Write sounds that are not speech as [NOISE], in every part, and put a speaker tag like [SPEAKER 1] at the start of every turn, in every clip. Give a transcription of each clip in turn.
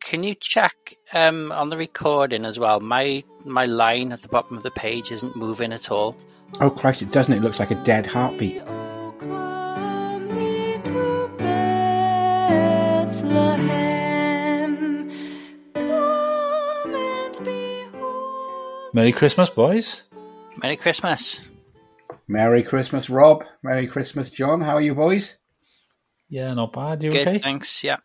[SPEAKER 1] Can you check um, on the recording as well? My my line at the bottom of the page isn't moving at all.
[SPEAKER 2] Oh Christ, it doesn't. It looks like a dead heartbeat.
[SPEAKER 3] Merry Christmas, boys.
[SPEAKER 1] Merry Christmas.
[SPEAKER 2] Merry Christmas, Rob. Merry Christmas, John. How are you, boys?
[SPEAKER 3] Yeah, not bad. You
[SPEAKER 1] Good,
[SPEAKER 3] okay?
[SPEAKER 1] thanks. Yeah.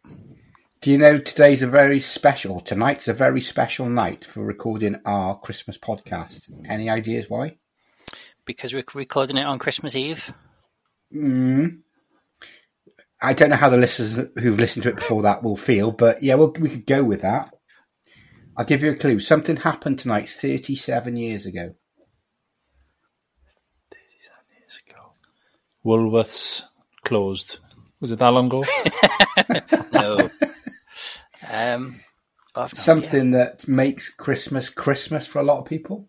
[SPEAKER 2] Do you know today's a very special? Tonight's a very special night for recording our Christmas podcast. Any ideas why?
[SPEAKER 1] Because we're recording it on Christmas Eve.
[SPEAKER 2] I don't know how the listeners who've listened to it before that will feel, but yeah, well, we could go with that. I'll give you a clue. Something happened tonight 37 years ago.
[SPEAKER 3] Woolworths closed. Was it that long
[SPEAKER 1] [LAUGHS]
[SPEAKER 3] ago?
[SPEAKER 1] No. um, oh, I've no idea.
[SPEAKER 2] Something that makes Christmas Christmas for a lot of people?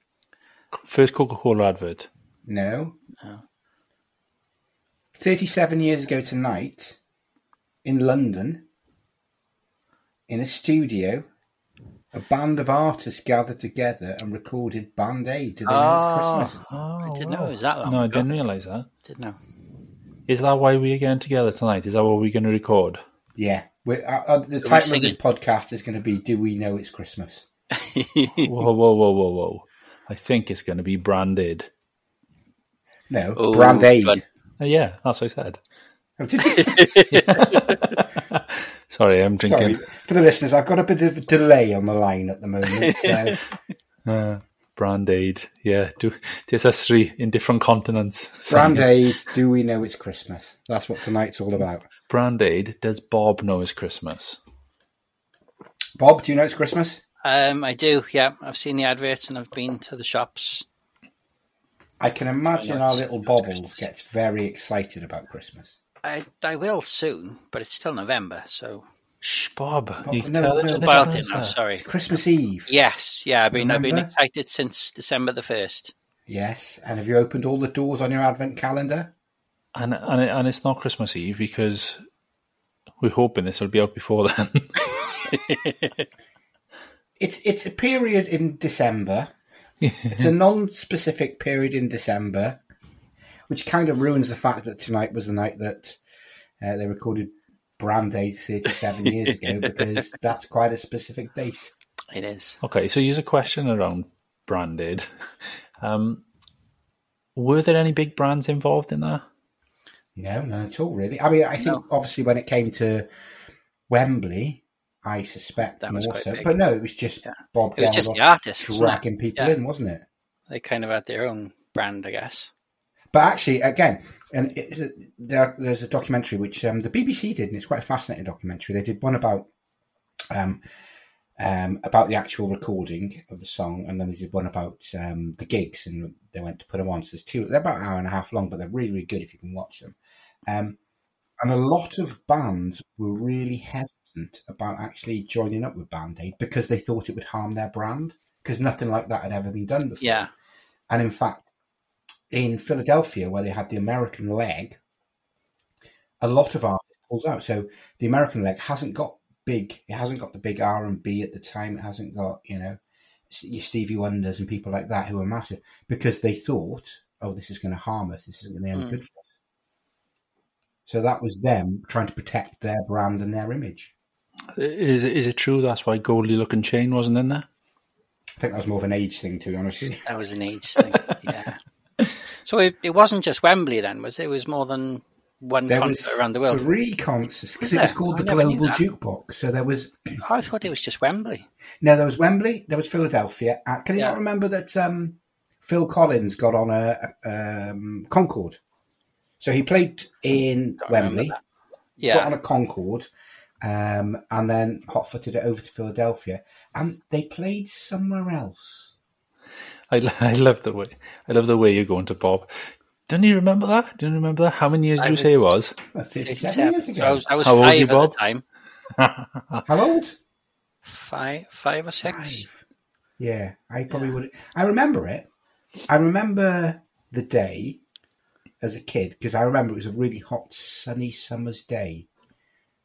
[SPEAKER 3] First Coca Cola advert.
[SPEAKER 2] No. 37 years ago tonight, in London, in a studio, a band of artists gathered together and recorded Band Aid to the
[SPEAKER 1] Oh.
[SPEAKER 2] Christmas.
[SPEAKER 3] Oh, I
[SPEAKER 1] didn't know it was that long
[SPEAKER 3] No, I
[SPEAKER 1] ago.
[SPEAKER 3] didn't realise that.
[SPEAKER 1] Didn't know.
[SPEAKER 3] Is that why we're getting together tonight? Is that what we're going to
[SPEAKER 1] [LAUGHS]
[SPEAKER 3] record?
[SPEAKER 2] Yeah. We're, uh, uh, the title of
[SPEAKER 1] singing?
[SPEAKER 2] this podcast is going to be Do We Know It's Christmas?
[SPEAKER 3] whoa, whoa, whoa, whoa, whoa. I think it's going to be branded.
[SPEAKER 2] No,
[SPEAKER 1] Oh,
[SPEAKER 2] Brand Aid.
[SPEAKER 1] but-
[SPEAKER 3] Uh, yeah, that's what I said.
[SPEAKER 2] Oh, did you-
[SPEAKER 3] Sorry, I'm drinking.
[SPEAKER 2] Sorry. For the listeners, I've got a bit of a delay on the line at the moment. So
[SPEAKER 3] Uh, brand aid. Yeah, do, there's us three in different continents. [LAUGHS]
[SPEAKER 2] Brand Aid, Do We Know It's Christmas? That's what tonight's all about.
[SPEAKER 3] Brand aid. Does Bob know it's Christmas?
[SPEAKER 2] Bob, do you know it's Christmas?
[SPEAKER 1] Um, I do. Yeah, I've seen the adverts and I've been to the shops.
[SPEAKER 2] I can imagine
[SPEAKER 1] That's-
[SPEAKER 2] our little
[SPEAKER 1] that's
[SPEAKER 2] bobbles
[SPEAKER 1] Christmas.
[SPEAKER 2] gets very excited about Christmas.
[SPEAKER 1] I I will soon, but it's still November, so
[SPEAKER 3] Shh, Bob. you
[SPEAKER 2] no,
[SPEAKER 3] tell
[SPEAKER 2] no,
[SPEAKER 3] us
[SPEAKER 2] it's
[SPEAKER 3] listeners
[SPEAKER 1] spoiled it now.
[SPEAKER 3] that.
[SPEAKER 1] Sorry.
[SPEAKER 2] It's Christmas Eve.
[SPEAKER 1] Yes, yeah, I've been I've been
[SPEAKER 2] Remember?
[SPEAKER 1] excited since December the first.
[SPEAKER 2] Yes. And have you opened all the doors on your advent calendar?
[SPEAKER 3] and and it, and it's not Christmas Eve because we're hoping this will be out before [LAUGHS] then.
[SPEAKER 2] It's it's a period in December. it's
[SPEAKER 1] [LAUGHS]
[SPEAKER 2] a non-specific period in December, which kind of ruins the fact that tonight was the night that uh, they recorded Brand Aid 37 years ago because
[SPEAKER 1] [LAUGHS]
[SPEAKER 2] that's quite a specific date.
[SPEAKER 1] It is.
[SPEAKER 3] okay, so here's a question around branded. [LAUGHS] Um, were there any big brands involved in that?
[SPEAKER 2] No, none at all, really. I mean, I think obviously when it came to Wembley, I suspect
[SPEAKER 1] That
[SPEAKER 2] more
[SPEAKER 1] was quite
[SPEAKER 2] so.
[SPEAKER 1] big.
[SPEAKER 2] But no, it was just Bob
[SPEAKER 1] It was just
[SPEAKER 2] Geldof
[SPEAKER 1] the artists, wasn't it?
[SPEAKER 2] dragging people
[SPEAKER 1] Yeah.
[SPEAKER 2] in, wasn't it?
[SPEAKER 1] They kind of had their own brand, I guess.
[SPEAKER 2] But actually, again, and it's a, there, there's a documentary which um, the BBC did, and it's quite a fascinating documentary. They did one about um, um, about the actual recording of the song, and then they did one about um, the gigs, and they went to put them on. So there's two. They're about an hour and a half long, but they're really, really good if you can watch them. Um, and a lot of bands were really hesitant about actually joining up with Band Aid because they thought it would harm their brand, because nothing like that had ever been done before.
[SPEAKER 1] Yeah.
[SPEAKER 2] And in fact, in Philadelphia, where they had the American leg, a lot of artists pulled out. So the American leg hasn't got big. It hasn't got the big R and B at the time. It hasn't got you know s- your Stevie Wonders and people like that who were massive because they thought, oh, this is going to harm us. This isn't going to be any
[SPEAKER 1] Mm.
[SPEAKER 2] good for us. So that was them trying to protect their brand and their image.
[SPEAKER 3] Is is it true that's why Goldie Looking Chain wasn't in there?
[SPEAKER 2] I think that was more of an age thing, to be honest. with you.
[SPEAKER 1] That was an age thing. yeah. So it, it wasn't just Wembley then, was it? It was more than one
[SPEAKER 2] There was
[SPEAKER 1] concert around the world.
[SPEAKER 2] three concerts
[SPEAKER 1] Was
[SPEAKER 2] because it was
[SPEAKER 1] there?
[SPEAKER 2] called
[SPEAKER 1] I
[SPEAKER 2] the
[SPEAKER 1] never knew
[SPEAKER 2] Global
[SPEAKER 1] that.
[SPEAKER 2] Jukebox. So there was
[SPEAKER 1] Oh, I thought it was just Wembley.
[SPEAKER 2] No, there was Wembley. There was Philadelphia. Uh, can you
[SPEAKER 1] Yeah.
[SPEAKER 2] not remember that um, Phil Collins got on a, a um, Concorde? So he played in
[SPEAKER 1] remember
[SPEAKER 2] Wembley,
[SPEAKER 1] that.
[SPEAKER 2] got
[SPEAKER 1] Yeah.
[SPEAKER 2] on a Concorde, um, and then hot footed it over to Philadelphia. And they played somewhere else.
[SPEAKER 3] I, [LAUGHS] lo- I love the way I love the way you're going to Bob. Don't you remember that? Don't you remember that? How many years
[SPEAKER 1] I
[SPEAKER 3] did you
[SPEAKER 1] was-
[SPEAKER 3] say it was?
[SPEAKER 2] Well, 37 years
[SPEAKER 1] 37. So
[SPEAKER 2] ago.
[SPEAKER 1] I was, I was
[SPEAKER 3] How old you,
[SPEAKER 1] five at
[SPEAKER 3] Bob?
[SPEAKER 1] the time.
[SPEAKER 2] How old?
[SPEAKER 1] Five, five or six.
[SPEAKER 2] Five. Yeah, I probably would. I remember it. I remember the day as a kid because I remember it was a really hot, sunny summer's day,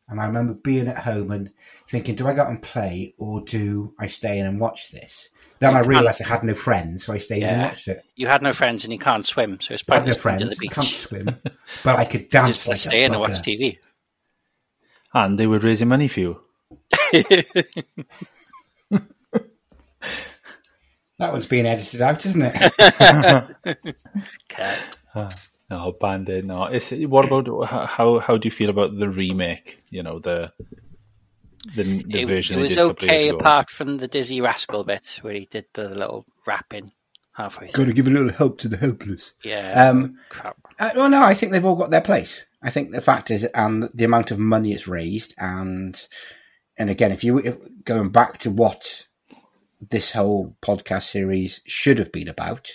[SPEAKER 2] And I remember being at home and thinking, do I go out and play or do I stay in and watch this? Then I realised I had no friends, so I stayed in and
[SPEAKER 1] Yeah.
[SPEAKER 2] watched it.
[SPEAKER 1] You had no friends and you can't swim, so it's
[SPEAKER 2] I had no
[SPEAKER 1] pointless going
[SPEAKER 2] friends,
[SPEAKER 1] to the
[SPEAKER 2] I can't
[SPEAKER 1] beach. [LAUGHS]
[SPEAKER 2] swim, but I could
[SPEAKER 1] You
[SPEAKER 2] dance.
[SPEAKER 1] Just
[SPEAKER 2] like a
[SPEAKER 1] stay in and watch
[SPEAKER 2] fucker.
[SPEAKER 1] TV.
[SPEAKER 3] And they were raising money for you.
[SPEAKER 2] That one's being edited out, isn't it?
[SPEAKER 1] [LAUGHS] Okay.
[SPEAKER 3] No, Band Aid. No. It's, what about how? How do you feel about the remake? You know the the, the
[SPEAKER 1] It,
[SPEAKER 3] version
[SPEAKER 1] it
[SPEAKER 3] they
[SPEAKER 1] was
[SPEAKER 3] did a couple of years
[SPEAKER 1] okay
[SPEAKER 3] ago.
[SPEAKER 1] apart from the Dizzy Rascal bit where he did the little rapping halfway through.
[SPEAKER 2] to give a little help to the helpless.
[SPEAKER 1] Yeah.
[SPEAKER 2] Um,
[SPEAKER 1] crap.
[SPEAKER 2] uh, well, no, I think they've all got their place. I think the fact is, and the amount of money it's raised, and and again, if you if, going back to what this whole podcast series should have been about,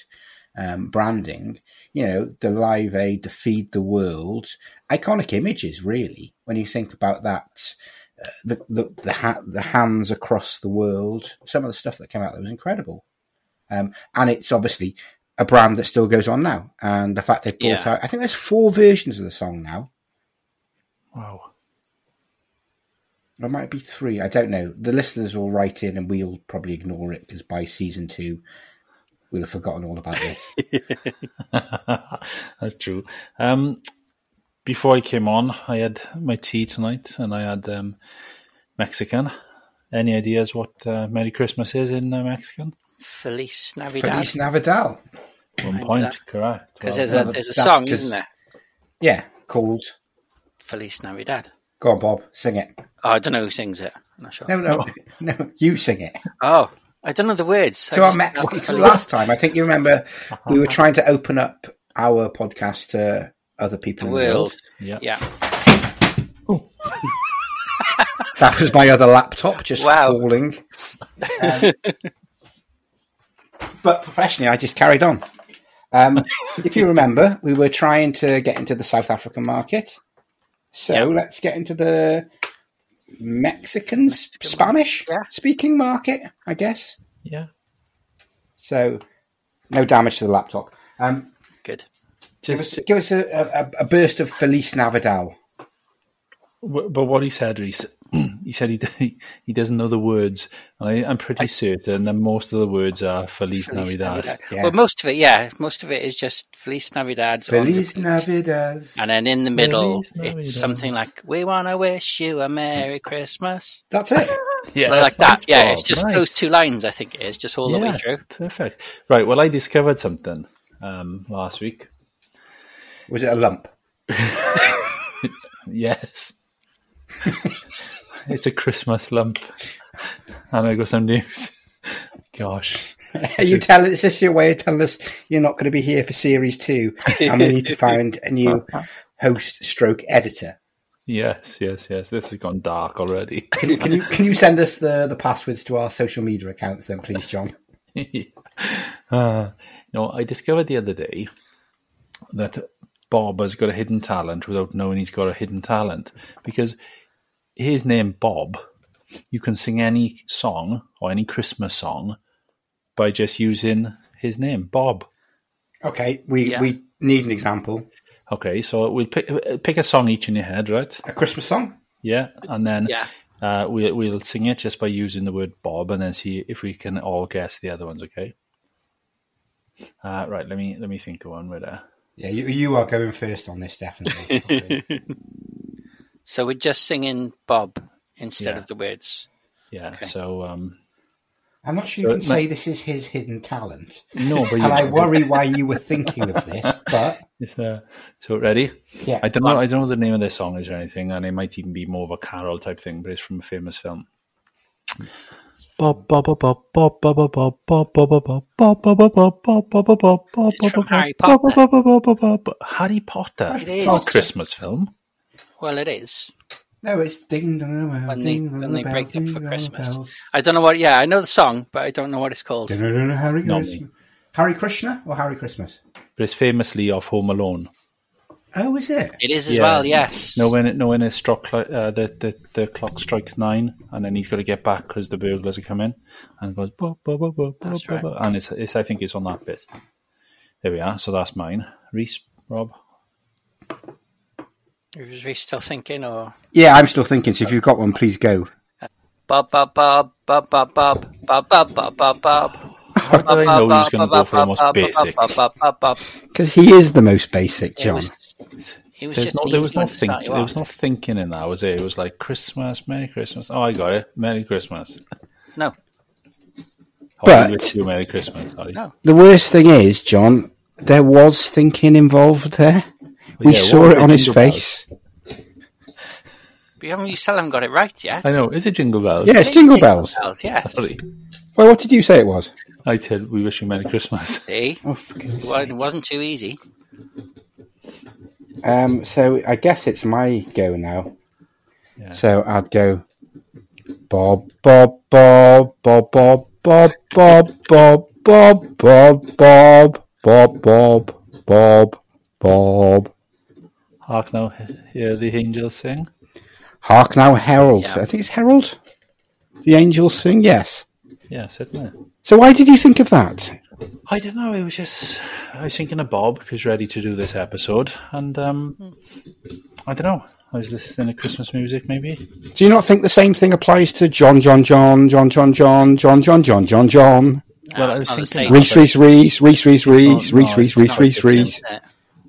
[SPEAKER 2] um, branding, you know, the Live Aid, the Feed the World, iconic images, really. When you think about that, uh, the the the, ha- the hands across the world, some of the stuff that came out that was incredible, um, and it's obviously a brand that still goes on now. And the fact they've brought
[SPEAKER 1] Yeah.
[SPEAKER 2] out, I think there's four versions of the song now.
[SPEAKER 3] Wow.
[SPEAKER 2] There might be three. I don't know. The listeners will write in, and we'll probably ignore it because by season two, we'll have forgotten all about
[SPEAKER 1] [LAUGHS]
[SPEAKER 2] this.
[SPEAKER 3] That's true. Um, before I came on, I had my tea tonight, and I had um, Mexican. Any ideas what uh, Merry Christmas is in uh, Mexican?
[SPEAKER 1] Felice Navidad.
[SPEAKER 2] Feliz Navidad.
[SPEAKER 3] One
[SPEAKER 1] know
[SPEAKER 3] point,
[SPEAKER 1] that.
[SPEAKER 3] correct.
[SPEAKER 1] Because
[SPEAKER 3] Well
[SPEAKER 1] there's a
[SPEAKER 2] no,
[SPEAKER 1] there's a
[SPEAKER 2] that's
[SPEAKER 1] song,
[SPEAKER 2] 'cause-
[SPEAKER 1] isn't there?
[SPEAKER 2] Yeah, called.
[SPEAKER 1] Felice Navidad.
[SPEAKER 2] Go on, Bob, sing it.
[SPEAKER 1] Oh, I don't know who sings it. I'm not sure.
[SPEAKER 2] No, no, [LAUGHS] no. You sing it.
[SPEAKER 1] Oh, I don't know the words. [LAUGHS] I
[SPEAKER 2] So I
[SPEAKER 1] just- [LAUGHS]
[SPEAKER 2] met last time. I think you remember we were trying to open up our podcast to other people
[SPEAKER 1] the
[SPEAKER 2] in the
[SPEAKER 1] world.
[SPEAKER 2] world.
[SPEAKER 3] Yeah.
[SPEAKER 1] Yeah.
[SPEAKER 2] That was my other laptop just
[SPEAKER 1] Wow.
[SPEAKER 2] falling. Um, [LAUGHS] but professionally, I just carried on. Um, if you remember, we were trying to get into the South African market. So
[SPEAKER 1] Yeah.
[SPEAKER 2] let's get into the Mexican, Spanish
[SPEAKER 1] yeah.
[SPEAKER 2] speaking market, I guess.
[SPEAKER 3] yeah.
[SPEAKER 2] So no damage to the laptop. Um,
[SPEAKER 1] Good.
[SPEAKER 2] Give us,
[SPEAKER 3] Just,
[SPEAKER 2] give us a, a, a burst of Felice Navidad.
[SPEAKER 3] w- but what he said, he, s- [CLEARS THROAT] he said he, [LAUGHS] d- he doesn't know the words, and I, I'm pretty certain that most of the words are Feliz,
[SPEAKER 1] Feliz
[SPEAKER 3] Navidad.
[SPEAKER 1] Navidad.
[SPEAKER 2] Yeah.
[SPEAKER 1] Well, most of it, yeah, most of it is just Feliz Navidad. on the
[SPEAKER 2] Feliz
[SPEAKER 1] beat.
[SPEAKER 2] Navidad.
[SPEAKER 1] And then in the middle,
[SPEAKER 3] Feliz Navidad.
[SPEAKER 1] it's something like "We want to wish you a Merry Christmas,"
[SPEAKER 2] That's it.
[SPEAKER 3] Yeah,
[SPEAKER 1] like that. Yeah,
[SPEAKER 3] Bob.
[SPEAKER 1] it's just
[SPEAKER 3] Nice.
[SPEAKER 1] those two lines. I think it is just all the way through.
[SPEAKER 3] Perfect. Right. Well, I discovered something um, last week. [LAUGHS]
[SPEAKER 2] Was it a lump?
[SPEAKER 3] Yes. [LAUGHS] it's a Christmas lump. [LAUGHS] And I got some news. [LAUGHS] Gosh.
[SPEAKER 2] Are you tell is this your way of telling us you're not going to be here for series two and we need to find a new host stroke editor?
[SPEAKER 3] Yes, yes, yes. This has gone dark already.
[SPEAKER 2] Can, can you can you send us the, the passwords to our social media accounts then please, John?
[SPEAKER 3] uh, no, I discovered the other day that Bob has got a hidden talent without knowing he's got a hidden talent because his name Bob, you can sing any song or any Christmas song by just using his name Bob.
[SPEAKER 2] Okay, we,
[SPEAKER 1] Yeah.
[SPEAKER 2] we need an example.
[SPEAKER 3] Okay, so we'll pick pick a song each in your head, right?
[SPEAKER 2] A Christmas song?
[SPEAKER 3] Yeah, and then
[SPEAKER 1] Yeah.
[SPEAKER 3] uh, we'll we'll sing it just by using the word Bob, and then see if we can all guess the other ones. Okay. Uh, right. Let me let me think of one with a.
[SPEAKER 2] Yeah, you, you are going first on this definitely.
[SPEAKER 1] [LAUGHS] So we're just singing Bob instead
[SPEAKER 3] Yeah.
[SPEAKER 1] of the words.
[SPEAKER 3] Yeah. So um,
[SPEAKER 2] I'm not sure you
[SPEAKER 3] So
[SPEAKER 2] can
[SPEAKER 3] it might-
[SPEAKER 2] say this is his hidden talent.
[SPEAKER 3] no, but you,
[SPEAKER 2] And I worry why you were thinking of this, but
[SPEAKER 3] it's, uh, so ready.
[SPEAKER 2] yeah.
[SPEAKER 3] I don't know. I don't know the name of the song is or anything, and it might even be more of a carol type thing, but it's from a famous film. Harry Potter. It's a Christmas film.
[SPEAKER 1] Well, it is.
[SPEAKER 2] No, it's ding dong
[SPEAKER 1] When they- when they break up for Christmas. I don't know what. Yeah, I know the song, but I don't know what it's called.
[SPEAKER 2] Harry
[SPEAKER 3] Not
[SPEAKER 2] Christmas. Harry Krishna or Harry Christmas?
[SPEAKER 3] But it's famously off Home Alone.
[SPEAKER 2] Oh, is it?
[SPEAKER 1] It is as
[SPEAKER 3] Yeah.
[SPEAKER 1] well. Yes.
[SPEAKER 3] No, when it, no, when it struck, clo- uh, the, the the clock strikes nine, and then he's got to get back because the burglars are coming, and it goes bo, bo, bo, bo, bo,
[SPEAKER 1] That's
[SPEAKER 3] bo,
[SPEAKER 1] right.
[SPEAKER 3] bo. and it's, it's I think it's on that bit. There we are. So that's mine. Reese, Rob.
[SPEAKER 1] Is he still thinking or
[SPEAKER 2] Yeah, I'm still thinking. So if you've got one, please go.
[SPEAKER 1] Bob Bob Bob Bob Bob Bob Bob Bob Bob Bob Bob
[SPEAKER 3] How did I know he was going to go for the most basic?
[SPEAKER 2] Because he is the most basic,
[SPEAKER 1] It
[SPEAKER 2] John.
[SPEAKER 1] was, it was
[SPEAKER 3] There's
[SPEAKER 1] just
[SPEAKER 3] no,
[SPEAKER 1] an
[SPEAKER 3] there
[SPEAKER 1] easy
[SPEAKER 3] was no
[SPEAKER 1] one to start
[SPEAKER 3] thinking.
[SPEAKER 1] you
[SPEAKER 3] There was
[SPEAKER 1] off.
[SPEAKER 3] no thinking in that, was it? It was like Christmas, Merry Christmas. Oh, I got it. Merry Christmas.
[SPEAKER 1] No,
[SPEAKER 3] Oh, I
[SPEAKER 2] But-
[SPEAKER 3] wish you a Merry Christmas. Sorry.
[SPEAKER 1] No.
[SPEAKER 2] The worst thing is, John, there was thinking involved there. We
[SPEAKER 3] Yeah, what
[SPEAKER 2] saw
[SPEAKER 3] was
[SPEAKER 2] it
[SPEAKER 3] the
[SPEAKER 2] on his
[SPEAKER 3] jingle bells?
[SPEAKER 2] face.
[SPEAKER 1] but you haven't. You still haven't got it right yet.
[SPEAKER 3] I know. Is it Jingle Bells?
[SPEAKER 2] Yeah, it's Jingle Bells.
[SPEAKER 1] Yes.
[SPEAKER 3] Sorry.
[SPEAKER 2] Well, what did you say it was?
[SPEAKER 3] I said we wish you Merry Christmas. [LAUGHS]
[SPEAKER 1] See,
[SPEAKER 2] Oh, for goodness
[SPEAKER 1] well, it wasn't too easy.
[SPEAKER 2] Um, so I guess it's my go now.
[SPEAKER 3] Yeah.
[SPEAKER 2] So I'd go Bob, Bob, Bob, Bob, Bob, Bob, Bob, Bob, Bob, Bob, Bob, Bob, Bob, Bob, Bob.
[SPEAKER 3] Hark now, hear the angels sing.
[SPEAKER 2] Hark now, Herald.
[SPEAKER 1] Yeah.
[SPEAKER 2] I think it's Herald. The angels sing. Yes.
[SPEAKER 3] Yeah, sitting there.
[SPEAKER 2] So why did you think of that?
[SPEAKER 3] I don't know. It was just I was thinking of Bob who's ready to do this episode, and um, I don't know. I was listening to Christmas music, maybe.
[SPEAKER 2] Do you not think the same thing applies to John, John, John, John, John, John, John, John, John, John, John,
[SPEAKER 3] well, I
[SPEAKER 1] it's
[SPEAKER 3] was
[SPEAKER 1] not the
[SPEAKER 3] thinking
[SPEAKER 1] same.
[SPEAKER 2] Reese, Reese, Reese, Reese, Reese, Reese,
[SPEAKER 3] not- no,
[SPEAKER 2] Reese, Reese, Reese,
[SPEAKER 3] it's
[SPEAKER 1] Not a
[SPEAKER 2] Reese,
[SPEAKER 1] good
[SPEAKER 2] Reese.
[SPEAKER 1] deal, is it?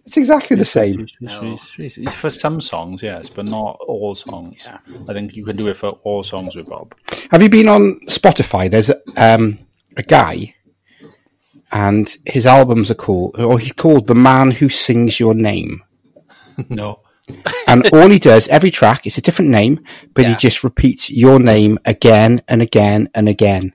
[SPEAKER 2] It's exactly the same.
[SPEAKER 1] No.
[SPEAKER 3] It's for some songs, yes, but not all songs.
[SPEAKER 1] Yeah.
[SPEAKER 3] I think you can do it for all songs with Bob.
[SPEAKER 2] Have you been on Spotify? There's um, a guy, and his albums are called, or he's called "The Man Who Sings Your Name."
[SPEAKER 3] no,
[SPEAKER 2] And all he does, every track, it's a different name, but he
[SPEAKER 1] Yeah.
[SPEAKER 2] just repeats your name again and again and again.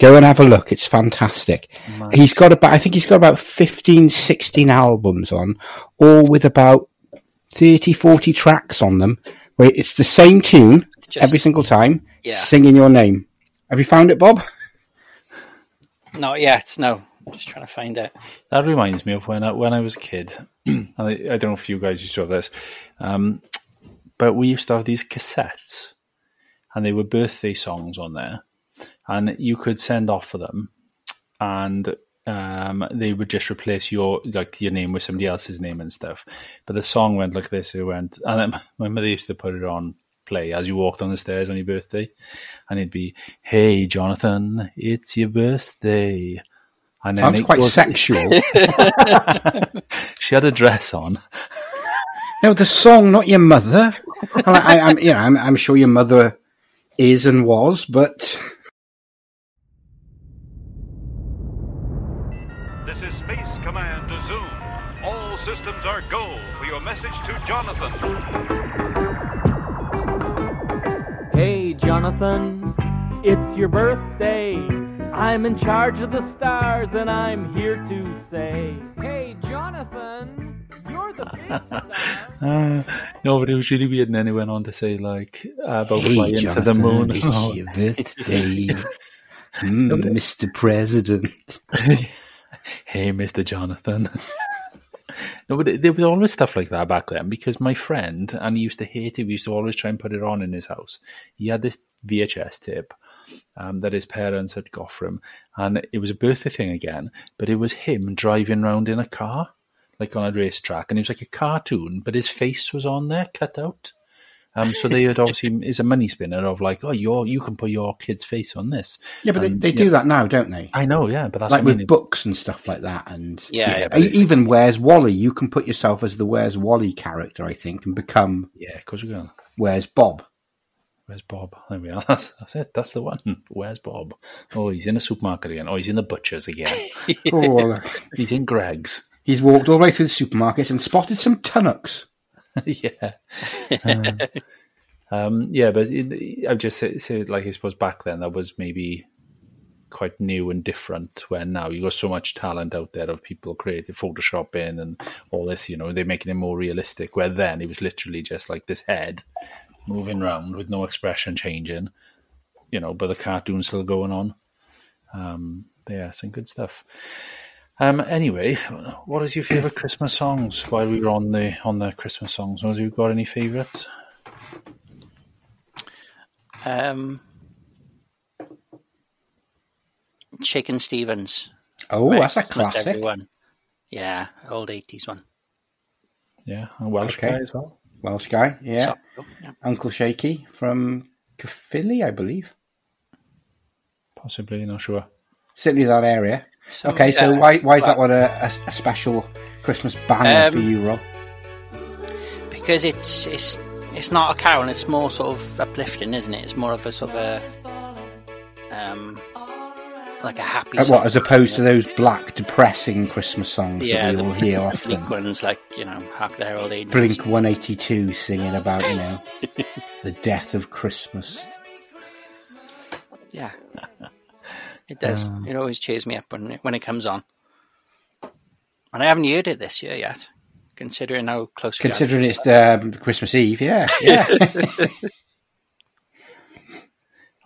[SPEAKER 2] Go and have a look. It's fantastic. He's got about, I think he's got about 15, 16 albums on, all with about 30, 40 tracks on them, where it's the same tune
[SPEAKER 1] Just-
[SPEAKER 2] every single time,
[SPEAKER 1] Yeah.
[SPEAKER 2] singing your name. Have you found it, Bob?
[SPEAKER 1] Not yet. No, I'm just trying to find it.
[SPEAKER 3] That reminds me of when I, when I was a kid, [CLEARS THROAT] and I, I don't know if you guys used to have this, um, but we used to have these cassettes, and they were birthday songs on there, and you could send off for them, and um, they would just replace your like your name with somebody else's name and stuff. But the song went like this: it went, [LAUGHS] and then my mother used to put it on play as you walked on the stairs on your birthday, and it'd be, "Hey, Jonathan, it's your birthday." And then
[SPEAKER 2] Sounds
[SPEAKER 3] it
[SPEAKER 2] quite
[SPEAKER 3] goes-
[SPEAKER 2] sexual.
[SPEAKER 3] she had a dress on.
[SPEAKER 2] no, the song, not your mother. Well, I, I, I'm, you know, I'm, I'm sure your mother is and was, but
[SPEAKER 4] This is Space Command to Zoom. All systems are go for your message to Jonathan.
[SPEAKER 5] Hey, Jonathan, it's your birthday. I'm in charge of the stars, and I'm here to say, Hey, Jonathan, you're the big star.
[SPEAKER 3] Uh, no, but it was really weird. And then it went on to say, like, uh, about flying
[SPEAKER 2] Jonathan,
[SPEAKER 3] to the moon.
[SPEAKER 2] It's
[SPEAKER 3] [LAUGHS]
[SPEAKER 2] [LAUGHS]
[SPEAKER 3] Oh,
[SPEAKER 2] your birthday, Mm, Mr. President.
[SPEAKER 3] hey, Mr. Jonathan. no, but it- there was always stuff like that back then because my friend, and he used to hate it, we used to always try and put it on in his house. He had this VHS tape um, that his parents had got for him. And it was a birthday thing again, but it was him driving round in a car, like on a racetrack. And it was like a cartoon, but his face was on there, cut out. Um, so they
[SPEAKER 2] [LAUGHS]
[SPEAKER 3] had obviously is a money spinner of like, oh, you you can put your kid's face on this.
[SPEAKER 2] Yeah, but they, they do that now, don't they?
[SPEAKER 3] I know, yeah, but that's
[SPEAKER 2] Like
[SPEAKER 3] what I
[SPEAKER 2] with
[SPEAKER 3] mean.
[SPEAKER 2] books and stuff like that, and e,
[SPEAKER 1] Yeah, yeah,
[SPEAKER 3] but it-
[SPEAKER 2] even Where's Wally, you can put yourself as the Where's Wally character, I think, and become
[SPEAKER 3] yeah, of course we go.
[SPEAKER 2] Where's Bob.
[SPEAKER 3] Where's Bob? There we are. [LAUGHS] That's, that's it. That's the one. Where's Bob? Oh, he's in the supermarket again. Oh, he's in the butcher's again.
[SPEAKER 2] Oh,
[SPEAKER 3] he's in Greg's.
[SPEAKER 2] he's walked all the way through the supermarket and spotted some tunnocks.
[SPEAKER 3] [LAUGHS] yeah. um, yeah, but it, I've just said, said, like, I suppose back then that was maybe quite new and different when now you got so much talent out there of people creating Photoshop in and all this, you know, they're making it more realistic. Where then it was literally just like this head moving around with no expression changing, you know, but the cartoon's still going on. Um, yeah, some good stuff. Um, anyway, what is your favorite Christmas songs? While we were on the on the Christmas songs, have you got any favorites?
[SPEAKER 1] Um, Chicken Stevens.
[SPEAKER 2] Oh, that's a
[SPEAKER 1] Christmas
[SPEAKER 2] classic.
[SPEAKER 1] Everyone. Yeah, old eighties one.
[SPEAKER 3] Yeah, a Welsh
[SPEAKER 2] Okay.
[SPEAKER 3] guy as well.
[SPEAKER 2] Welsh guy, yeah.
[SPEAKER 1] Top Gun, yeah.
[SPEAKER 2] Uncle Shaky from Caerphilly, I believe.
[SPEAKER 3] Possibly, not sure.
[SPEAKER 2] Certainly that area.
[SPEAKER 1] So,
[SPEAKER 2] okay, so
[SPEAKER 1] yeah,
[SPEAKER 2] why why is that
[SPEAKER 1] well,
[SPEAKER 2] one a, a, a special Christmas banger
[SPEAKER 1] Um,
[SPEAKER 2] for you, Rob? Uh,
[SPEAKER 1] Because it's it's it's not a carol. It's more sort of uplifting, isn't it? It's more of a sort of a um like a happy.
[SPEAKER 2] Uh,
[SPEAKER 1] song.
[SPEAKER 2] what, as opposed to those black, depressing Christmas songs
[SPEAKER 1] yeah,
[SPEAKER 2] that
[SPEAKER 1] the
[SPEAKER 2] we
[SPEAKER 1] [LAUGHS]
[SPEAKER 2] all hear
[SPEAKER 1] bleak
[SPEAKER 2] often.
[SPEAKER 1] ones like you know Hark the Herald Angels.
[SPEAKER 2] Blink 182 singing about, you
[SPEAKER 1] [LAUGHS]
[SPEAKER 2] know, the death of Christmas.
[SPEAKER 1] Yeah, [LAUGHS] it does.
[SPEAKER 2] Um.
[SPEAKER 1] it always cheers me up when it, when it comes on. And I haven't heard it this year yet, considering how close. we are.
[SPEAKER 2] Considering it's um, Christmas Eve, yeah.
[SPEAKER 1] [LAUGHS]
[SPEAKER 2] yeah.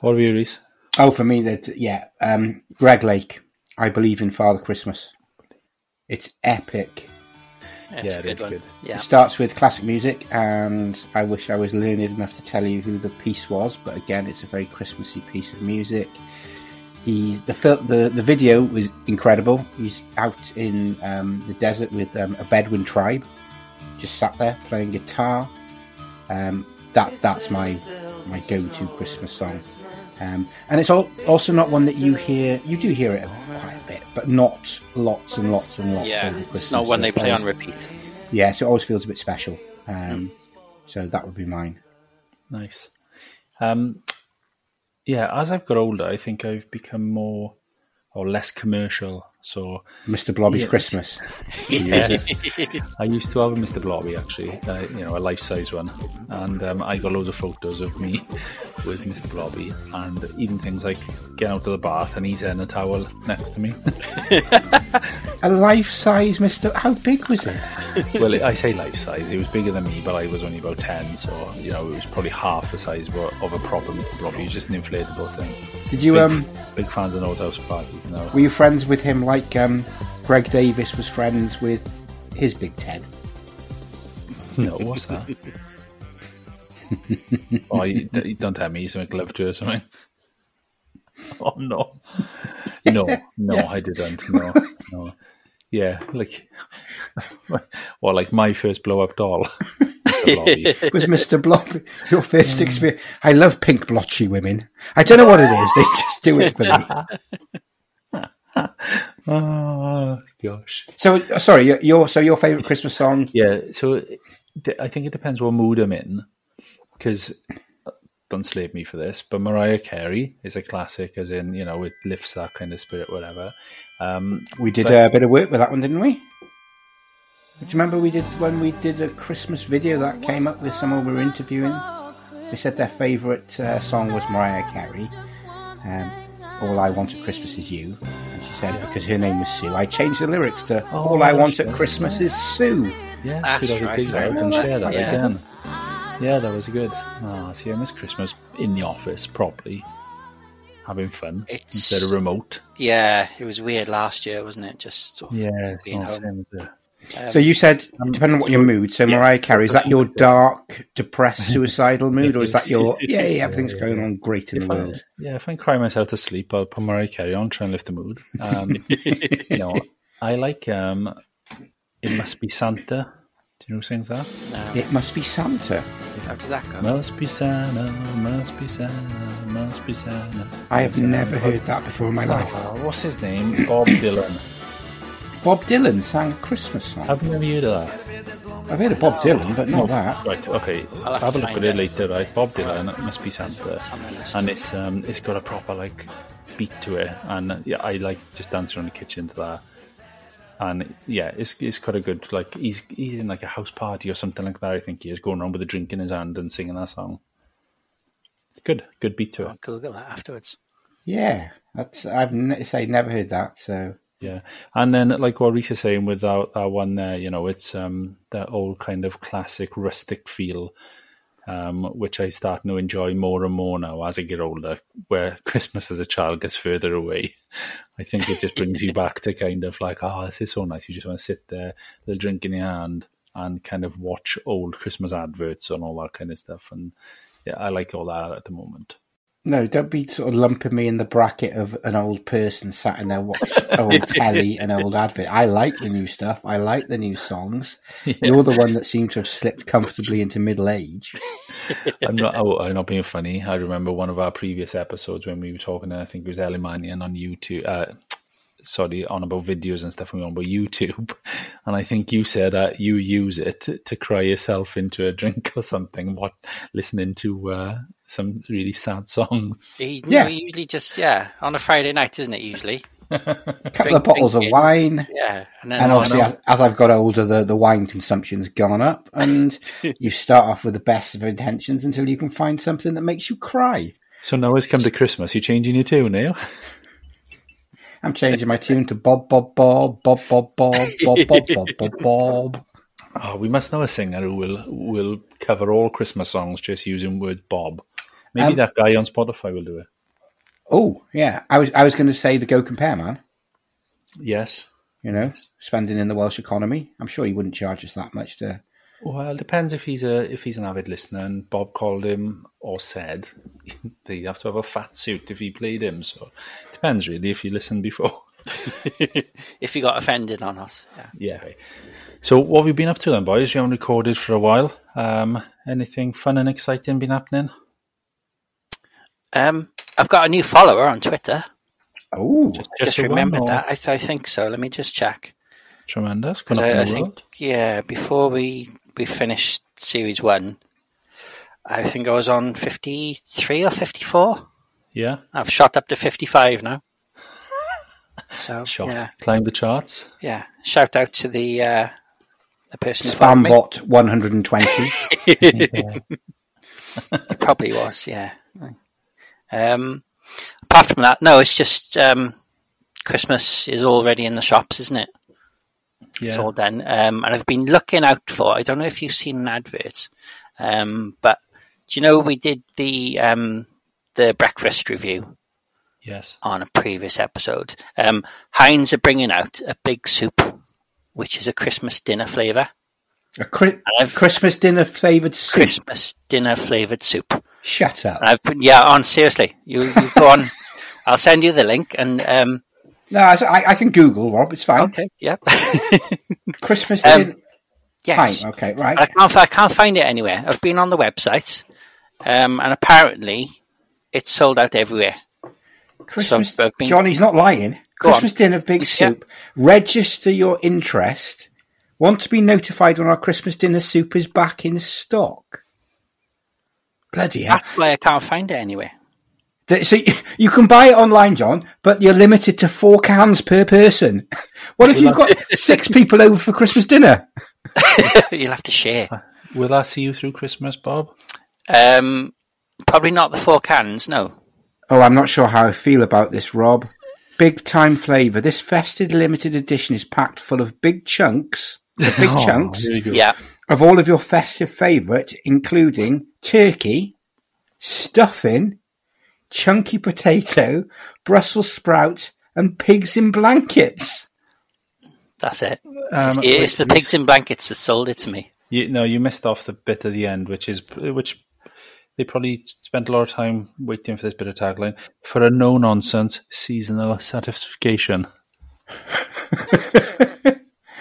[SPEAKER 3] What are you, Reese?
[SPEAKER 2] oh, for me, that yeah. Um, Greg Lake, I believe in Father Christmas. It's epic.
[SPEAKER 1] It's
[SPEAKER 3] Yeah,
[SPEAKER 1] a
[SPEAKER 3] it
[SPEAKER 1] good
[SPEAKER 3] is
[SPEAKER 1] one.
[SPEAKER 3] good.
[SPEAKER 1] Yeah,
[SPEAKER 2] It starts with classic music, and I wish I was learned enough to tell you who the piece was, but again, it's a very Christmassy piece of music. He's the film, the, the video was incredible. He's out in um, the desert with um, a Bedouin tribe, just sat there playing guitar. Um, that that's my my go to Christmas song, um, and it's all, also not one that you hear. You do hear it quite a bit, but not lots and lots and lots.
[SPEAKER 1] yeah.
[SPEAKER 2] over
[SPEAKER 1] It's
[SPEAKER 2] Christmas.
[SPEAKER 1] not one
[SPEAKER 2] So
[SPEAKER 1] they
[SPEAKER 2] it's
[SPEAKER 1] play on
[SPEAKER 2] always-
[SPEAKER 1] repeat.
[SPEAKER 2] yeah, so it always feels a bit special.
[SPEAKER 3] Hmm.
[SPEAKER 2] Um, So that would be mine.
[SPEAKER 3] Nice. Um, yeah, as I've got older, I think I've become more or less commercial. So
[SPEAKER 2] Mr. Blobby's
[SPEAKER 3] Yes.
[SPEAKER 2] Christmas.
[SPEAKER 3] [LAUGHS] I used to have a Mr. Blobby actually, uh, you know, a life size one, and um, I got loads of photos of me [LAUGHS] with Mr. Blobby, and even things like getting out of the bath and he's in a towel next to me.
[SPEAKER 2] A life size Mr. How big was it?
[SPEAKER 3] well, I say life size, it was bigger than me, but I was only about 10, so you know, it was probably half the size of a, of a proper Mr. Blobby, it was just an inflatable thing.
[SPEAKER 2] Did you,
[SPEAKER 3] big,
[SPEAKER 2] um,
[SPEAKER 3] big fans of North House Party, you know.
[SPEAKER 2] were you friends with him like um, Greg Davis was friends with his big
[SPEAKER 3] [LAUGHS]
[SPEAKER 2] Ted?
[SPEAKER 3] No, what's that?
[SPEAKER 2] [LAUGHS]
[SPEAKER 3] oh, you, d- you don't tell me he's make love to her or something. [LAUGHS] Oh no, no,
[SPEAKER 2] [LAUGHS]
[SPEAKER 3] no, I didn't. No, no, yeah, like, [LAUGHS] or like my first blow up doll. [LAUGHS]
[SPEAKER 2] [LAUGHS]
[SPEAKER 3] The lobby.
[SPEAKER 2] Was Mr. Blobby your first
[SPEAKER 3] Hmm.
[SPEAKER 2] experience? I love pink blotchy women. I don't know what it is. They just do it for me.
[SPEAKER 3] [LAUGHS] oh gosh,
[SPEAKER 2] So uh, sorry, your- your so your favourite Christmas song?
[SPEAKER 3] yeah. So it- d- I think it depends what mood I'm in, because. Don't slave me for this, but Mariah Carey is a classic, as in you know it lifts that kind of spirit, whatever. Um,
[SPEAKER 2] We did uh, a bit of work with that one, didn't we? Do you remember we did when we did a Christmas video that came up with someone we were interviewing? They said their favourite uh, song was Mariah Carey. Um, All I Want at Christmas is You. And she said, because her name was Sue, I changed the lyrics to All I Want at Christmas is Sue.
[SPEAKER 3] Yeah,
[SPEAKER 1] That's
[SPEAKER 3] good
[SPEAKER 1] right,
[SPEAKER 3] idea.
[SPEAKER 1] I
[SPEAKER 3] I can
[SPEAKER 1] remember
[SPEAKER 3] share
[SPEAKER 1] that,
[SPEAKER 3] that
[SPEAKER 1] yeah.
[SPEAKER 3] again. Yeah, that was good. Ah, see, I miss Christmas in the office properly, having fun
[SPEAKER 1] It's-
[SPEAKER 3] instead of remote.
[SPEAKER 1] Yeah, it was weird last year, wasn't it? Just sort of being home.
[SPEAKER 2] So you said, depending on what your mood, so Mariah Carey, is that your dark, depressed, suicidal mood, or is that your, yay, everything's going on great in the
[SPEAKER 3] If I,
[SPEAKER 2] world?
[SPEAKER 3] yeah, if I cry myself to sleep, I'll put Mariah Carey on, try and lift the mood. Um,
[SPEAKER 2] [LAUGHS]
[SPEAKER 3] you know, I like um, "It Must Be Santa." Do you know who sings that?
[SPEAKER 2] It must be Santa.
[SPEAKER 1] How does that go?
[SPEAKER 3] Must be Santa, must be Santa, must be Santa.
[SPEAKER 2] I have never heard that before in my life.
[SPEAKER 3] Ah, what's his name? Bob Dylan.
[SPEAKER 2] Bob Dylan sang a Christmas song.
[SPEAKER 3] I've never heard of that.
[SPEAKER 2] I've heard of Bob Dylan, but not that.
[SPEAKER 3] Right, okay.
[SPEAKER 1] I'll have
[SPEAKER 3] I'll
[SPEAKER 1] to
[SPEAKER 3] have a look
[SPEAKER 1] find
[SPEAKER 3] at it
[SPEAKER 1] it.
[SPEAKER 3] later, right? Bob Dylan, it must be Santa.
[SPEAKER 1] list.
[SPEAKER 3] And it's um it's got a proper like beat to it. And uh, yeah, I like just dancing around the kitchen to that. And yeah, it's it's got a good like he's he's in like a house party or something like that, I think he is going around with a drink in his hand and singing that song. Good, good beat to
[SPEAKER 1] I'll
[SPEAKER 3] it.
[SPEAKER 1] Google that afterwards.
[SPEAKER 2] Yeah, that's I've ne- say never heard that. So
[SPEAKER 3] Yeah. And then like what Reese is saying with that, that one there, you know, it's um that old kind of classic rustic feel um, which I start to enjoy more and more now as I get older, where [LAUGHS] Christmas as a child gets further away. I think it just brings you back to kind of like, oh, this is so nice. You just want to sit there, little drink in your hand, and kind of watch old Christmas adverts and all that kind of stuff. And yeah, I like all that at the moment.
[SPEAKER 2] No, don't be sort of lumping me in the bracket of an old person sat in their watch old telly and old advert. I like the new stuff. I like the new songs. You're the one that seemed to have slipped comfortably into middle age.
[SPEAKER 3] I'm not. Oh, I'm not being funny. I remember one of our previous episodes when we were talking. I think it was Elemanian on YouTube. Uh, sorry, on about videos and stuff. And we were on about YouTube, [LAUGHS] and I think you said uh, you use it to, to cry yourself into a drink or something. What listening to uh, some really sad songs?
[SPEAKER 1] He,
[SPEAKER 2] Yeah.
[SPEAKER 1] no, he usually just yeah on a Friday night, isn't it? Usually,
[SPEAKER 2] A couple of bottles of
[SPEAKER 1] drinking.
[SPEAKER 2] wine.
[SPEAKER 1] yeah. And then
[SPEAKER 2] And
[SPEAKER 1] on
[SPEAKER 2] obviously, as, as I've got older, the, the wine consumption's gone up, and you start off with the best of intentions until you can find something that makes you cry.
[SPEAKER 3] So now it's come to Christmas. You're changing your tune now.
[SPEAKER 2] I'm changing my tune to Bob, Bob, Bob, Bob, Bob, Bob, Bob, Bob, Bob, Bob,
[SPEAKER 1] [LAUGHS]
[SPEAKER 2] Bob.
[SPEAKER 3] Oh, we must know a singer who will will cover all Christmas songs just using word Bob. Maybe
[SPEAKER 2] Um,
[SPEAKER 3] that guy on Spotify will do it.
[SPEAKER 2] Oh, yeah. I was I was going to say the Go Compare Man.
[SPEAKER 3] Yes.
[SPEAKER 2] You know, spending in the Welsh economy. I'm sure he wouldn't charge us that much to.
[SPEAKER 3] Well, depends if he's a if he's an avid listener. And Bob called him or said [LAUGHS] that he'd have to have a fat suit if he played him. So depends really if you listened before. [LAUGHS]
[SPEAKER 1] if you got offended on us, yeah.
[SPEAKER 3] Yeah. So what have you been up to then, boys? We haven't recorded for a while. Um, anything fun and exciting been happening?
[SPEAKER 1] Um, I've got a new follower on Twitter.
[SPEAKER 2] Oh,
[SPEAKER 1] I just
[SPEAKER 3] the one
[SPEAKER 1] remembered
[SPEAKER 3] or-
[SPEAKER 1] that. I, th- I think so. Let me just check.
[SPEAKER 3] Tremendous. Going
[SPEAKER 1] 'Cause
[SPEAKER 3] up in
[SPEAKER 1] I, I
[SPEAKER 3] the
[SPEAKER 1] think
[SPEAKER 3] world.
[SPEAKER 1] yeah, before we we finished series one, I think I was on fifty three or fifty four.
[SPEAKER 3] Yeah.
[SPEAKER 1] I've shot up to fifty five now. So
[SPEAKER 3] Shot.
[SPEAKER 1] yeah,
[SPEAKER 3] Climbed the charts.
[SPEAKER 1] yeah. Shout out to the uh, the person who followed me. [LAUGHS]
[SPEAKER 2] Spambot 120.
[SPEAKER 1] It probably was, yeah. Um, apart from that, no, it's just um, Christmas is already in the shops, isn't it? It's
[SPEAKER 3] Yeah.
[SPEAKER 1] all done. Um, and I've been looking out for. I don't know if you've seen an advert, um, but do you know we did the um, the breakfast review
[SPEAKER 3] Yes.
[SPEAKER 1] on a previous episode? Um, Heinz are bringing out a big soup, which is a Christmas dinner flavour.
[SPEAKER 2] a cri-
[SPEAKER 1] I've-
[SPEAKER 2] Christmas dinner flavoured soup.
[SPEAKER 1] Christmas dinner flavoured soup.
[SPEAKER 2] Shut up.
[SPEAKER 1] I've been, yeah, on seriously. You, you go on. I'll send you the link and um,
[SPEAKER 2] No, I, I can Google, Rob. It's fine.
[SPEAKER 1] okay, yeah,
[SPEAKER 2] Christmas
[SPEAKER 1] Um,
[SPEAKER 2] dinner.
[SPEAKER 1] yes.
[SPEAKER 2] Fine. Okay,
[SPEAKER 1] I
[SPEAKER 2] right.
[SPEAKER 1] can't, I can't find it anywhere. I've been on the website, um, and apparently it's sold out everywhere.
[SPEAKER 2] Christmas.
[SPEAKER 1] I've been-
[SPEAKER 2] Johnny's not lying.
[SPEAKER 1] Go on.
[SPEAKER 2] Christmas dinner, big
[SPEAKER 1] Yeah.
[SPEAKER 2] soup. Register your interest. Want to be notified when our Christmas dinner soup is back in stock? Bloody hell!
[SPEAKER 1] That's why I can't find it anywhere. [LAUGHS]
[SPEAKER 2] Th- So you- you can buy it online, John, but you're limited to four cans per person. [LAUGHS] What if
[SPEAKER 1] [LAUGHS]
[SPEAKER 2] you've got six people over for Christmas dinner?
[SPEAKER 1] You'll have to share.
[SPEAKER 3] Will I see you through Christmas, Bob?
[SPEAKER 1] Um, probably not the four cans. No,
[SPEAKER 2] Oh, I'm not sure how I feel about this, Rob. Big time flavour. This festive limited edition is packed full of big chunks, the
[SPEAKER 1] [LAUGHS]
[SPEAKER 2] big
[SPEAKER 1] Oh,
[SPEAKER 2] chunks
[SPEAKER 1] yeah,
[SPEAKER 2] of all of your festive favourites, including turkey, stuffing, chunky potato, Brussels sprouts, and pigs in blankets.
[SPEAKER 1] that's it.
[SPEAKER 3] Um,
[SPEAKER 1] it's the
[SPEAKER 3] wait,
[SPEAKER 1] pigs in blankets that sold it to me.
[SPEAKER 3] You, no, you missed off the bit at the end, which is which they probably spent a lot of time waiting for this bit of tagline for a no nonsense seasonal satisfaction.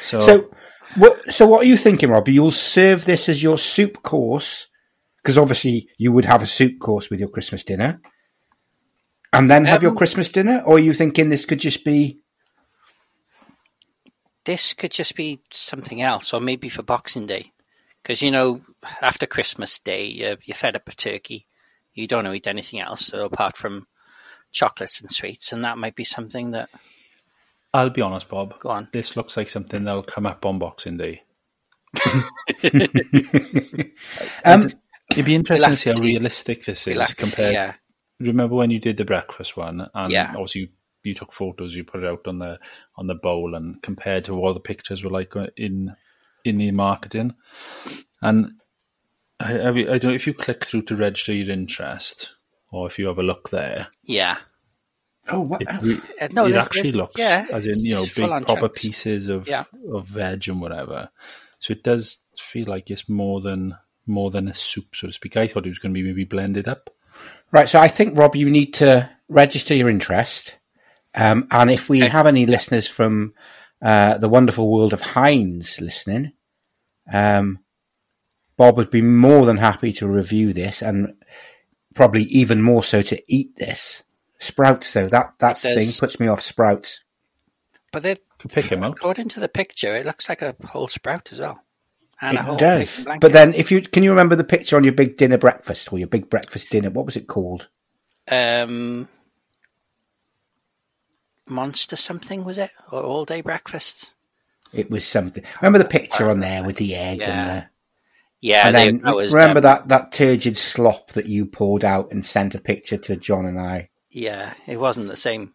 [SPEAKER 3] so,
[SPEAKER 2] So, what, so what are you thinking, Rob? You'll serve this as your soup course because obviously you would have a soup course with your Christmas dinner, and then have your Christmas dinner. Or are you thinking this could just be?
[SPEAKER 1] this could just be something else, or maybe for Boxing Day, because you know after Christmas Day you're, you're fed up of turkey. You don't want to eat anything else apart from chocolates and sweets, and that might be something that
[SPEAKER 3] I'll be honest, Bob.
[SPEAKER 1] Go on.
[SPEAKER 3] This looks like something that'll come up on
[SPEAKER 1] [LAUGHS]
[SPEAKER 3] Boxing Day. [LAUGHS]
[SPEAKER 2] Um,
[SPEAKER 3] It'd be interesting to see how
[SPEAKER 1] Relaxing.
[SPEAKER 3] realistic this
[SPEAKER 1] we
[SPEAKER 3] is
[SPEAKER 1] like. to see,
[SPEAKER 3] compared
[SPEAKER 1] Yeah,
[SPEAKER 3] remember when you did the breakfast one and
[SPEAKER 1] Yeah.
[SPEAKER 3] obviously you, you took photos you put it out on the on the bowl and compared to what the pictures were like uh, in in the marketing and I, I, I don't if you click through to register your interest or if you have a look there
[SPEAKER 1] yeah.
[SPEAKER 2] oh, what,
[SPEAKER 3] it, re-
[SPEAKER 1] Uh, no,
[SPEAKER 3] it
[SPEAKER 1] there's-
[SPEAKER 3] actually
[SPEAKER 1] there's-
[SPEAKER 3] looks
[SPEAKER 1] yeah,
[SPEAKER 3] as in
[SPEAKER 1] it's-
[SPEAKER 3] you know
[SPEAKER 1] it's
[SPEAKER 3] big
[SPEAKER 1] full-on
[SPEAKER 3] proper
[SPEAKER 1] chunks.
[SPEAKER 3] pieces of
[SPEAKER 1] Yeah.
[SPEAKER 3] of veg and whatever so it does feel like it's more than more than a soup so to speak i thought it was going to be maybe blended up
[SPEAKER 2] Right. So I think, Rob, you need to register your interest. Um, and if we have any listeners from uh, the wonderful world of Heinz listening, um, Bob would be more than happy to review this and probably even more so to eat this. Sprouts, though, that, that
[SPEAKER 1] It
[SPEAKER 2] thing
[SPEAKER 1] does.
[SPEAKER 2] puts me off sprouts.
[SPEAKER 1] But it,
[SPEAKER 3] Could pick him up.
[SPEAKER 1] according to the picture, it looks like a whole sprout as well. And a
[SPEAKER 2] It
[SPEAKER 1] whole
[SPEAKER 2] does.
[SPEAKER 1] picking blanket.
[SPEAKER 2] But then, if you can you remember the picture on your big dinner breakfast or your big breakfast dinner? What was it called?
[SPEAKER 1] um, monster something was it or all day breakfast?
[SPEAKER 2] It was something. Remember the picture on there with the egg
[SPEAKER 1] Uh, Yeah.
[SPEAKER 2] and the.
[SPEAKER 1] Yeah,
[SPEAKER 2] and
[SPEAKER 1] they-
[SPEAKER 2] then
[SPEAKER 1] that was
[SPEAKER 2] remember
[SPEAKER 1] um,
[SPEAKER 2] that that turgid slop that you poured out and sent a picture to John and I.
[SPEAKER 1] Yeah, it wasn't the same.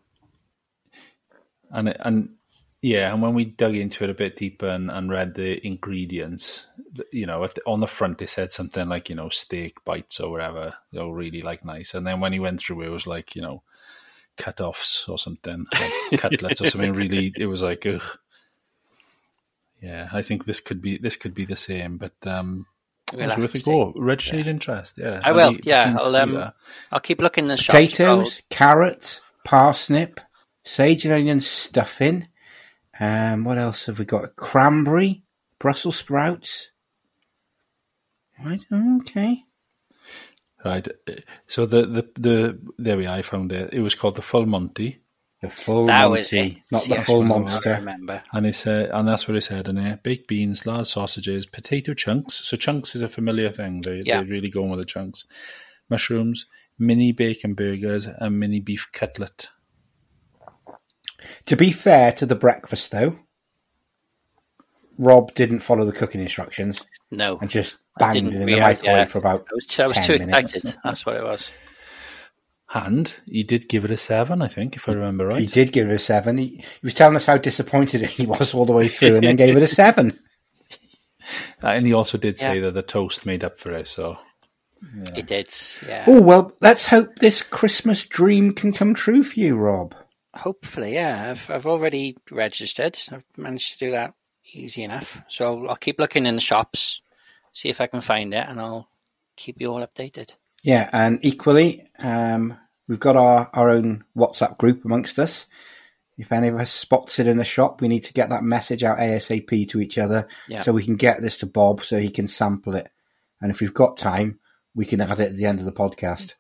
[SPEAKER 3] and it- and yeah, and when we dug into it a bit deeper and, and read the ingredients, th- you know, if the, on the front they said something like you know steak bites or whatever, they were really like nice. And then when he went through, it was like you know cut offs or something,
[SPEAKER 1] [LAUGHS]
[SPEAKER 3] or cutlets or something. Really, it was like ugh. Yeah, I think this could be this could be the same, but um,
[SPEAKER 1] We'll
[SPEAKER 3] it's
[SPEAKER 1] have
[SPEAKER 3] worth
[SPEAKER 1] to
[SPEAKER 3] a
[SPEAKER 1] see.
[SPEAKER 3] go. Registered interest, yeah.
[SPEAKER 1] I
[SPEAKER 3] I'd
[SPEAKER 1] will.
[SPEAKER 3] be
[SPEAKER 1] Yeah,
[SPEAKER 3] keen to
[SPEAKER 1] I'll
[SPEAKER 3] see
[SPEAKER 1] um,
[SPEAKER 3] that.
[SPEAKER 1] I'll keep looking in the shops.
[SPEAKER 2] Potatoes, carrots, parsnip, sage and onion stuffing. Um, what else have we got? Cranberry, Brussels sprouts. Right. Okay.
[SPEAKER 3] right. uh, So the, the the there we are. I found it. It was called the Full Monty.
[SPEAKER 2] The full
[SPEAKER 1] Oh, That was
[SPEAKER 2] monty,
[SPEAKER 1] it.
[SPEAKER 2] not the
[SPEAKER 1] Yes,
[SPEAKER 2] full
[SPEAKER 1] I
[SPEAKER 2] monster.
[SPEAKER 1] remember.
[SPEAKER 3] And it said, and that's what it said in there: baked beans, large sausages, potato chunks. So chunks is a familiar thing. They
[SPEAKER 1] Yeah.
[SPEAKER 3] they're really going with the chunks. Mushrooms, mini bacon burgers, and mini beef cutlet.
[SPEAKER 2] To be fair to the breakfast, though, Rob didn't follow the cooking instructions
[SPEAKER 1] No,
[SPEAKER 2] and just
[SPEAKER 1] I
[SPEAKER 2] banged it
[SPEAKER 1] didn't
[SPEAKER 2] in the
[SPEAKER 1] really-
[SPEAKER 2] microwave
[SPEAKER 1] yeah.
[SPEAKER 2] for about
[SPEAKER 1] I was, I was
[SPEAKER 2] 10
[SPEAKER 1] too
[SPEAKER 2] minutes.
[SPEAKER 1] excited. That's what it was.
[SPEAKER 3] And he did give it a seven, I think, if I remember right.
[SPEAKER 2] He did give it a seven. He, he was telling us how disappointed [LAUGHS] he was all the way through, and then gave it a seven.
[SPEAKER 3] Uh, and he also did say
[SPEAKER 1] Yeah.
[SPEAKER 3] that the toast made up for it. So
[SPEAKER 1] It did. Yeah.
[SPEAKER 2] [LAUGHS] Oh well, let's hope this Christmas dream can come true for you, Rob.
[SPEAKER 1] Hopefully, yeah. I've I've already registered. I've managed to do that easy enough. So I'll, I'll keep looking in the shops, see if I can find it, and I'll keep you all updated.
[SPEAKER 2] Yeah, and equally, um, we've got our, our own WhatsApp group amongst us. If any of us spots it in a shop, we need to get that message out ASAP to each other
[SPEAKER 1] Yeah.
[SPEAKER 2] so we can get this to Bob so he can sample it. And if we've got time, we can add it at the end of the podcast.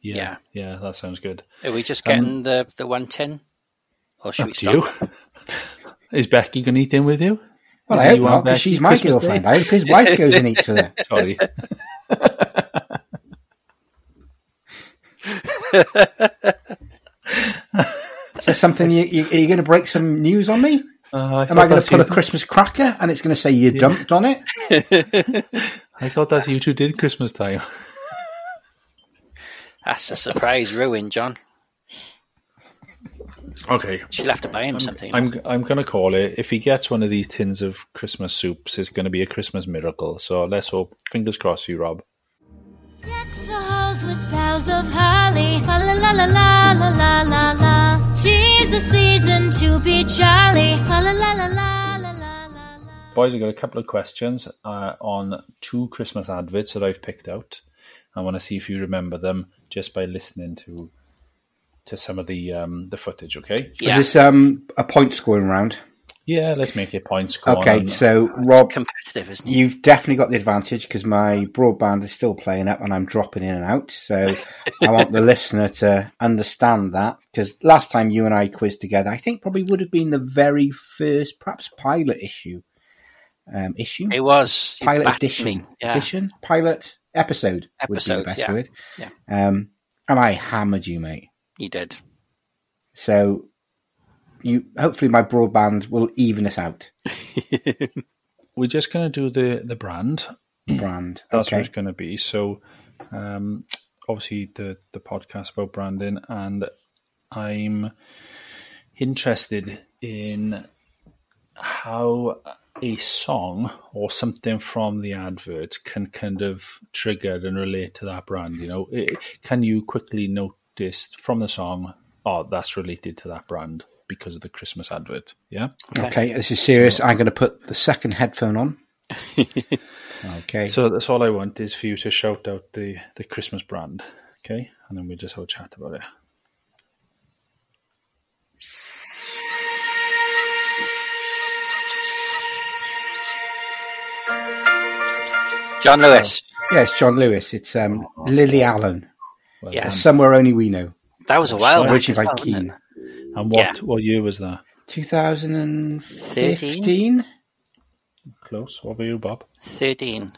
[SPEAKER 3] yeah, yeah, that sounds good.
[SPEAKER 1] Are we
[SPEAKER 2] Um,
[SPEAKER 1] just getting the the one tin, or should we
[SPEAKER 3] Up to you.
[SPEAKER 1] stop?
[SPEAKER 3] [LAUGHS] Is Becky going to eat in with you?
[SPEAKER 2] Well,
[SPEAKER 3] Is
[SPEAKER 2] I
[SPEAKER 3] it
[SPEAKER 2] hope
[SPEAKER 3] you
[SPEAKER 2] not,
[SPEAKER 3] want
[SPEAKER 2] because
[SPEAKER 3] Becky
[SPEAKER 2] she's [LAUGHS] my
[SPEAKER 3] Christmas Day?
[SPEAKER 2] girlfriend. I hope his wife goes and eats with her.
[SPEAKER 3] Sorry. Uh,
[SPEAKER 2] Is there something you, you, are you going to break some news on me?
[SPEAKER 3] Uh, I
[SPEAKER 2] Am I
[SPEAKER 3] thought
[SPEAKER 2] going
[SPEAKER 3] that's
[SPEAKER 2] to put
[SPEAKER 3] you-
[SPEAKER 2] a Christmas cracker and it's going to say you dumped on it?
[SPEAKER 3] I thought that's you two did Christmas time.
[SPEAKER 1] That's a surprise ruin, John.
[SPEAKER 3] Okay,
[SPEAKER 1] She'll have to buy him something.
[SPEAKER 3] I'm I'm gonna call it. If he gets one of these tins of Christmas soups, it's gonna be a Christmas miracle. So let's hope. Fingers crossed for you, Rob.
[SPEAKER 6] Deck the halls with boughs of holly, la la la la la la la la la. Tis the season to be jolly, la la la la la la la la la.
[SPEAKER 3] Boys, I've got a couple of questions uh, on two Christmas adverts that I've picked out. I want to see if you remember them just by listening to to some of the um, the footage. Okay?
[SPEAKER 1] yeah.
[SPEAKER 2] Is this um, a point scoring round?
[SPEAKER 3] Yeah, let's make it points. Go on
[SPEAKER 2] Okay,
[SPEAKER 3] and-
[SPEAKER 2] so Rob,
[SPEAKER 1] competitive, isn't it?
[SPEAKER 2] You've definitely got the advantage because my broadband is still playing up and I'm dropping in and out. So I want
[SPEAKER 3] [LAUGHS]
[SPEAKER 2] the listener to understand that because last time you and I quizzed together, I think probably would have been the very first, perhaps pilot issue, um, issue,
[SPEAKER 1] It was you
[SPEAKER 2] pilot
[SPEAKER 1] battered
[SPEAKER 2] edition,
[SPEAKER 1] me. Yeah.
[SPEAKER 2] edition, pilot episode, would
[SPEAKER 1] Episode,
[SPEAKER 2] be the best
[SPEAKER 1] yeah.
[SPEAKER 2] word.
[SPEAKER 1] Yeah.
[SPEAKER 2] Um, and I hammered you, mate.
[SPEAKER 1] You did.
[SPEAKER 2] So you hopefully my broadband will even us out.
[SPEAKER 3] we're just gonna do the the brand.
[SPEAKER 2] Brand,
[SPEAKER 3] That's what
[SPEAKER 2] okay.
[SPEAKER 3] it's going to be. So, um, obviously, the the podcast about branding, and I'm interested in how a song or something from the advert can kind of trigger and relate to that brand. You know, It- can you quickly notice from the song, oh, that's related to that brand because of the Christmas advert? Yeah.
[SPEAKER 2] Okay, this is serious. I'm going to put the second headphone on. okay.
[SPEAKER 3] So that's all I want is for you to shout out the the Christmas brand. Okay, and then we just have a chat about it.
[SPEAKER 1] John Lewis.
[SPEAKER 2] Yeah, it's John Lewis. It's um, Lily Allen.
[SPEAKER 3] Well
[SPEAKER 1] Yeah.
[SPEAKER 3] done.
[SPEAKER 2] Somewhere only we know.
[SPEAKER 1] That was a while back.
[SPEAKER 2] Originally
[SPEAKER 1] as
[SPEAKER 2] by
[SPEAKER 1] well, wasn't
[SPEAKER 2] Keane.
[SPEAKER 1] it?
[SPEAKER 3] And what
[SPEAKER 1] Yeah.
[SPEAKER 3] what year was that?
[SPEAKER 2] 2015.
[SPEAKER 3] Close. What were you, Bob?
[SPEAKER 1] 13.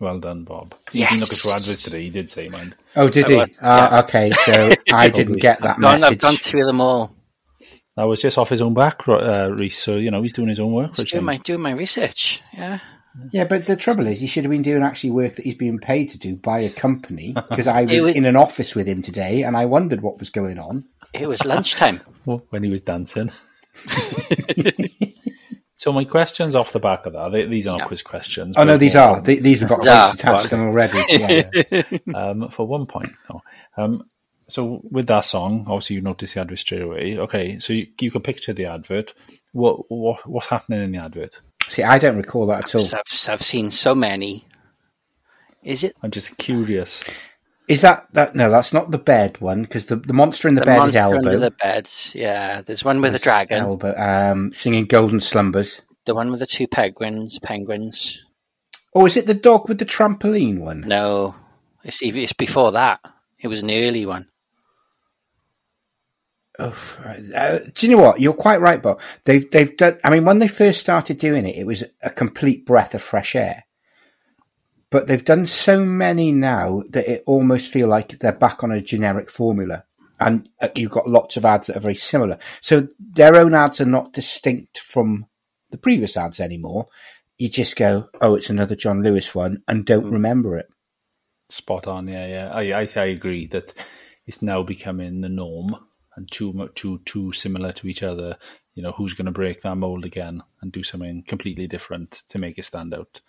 [SPEAKER 3] Well done, Bob. You didn't look at your adverts today. You did say mine.
[SPEAKER 2] Oh, did
[SPEAKER 1] That
[SPEAKER 2] he?
[SPEAKER 1] was-
[SPEAKER 2] Ah, okay,
[SPEAKER 1] [LAUGHS]
[SPEAKER 2] so I didn't get that
[SPEAKER 1] Gone, I've
[SPEAKER 2] message.
[SPEAKER 1] gone through them all.
[SPEAKER 3] That was just off his own back, Ro- uh, Reese. So you know he's doing his own work. For a
[SPEAKER 1] Just doing
[SPEAKER 3] change.
[SPEAKER 1] my, doing my research. Yeah.
[SPEAKER 2] Yeah, but the trouble is, he should have been doing actually work that he's being paid to do by a company because I was
[SPEAKER 1] It was-
[SPEAKER 2] in an office with him today and I wondered what was going on.
[SPEAKER 1] It was
[SPEAKER 2] [LAUGHS]
[SPEAKER 1] lunchtime.
[SPEAKER 3] Well, when he
[SPEAKER 1] [LAUGHS]
[SPEAKER 3] was dancing. [LAUGHS] so my questions off the back of that. They, these aren't quiz questions.
[SPEAKER 2] Oh,
[SPEAKER 3] but
[SPEAKER 2] no, these
[SPEAKER 3] for-
[SPEAKER 2] are. Th- These have got
[SPEAKER 1] These are.
[SPEAKER 2] weights attached to
[SPEAKER 1] [LAUGHS]
[SPEAKER 2] them already. Yeah.
[SPEAKER 3] um, for one point. No. Um, so with that song, obviously you notice the advert straight away. Okay, so you, you can picture the advert. What what what's happening in the advert?
[SPEAKER 2] See, I don't recall that at all.
[SPEAKER 1] So I've, I've seen so many. Is it
[SPEAKER 3] I'm just curious.
[SPEAKER 2] Is that that? No, that's not the bed one because the, the monster in the,
[SPEAKER 1] the
[SPEAKER 2] bed is
[SPEAKER 1] monster
[SPEAKER 2] elbow.
[SPEAKER 1] under the bed? Yeah, there's one with a dragon,
[SPEAKER 2] Elbow, um, singing golden slumbers.
[SPEAKER 1] the one with the two penguins. Penguins.
[SPEAKER 2] Or Oh, is it the dog with the trampoline one?
[SPEAKER 1] No, it's even it's before that. It was an early one.
[SPEAKER 2] Uh, do you know what? You're quite right, Bob. They've they've done. I mean, when they first started doing it, it was a complete breath of fresh air. But they've done so many now that it almost feel like they're back on a generic formula, and uh, you've got lots of ads that are very similar. So their own ads are not distinct from the previous ads anymore. You just go, oh, it's another John Lewis one, and don't remember it.
[SPEAKER 3] Spot on. Yeah, yeah. I I, I agree that it's now becoming the norm and too mu- too too similar to each other. You know who's going to break that mold again and do something completely different to make it stand out.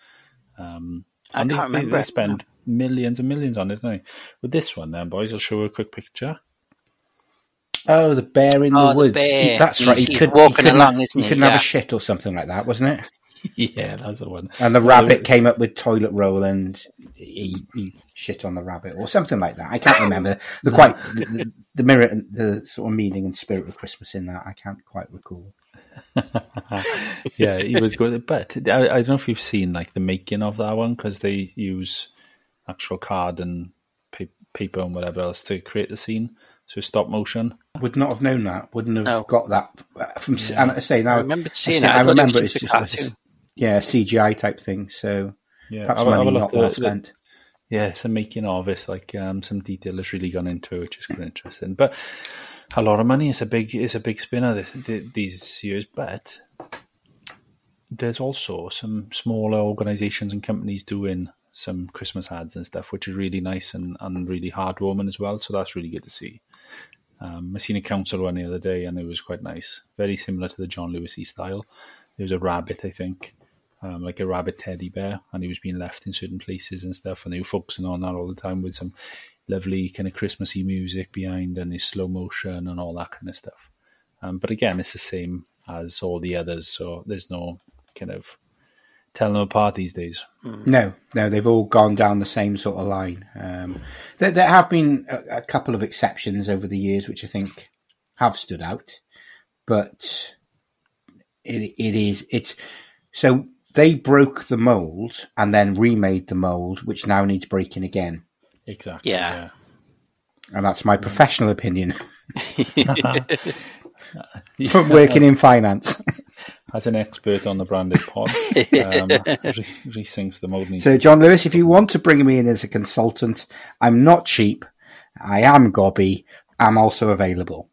[SPEAKER 3] Um,
[SPEAKER 1] I
[SPEAKER 3] and
[SPEAKER 1] can't
[SPEAKER 3] they,
[SPEAKER 1] remember
[SPEAKER 3] They
[SPEAKER 1] it.
[SPEAKER 3] spend millions and millions on it, don't they? With this one, then boys, I'll show you a quick picture. [LAUGHS]
[SPEAKER 2] Oh, the bear in
[SPEAKER 1] Oh,
[SPEAKER 2] the
[SPEAKER 1] the
[SPEAKER 2] woods.
[SPEAKER 1] bear.
[SPEAKER 2] He- that's
[SPEAKER 1] You
[SPEAKER 2] right.
[SPEAKER 1] see
[SPEAKER 2] He
[SPEAKER 1] it
[SPEAKER 2] could
[SPEAKER 1] walking
[SPEAKER 2] he couldn't-
[SPEAKER 1] along, isn't
[SPEAKER 2] he
[SPEAKER 1] he?
[SPEAKER 2] couldn't have
[SPEAKER 1] Yeah.
[SPEAKER 2] a shit or something like that, wasn't it?
[SPEAKER 3] yeah, that's the one.
[SPEAKER 2] And the
[SPEAKER 3] So
[SPEAKER 2] rabbit came up with toilet roll and he, he shit on the rabbit or something like that. I
[SPEAKER 1] [LAUGHS]
[SPEAKER 2] can't remember the quite the, the, the mirror and the sort of meaning and spirit of Christmas in that. I can't quite recall.
[SPEAKER 3] yeah, he was good. But I, I don't know if you've seen like the making of that one because they use actual card and pa- paper and whatever else to create the scene. So stop motion.
[SPEAKER 2] Would not have known that. Wouldn't have
[SPEAKER 1] No.
[SPEAKER 2] got that uh, from. And I say now,
[SPEAKER 1] I remember seeing
[SPEAKER 2] say-
[SPEAKER 1] it. I, thought it was
[SPEAKER 2] it's
[SPEAKER 1] just a
[SPEAKER 2] just like a-
[SPEAKER 1] cartoon.
[SPEAKER 2] yeah, CGI type thing. So
[SPEAKER 3] Yeah,
[SPEAKER 2] perhaps
[SPEAKER 3] have a- have
[SPEAKER 2] money
[SPEAKER 3] a look
[SPEAKER 2] not
[SPEAKER 3] at
[SPEAKER 2] well
[SPEAKER 3] the-
[SPEAKER 2] spent.
[SPEAKER 3] Yeah, some making of it, like um, some detail has really gone into it, which is quite interesting. But a lot of money. It's a big, it's a big spinner this, th- these years. But there's also some smaller organisations and companies doing some Christmas ads and stuff, which is really nice and, and really heartwarming as well. So that's really good to see. Um, I seen a council one the other day, and it was quite nice. Very similar to the John Lewisy style. There was a rabbit, I think, um, like a rabbit teddy bear, and he was being left in certain places and stuff. And they were focusing on that all the time with some lovely kind of Christmassy music behind and his slow motion and all that kind of stuff. Um, but again, it's the same as all the others, so there's no kind of telling them apart these days.
[SPEAKER 2] No, no, they've all gone down the same sort of line. Um, there, there have been a, a couple of exceptions over the years, which I think have stood out, but it, it is it's so they broke the mold and then remade the mold, which now needs breaking again.
[SPEAKER 3] Exactly.
[SPEAKER 1] Yeah.
[SPEAKER 2] And that's my professional opinion [LAUGHS] from working in finance.
[SPEAKER 3] As an expert on the branded pod, um, re- rethinks the mode needs
[SPEAKER 2] So, John Lewis, if you want to bring me in as a consultant, I'm not cheap. I am gobby. I'm also available.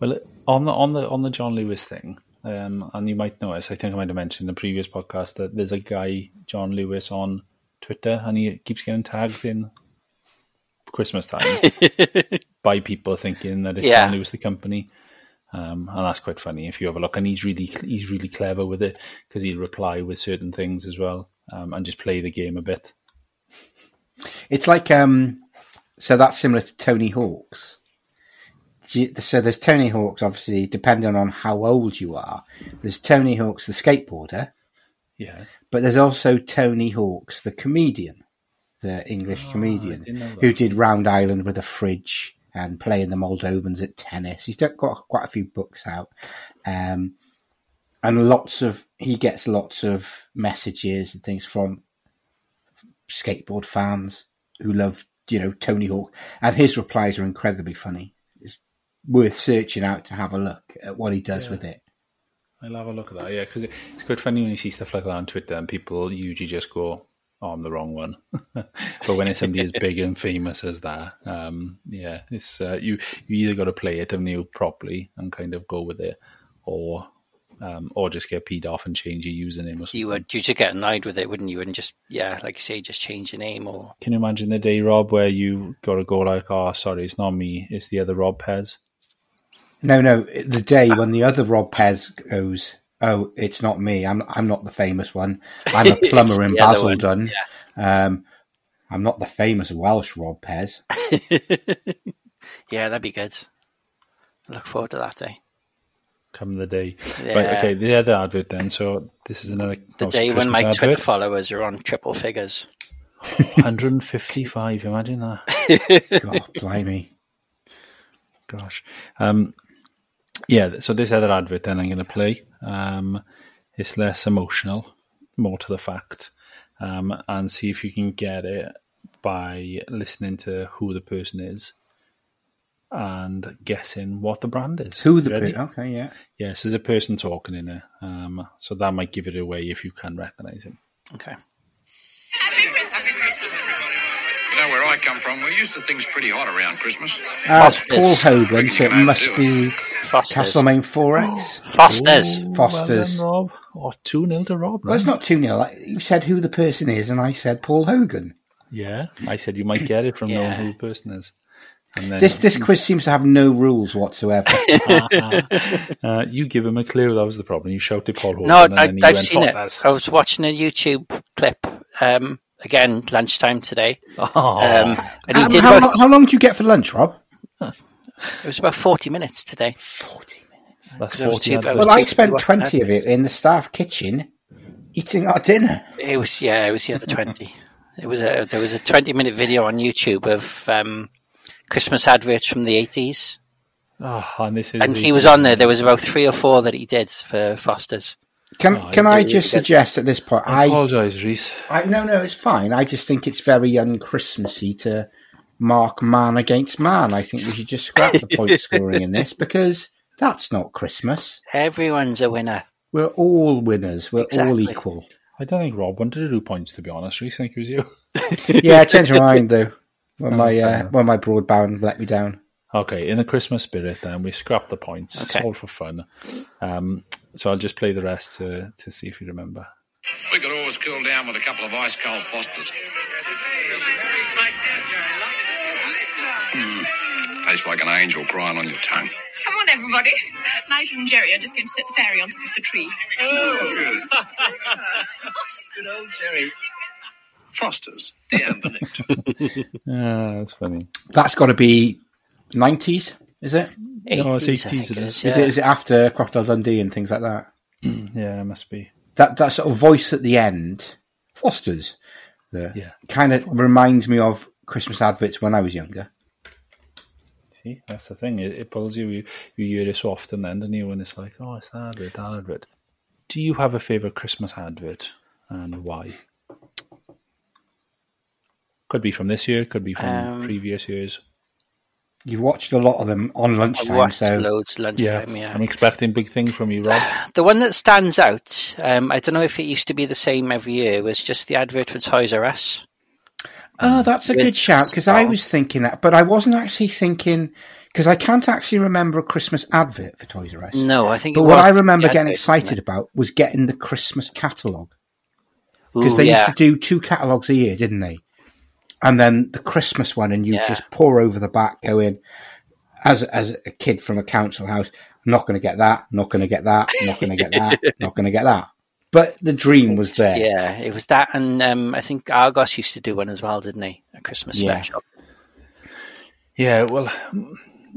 [SPEAKER 3] Well, on the on the on the John Lewis thing, um, and you might notice, I think I might have mentioned in the previous podcast that there's a guy John Lewis on Twitter, and he keeps getting tagged in Christmas time by people thinking that it's
[SPEAKER 1] Yeah.
[SPEAKER 3] John Lewis the company. Um, and that's quite funny if you have a look. And he's really he's really clever with it because he'll reply with certain things as well, um, and just play the game a bit.
[SPEAKER 2] It's like um, so that's similar to Tony Hawk's. Do you- So there's Tony Hawk's, obviously, depending on how old you are. There's Tony Hawk's, the skateboarder,
[SPEAKER 3] Yeah,
[SPEAKER 2] but there's also Tony Hawk's, the comedian. the English comedian
[SPEAKER 3] Ah, didn't know that.
[SPEAKER 2] who did Round Island with a fridge and playing the Moldovans at tennis. He's got got quite a few books out, um, and lots of he gets lots of messages and things from skateboard fans who love you know Tony Hawk, and his replies are incredibly funny. It's worth searching out to have a look at what he does with it.
[SPEAKER 3] I'll have a look at that. Yeah, because it's quite funny when you see stuff like that on Twitter, and people usually just go, "Oh, I'm the wrong one." [LAUGHS] but when it's somebody as big and famous as that, um, yeah, it's uh, you. You either got to play it, haven't you, properly and kind of go with it, or um, or just get peed off and change your username or something.
[SPEAKER 1] You would you should get annoyed with it, wouldn't you? And just yeah, like you say, just change your name or
[SPEAKER 3] Can you imagine the day, Rob, where you got to go like, "Oh, sorry, it's not me, it's the other Rob Pez."
[SPEAKER 2] No, no, the day when the other Rob Pez goes, "Oh, it's not me. I'm I'm not the famous one. I'm a
[SPEAKER 1] [LAUGHS] It's
[SPEAKER 2] plumber in
[SPEAKER 1] the other one,
[SPEAKER 2] Basildon. Um, I'm not the famous Welsh Rob Pez."
[SPEAKER 1] yeah, that'd be good. I look forward to that day.
[SPEAKER 3] Come the day, right?
[SPEAKER 1] Yeah.
[SPEAKER 3] Okay, the other advert then. So this is another
[SPEAKER 1] The
[SPEAKER 3] obviously
[SPEAKER 1] day when
[SPEAKER 3] Christmas
[SPEAKER 1] my
[SPEAKER 3] advert. [LAUGHS]
[SPEAKER 1] Twitter followers are on triple figures.
[SPEAKER 3] 155. Imagine that.
[SPEAKER 1] [LAUGHS]
[SPEAKER 2] God, blimey.
[SPEAKER 3] Gosh. Um, yeah, so this other advert then I'm going to play. Um, it's less emotional, more to the fact, um, and see if you can get it by listening to who the person is and guessing what the brand is.
[SPEAKER 2] Who the
[SPEAKER 3] Ready?
[SPEAKER 2] pe- okay, yeah.
[SPEAKER 3] Yes, there's a person talking in there. Um, so that might give it away if you can recognize him.
[SPEAKER 1] Okay.
[SPEAKER 7] You know where I come from, we're used to things pretty hot around Christmas.
[SPEAKER 2] Uh, it's
[SPEAKER 1] Fosters.
[SPEAKER 2] Paul Hogan, so it must be
[SPEAKER 1] Fosters.
[SPEAKER 2] Castlemaine Forex.
[SPEAKER 1] Oh. Fosters.
[SPEAKER 2] Foster's.
[SPEAKER 3] Well done, Rob. Or 2 0 to Rob.
[SPEAKER 2] Well,
[SPEAKER 3] right?
[SPEAKER 2] it's not 2 0. You said who the person is, and I said Paul Hogan.
[SPEAKER 3] Yeah, I said you might get it from knowing
[SPEAKER 1] Yeah.
[SPEAKER 3] who the person is. And then
[SPEAKER 2] This this quiz seems to have no
[SPEAKER 1] [LAUGHS]
[SPEAKER 2] rules whatsoever.
[SPEAKER 3] Uh, you give him a clue. That was the problem. You shouted Paul Hogan.
[SPEAKER 1] No,
[SPEAKER 3] and
[SPEAKER 1] I,
[SPEAKER 3] then he
[SPEAKER 1] I've
[SPEAKER 3] went,
[SPEAKER 1] seen it.
[SPEAKER 3] "Foster's."
[SPEAKER 1] I was watching a YouTube clip um, again lunchtime today,
[SPEAKER 3] [LAUGHS] Oh,
[SPEAKER 1] um, and he
[SPEAKER 2] Um,
[SPEAKER 1] did.
[SPEAKER 2] how,
[SPEAKER 1] About,
[SPEAKER 2] lo- how long do you get for lunch, Rob?
[SPEAKER 1] it was about forty minutes today.
[SPEAKER 3] that's
[SPEAKER 1] I was
[SPEAKER 3] 40
[SPEAKER 1] too- I
[SPEAKER 3] adverts.
[SPEAKER 1] was
[SPEAKER 2] Well, I
[SPEAKER 1] too-
[SPEAKER 2] spent 20 of it in the staff kitchen eating our dinner.
[SPEAKER 1] It was yeah, it was the other twenty. It was a, there was a twenty minute video on YouTube of um, Christmas adverts from the eighties,
[SPEAKER 3] Ah, and this is
[SPEAKER 1] and
[SPEAKER 3] the-
[SPEAKER 1] he was on there. There was about three or four that he did for Fosters.
[SPEAKER 2] Can,
[SPEAKER 3] Oh,
[SPEAKER 2] can
[SPEAKER 3] it-
[SPEAKER 2] I
[SPEAKER 1] it gets-
[SPEAKER 2] just suggest at this point?
[SPEAKER 3] I
[SPEAKER 2] I,
[SPEAKER 3] apologise, Reese.
[SPEAKER 2] I No, no, it's fine. I just think it's very un-Christmassy to mark man against man. I think we should just scrap the
[SPEAKER 3] [LAUGHS]
[SPEAKER 2] point scoring in this because that's not Christmas.
[SPEAKER 1] Everyone's a winner.
[SPEAKER 2] We're all winners. We're
[SPEAKER 1] Exactly.
[SPEAKER 2] all equal.
[SPEAKER 3] I don't think Rob wanted to do points. To be honest, Reese, I think it was you.
[SPEAKER 2] Yeah, I changed my mind, though,
[SPEAKER 3] [LAUGHS]
[SPEAKER 2] when my,
[SPEAKER 3] Oh, fair
[SPEAKER 2] uh,
[SPEAKER 3] enough.
[SPEAKER 2] when my broadband let me down.
[SPEAKER 3] Okay, in the Christmas spirit, then we scrap the points.
[SPEAKER 1] Okay.
[SPEAKER 3] It's all for fun. Um, so I'll just play the rest to to see if you remember.
[SPEAKER 7] We could always cool down with a couple of ice cold Fosters. Hmm. Tastes like an angel crying on your tongue.
[SPEAKER 8] Come on, everybody. Nigel and Jerry are just going to set the fairy on top of the tree.
[SPEAKER 7] Good old Jerry. Fosters. Damn, but
[SPEAKER 3] Ah, that's funny.
[SPEAKER 2] That's got to be 90s, is it?
[SPEAKER 3] No, it's
[SPEAKER 1] 80s, I
[SPEAKER 3] 80s
[SPEAKER 1] think
[SPEAKER 3] it
[SPEAKER 1] it is,
[SPEAKER 3] is.
[SPEAKER 2] Is
[SPEAKER 1] yeah.
[SPEAKER 2] it? Is it after Crocodile Dundee and things like that?
[SPEAKER 3] Yeah, it must be.
[SPEAKER 2] that that sort of voice at the end, Foster's, the
[SPEAKER 3] Yeah.
[SPEAKER 2] kind of reminds me of Christmas adverts when I was younger.
[SPEAKER 3] See, that's the thing. It, it pulls you, you. You hear it so often then, don't you? When it's like, oh, it's that advert, that advert. Do you have a favourite Christmas advert and why? Could be from this year, could be from
[SPEAKER 1] Um,
[SPEAKER 3] previous years.
[SPEAKER 2] You watched a lot of them on
[SPEAKER 1] I
[SPEAKER 2] lunchtime,
[SPEAKER 1] watched
[SPEAKER 2] so
[SPEAKER 1] loads lunchtime. Yeah,
[SPEAKER 3] I'm expecting big things from
[SPEAKER 1] [SIGHS]
[SPEAKER 3] you, Rob.
[SPEAKER 1] the one that stands out. Um, I don't know if it used to be the same every year. Was just the advert for Toys R Us.
[SPEAKER 2] oh, that's a good shout because I was thinking that, but I wasn't actually thinking because I can't actually remember a Christmas advert for Toys R Us.
[SPEAKER 1] No, I think.
[SPEAKER 2] But
[SPEAKER 1] it
[SPEAKER 2] what
[SPEAKER 1] was
[SPEAKER 2] I remember
[SPEAKER 1] the
[SPEAKER 2] getting
[SPEAKER 1] advert,
[SPEAKER 2] excited about was getting the Christmas catalogue because
[SPEAKER 1] Ooh,
[SPEAKER 2] they
[SPEAKER 1] yeah.
[SPEAKER 2] used to do two catalogues a year, didn't they? And then the Christmas one, and you
[SPEAKER 1] Yeah.
[SPEAKER 2] just pour over the back, go in as as a kid from a council house. I'm not going to get that. Not going to get that. Not going to
[SPEAKER 1] [LAUGHS]
[SPEAKER 2] get that. not going to get that. But the dream was there.
[SPEAKER 1] Yeah, it was that, and um, I think Argos used to do one as well, didn't he? A Christmas
[SPEAKER 2] Yeah.
[SPEAKER 1] special.
[SPEAKER 3] Yeah, well,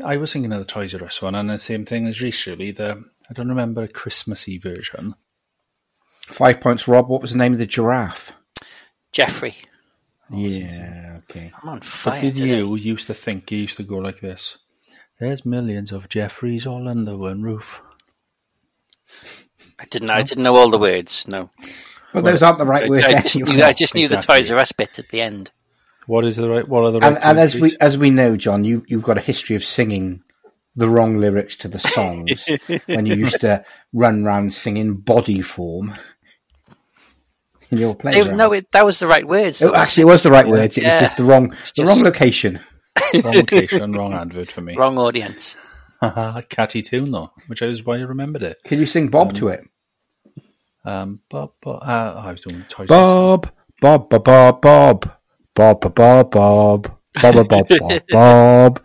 [SPEAKER 3] I was thinking of the Toys R Us one, and the same thing as Reese, really. The I don't remember a Christmassy version.
[SPEAKER 2] Five points, Rob. What was the name of the giraffe?
[SPEAKER 1] Jeffrey.
[SPEAKER 3] Yeah, okay.
[SPEAKER 1] I'm on fire.
[SPEAKER 3] But did
[SPEAKER 1] today.
[SPEAKER 3] you used to think he used to go like this? There's millions of Jeffreys all under one roof.
[SPEAKER 1] I didn't. I didn't know all the words. No,
[SPEAKER 2] Well, those aren't the right
[SPEAKER 1] I,
[SPEAKER 2] words.
[SPEAKER 1] I just
[SPEAKER 2] anyway.
[SPEAKER 1] knew. I just knew
[SPEAKER 3] Exactly.
[SPEAKER 1] the Toys R Us bit at the end.
[SPEAKER 3] What is the right? What are the right?
[SPEAKER 2] and, and as we
[SPEAKER 3] countries?
[SPEAKER 2] as we know, John, you you've got a history of singing the wrong lyrics to the songs when you used to run round singing body form in your
[SPEAKER 1] They-
[SPEAKER 2] playground.
[SPEAKER 1] no, it, that was the right words.
[SPEAKER 2] Oh, actually, it was the right words. It was
[SPEAKER 1] Yeah.
[SPEAKER 2] just the wrong the
[SPEAKER 1] just-
[SPEAKER 2] wrong location.
[SPEAKER 3] wrong location, wrong advert for [LAUGHS] me.
[SPEAKER 1] wrong audience.
[SPEAKER 3] Catchy tune though, which is why I remembered it.
[SPEAKER 2] Can you sing Bob to it?
[SPEAKER 3] Um, but, but uh, I was doing Toys R Us.
[SPEAKER 2] Bob, Bob, Bob, Bob, Bob, Bob, Bob, Bob, Bob, Bob, Bob, Bob,
[SPEAKER 1] [LAUGHS]
[SPEAKER 2] Bob.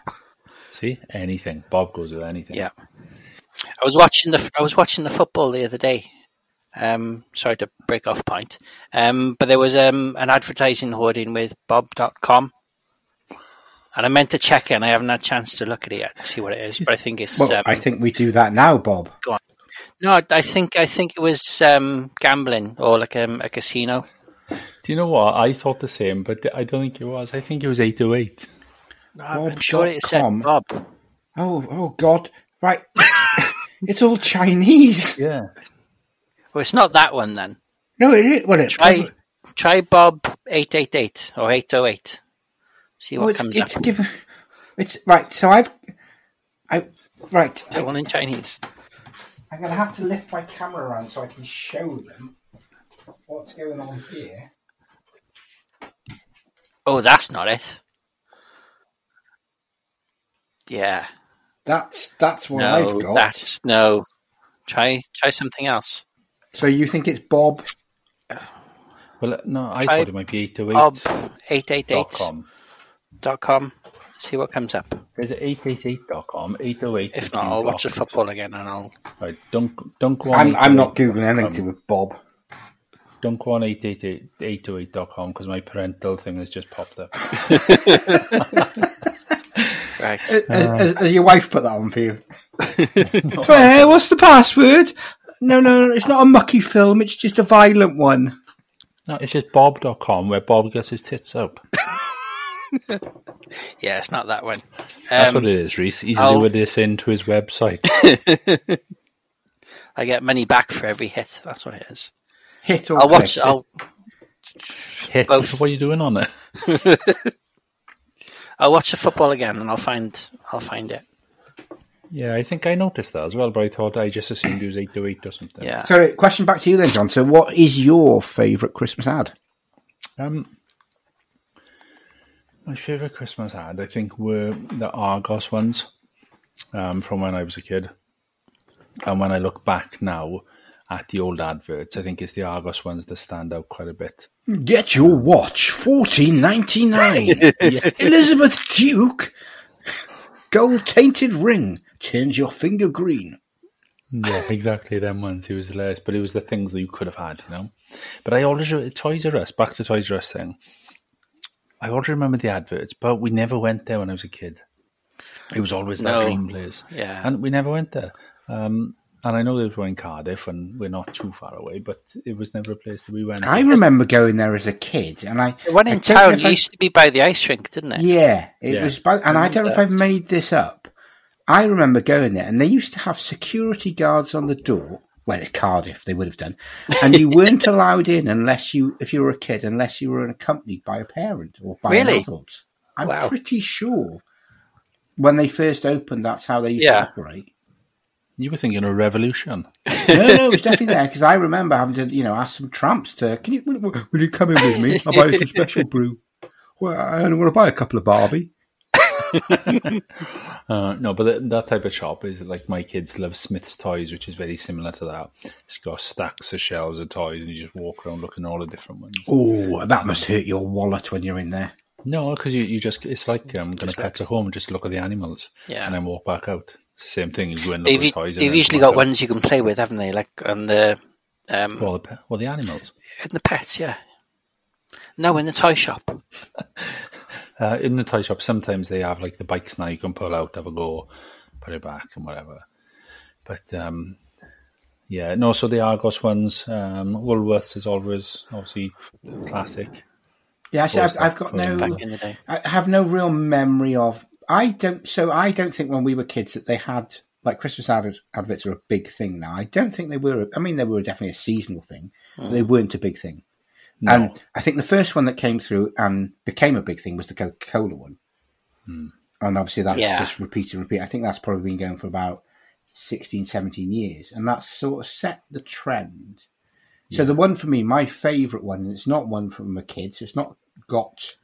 [SPEAKER 3] See anything? Bob goes with anything.
[SPEAKER 1] Yeah, I was watching the I was watching the football the other day. Um, sorry to break off point. Um, but there was um, an advertising hoarding with Bob.com. And I meant to check it, and I haven't had a chance to look at it yet to see what it is. But I think it's
[SPEAKER 2] Well,
[SPEAKER 1] um,
[SPEAKER 2] I think we do that now, Bob.
[SPEAKER 1] no, I- I think I think it was um, gambling or like um, a casino.
[SPEAKER 3] Do you know what? I thought the same, but I don't think it was. I think it was eight to eight.
[SPEAKER 1] No, I'm sure it said
[SPEAKER 2] Bob.com.
[SPEAKER 1] Bob.
[SPEAKER 2] Oh, oh God! Right, [LAUGHS] it's all Chinese.
[SPEAKER 3] Yeah.
[SPEAKER 1] Well, it's not that one then.
[SPEAKER 2] No, it is. Well, it's
[SPEAKER 1] Try try Bob eight eight eight or eight oh eight. See
[SPEAKER 2] well,
[SPEAKER 1] what
[SPEAKER 2] it's,
[SPEAKER 1] comes
[SPEAKER 2] it's
[SPEAKER 1] up.
[SPEAKER 2] given. [LAUGHS] It's right. So I've, I, right.
[SPEAKER 1] Tell one in Chinese.
[SPEAKER 2] I'm going to have to lift my camera around so I can show them what's going on here.
[SPEAKER 1] Oh, that's not it. Yeah.
[SPEAKER 2] That's that's what I've
[SPEAKER 1] No,
[SPEAKER 2] got.
[SPEAKER 1] that's no. Try try something else.
[SPEAKER 2] So you think it's Bob?
[SPEAKER 3] Well, uh, no, I
[SPEAKER 1] Try
[SPEAKER 3] thought it might be eight to eight.
[SPEAKER 1] Bob eight eight
[SPEAKER 3] dot
[SPEAKER 1] eight
[SPEAKER 3] com.
[SPEAKER 1] dot com. See what comes up.
[SPEAKER 3] There's 888.com, 808.
[SPEAKER 1] If not, I'll watch the football again and I'll
[SPEAKER 3] Right, don't, don't go on.
[SPEAKER 2] I'm I'm not
[SPEAKER 3] 888.
[SPEAKER 2] googling anything with Bob.
[SPEAKER 3] Don't go on 888 828.com because my parental thing has just popped up.
[SPEAKER 1] Right.
[SPEAKER 2] Has, has- has your wife put that on
[SPEAKER 1] [LAUGHS]
[SPEAKER 2] for you? Claire, what's the password? No, no, no, it's not a mucky film. It's just a violent one.
[SPEAKER 3] No, it's just bob.com where Bob gets his tits up.
[SPEAKER 1] Yeah, it's not that one.
[SPEAKER 3] That's
[SPEAKER 1] Um,
[SPEAKER 3] what it is, Reese. He's
[SPEAKER 1] I'll-
[SPEAKER 3] lured this into his website.
[SPEAKER 1] [LAUGHS] I get money back for every hit. That's what it is.
[SPEAKER 2] Hit or
[SPEAKER 1] I'll watch.
[SPEAKER 2] click.
[SPEAKER 1] I'll
[SPEAKER 3] Hit.
[SPEAKER 1] Both.
[SPEAKER 3] What are you doing on it?
[SPEAKER 1] I'll watch the football again and I'll find. I'll find it.
[SPEAKER 3] Yeah, I think I noticed that as well, but I thought I just assumed it was 828 or something.
[SPEAKER 1] Yeah.
[SPEAKER 2] Sorry, question back to you then, John. So, what is your favourite Christmas ad?
[SPEAKER 3] Um, my favourite Christmas ad, I think, were the Argos ones um, from when I was a kid. And when I look back now at the old adverts, I think it's the Argos ones that stand out quite a bit.
[SPEAKER 2] Get your watch, fourteen ninety nine. Elizabeth Duke, gold tainted ring turns your finger green.
[SPEAKER 3] Yeah, exactly them ones. It was hilarious, but it was the things that you could have had, you know. But I always re- Toys R Us. Back to Toys R Us thing. I always remember the adverts, but we never went there when I was a kid. It was always that
[SPEAKER 1] No.
[SPEAKER 3] dream place,
[SPEAKER 1] Yeah.
[SPEAKER 3] and we never went there. Um, and I know there was one in Cardiff, and we're not too far away, but it was never a place that we went.
[SPEAKER 2] I remember going there as a kid, and I
[SPEAKER 1] The one
[SPEAKER 2] I
[SPEAKER 1] in
[SPEAKER 2] don't know
[SPEAKER 1] town
[SPEAKER 2] if I-
[SPEAKER 1] used to be by the ice rink, didn't it?
[SPEAKER 2] yeah, it
[SPEAKER 3] Yeah.
[SPEAKER 2] was, by, and I don't know if I've made this up. I remember going there, and they used to have security guards on the door. Well, it's Cardiff; they would have done, and
[SPEAKER 1] [LAUGHS]
[SPEAKER 2] you weren't allowed in unless you, if you were a kid, unless you were accompanied by a parent or by an
[SPEAKER 1] Really?
[SPEAKER 2] adult. I'm
[SPEAKER 1] Wow.
[SPEAKER 2] pretty sure when they first opened, that's how they used
[SPEAKER 1] Yeah.
[SPEAKER 2] to operate.
[SPEAKER 3] You were thinking of Revolution.
[SPEAKER 2] No, no, it was definitely there because I remember having to, you know, ask some tramps to, can you, will, will you come in with me? I'll buy you some special brew. Well, I only want to buy a couple of Barbie.
[SPEAKER 3] Uh, no, but that, that type of shop is like my kids love Smith's Toys, which is very similar to that. It's got stacks of shelves of toys, and you just walk around looking at all the different ones.
[SPEAKER 2] Oh, that must hurt your wallet when you're in there.
[SPEAKER 3] No, because you, you just it's like um, going to pets at home and just look at the animals,
[SPEAKER 1] Yeah.
[SPEAKER 3] and then walk back out. It's the same thing. You go in look at
[SPEAKER 1] They've,
[SPEAKER 3] the
[SPEAKER 1] u-
[SPEAKER 3] toys. and
[SPEAKER 1] they've
[SPEAKER 3] then
[SPEAKER 1] usually
[SPEAKER 3] walk
[SPEAKER 1] got
[SPEAKER 3] out.
[SPEAKER 1] ones you can play with, haven't they? Like on the um
[SPEAKER 3] Well, the pe- well, the animals.
[SPEAKER 1] and the pets, yeah. No, in the toy shop.
[SPEAKER 3] Uh, in the toy shop, sometimes they have like the bikes now. You can pull out, have a go, put it back, and whatever. But um, yeah, no. So the Argos ones, um, Woolworths is always obviously classic. [LAUGHS]
[SPEAKER 2] Yeah, actually,
[SPEAKER 3] Or
[SPEAKER 2] I've,
[SPEAKER 3] is that
[SPEAKER 2] I've got
[SPEAKER 3] from
[SPEAKER 2] no.
[SPEAKER 1] back in the day.
[SPEAKER 2] I have no real memory of. I don't. So I don't think when we were kids that they had like Christmas ad- adverts are a big thing now. I don't think they were. I mean, they were definitely a seasonal thing, but they weren't a big thing. And I think the first one that came through and became a big thing was the Coca Cola one. And obviously that's
[SPEAKER 1] Yeah.
[SPEAKER 2] just repeat and repeat. I think that's probably been going for about 16, 17 years. And that's sort of set the trend. So the one for me, my favourite one, and it's not one from a kid, so it's not got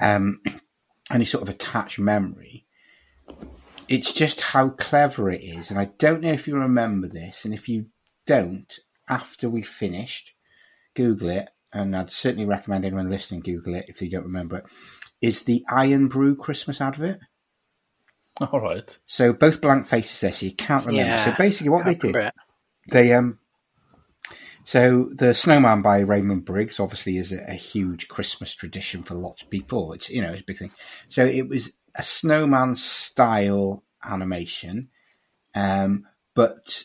[SPEAKER 2] um, [CLEARS THROAT] any sort of attached memory. It's just how clever it is. And I don't know if you remember this. And if you don't, after we finished, Google it. And I'd certainly recommend anyone listening Google it if you don't remember it. Is the Iron Brew Christmas advert?
[SPEAKER 3] All right.
[SPEAKER 2] So both blank faces there, so you can't remember.
[SPEAKER 1] Yeah,
[SPEAKER 2] So basically, what they
[SPEAKER 1] I
[SPEAKER 2] did,
[SPEAKER 1] remember it.
[SPEAKER 2] they um, so the Snowman by Raymond Briggs obviously is a, a huge Christmas tradition for lots of people. It's you know it's a big thing. So it was a snowman style animation, um, but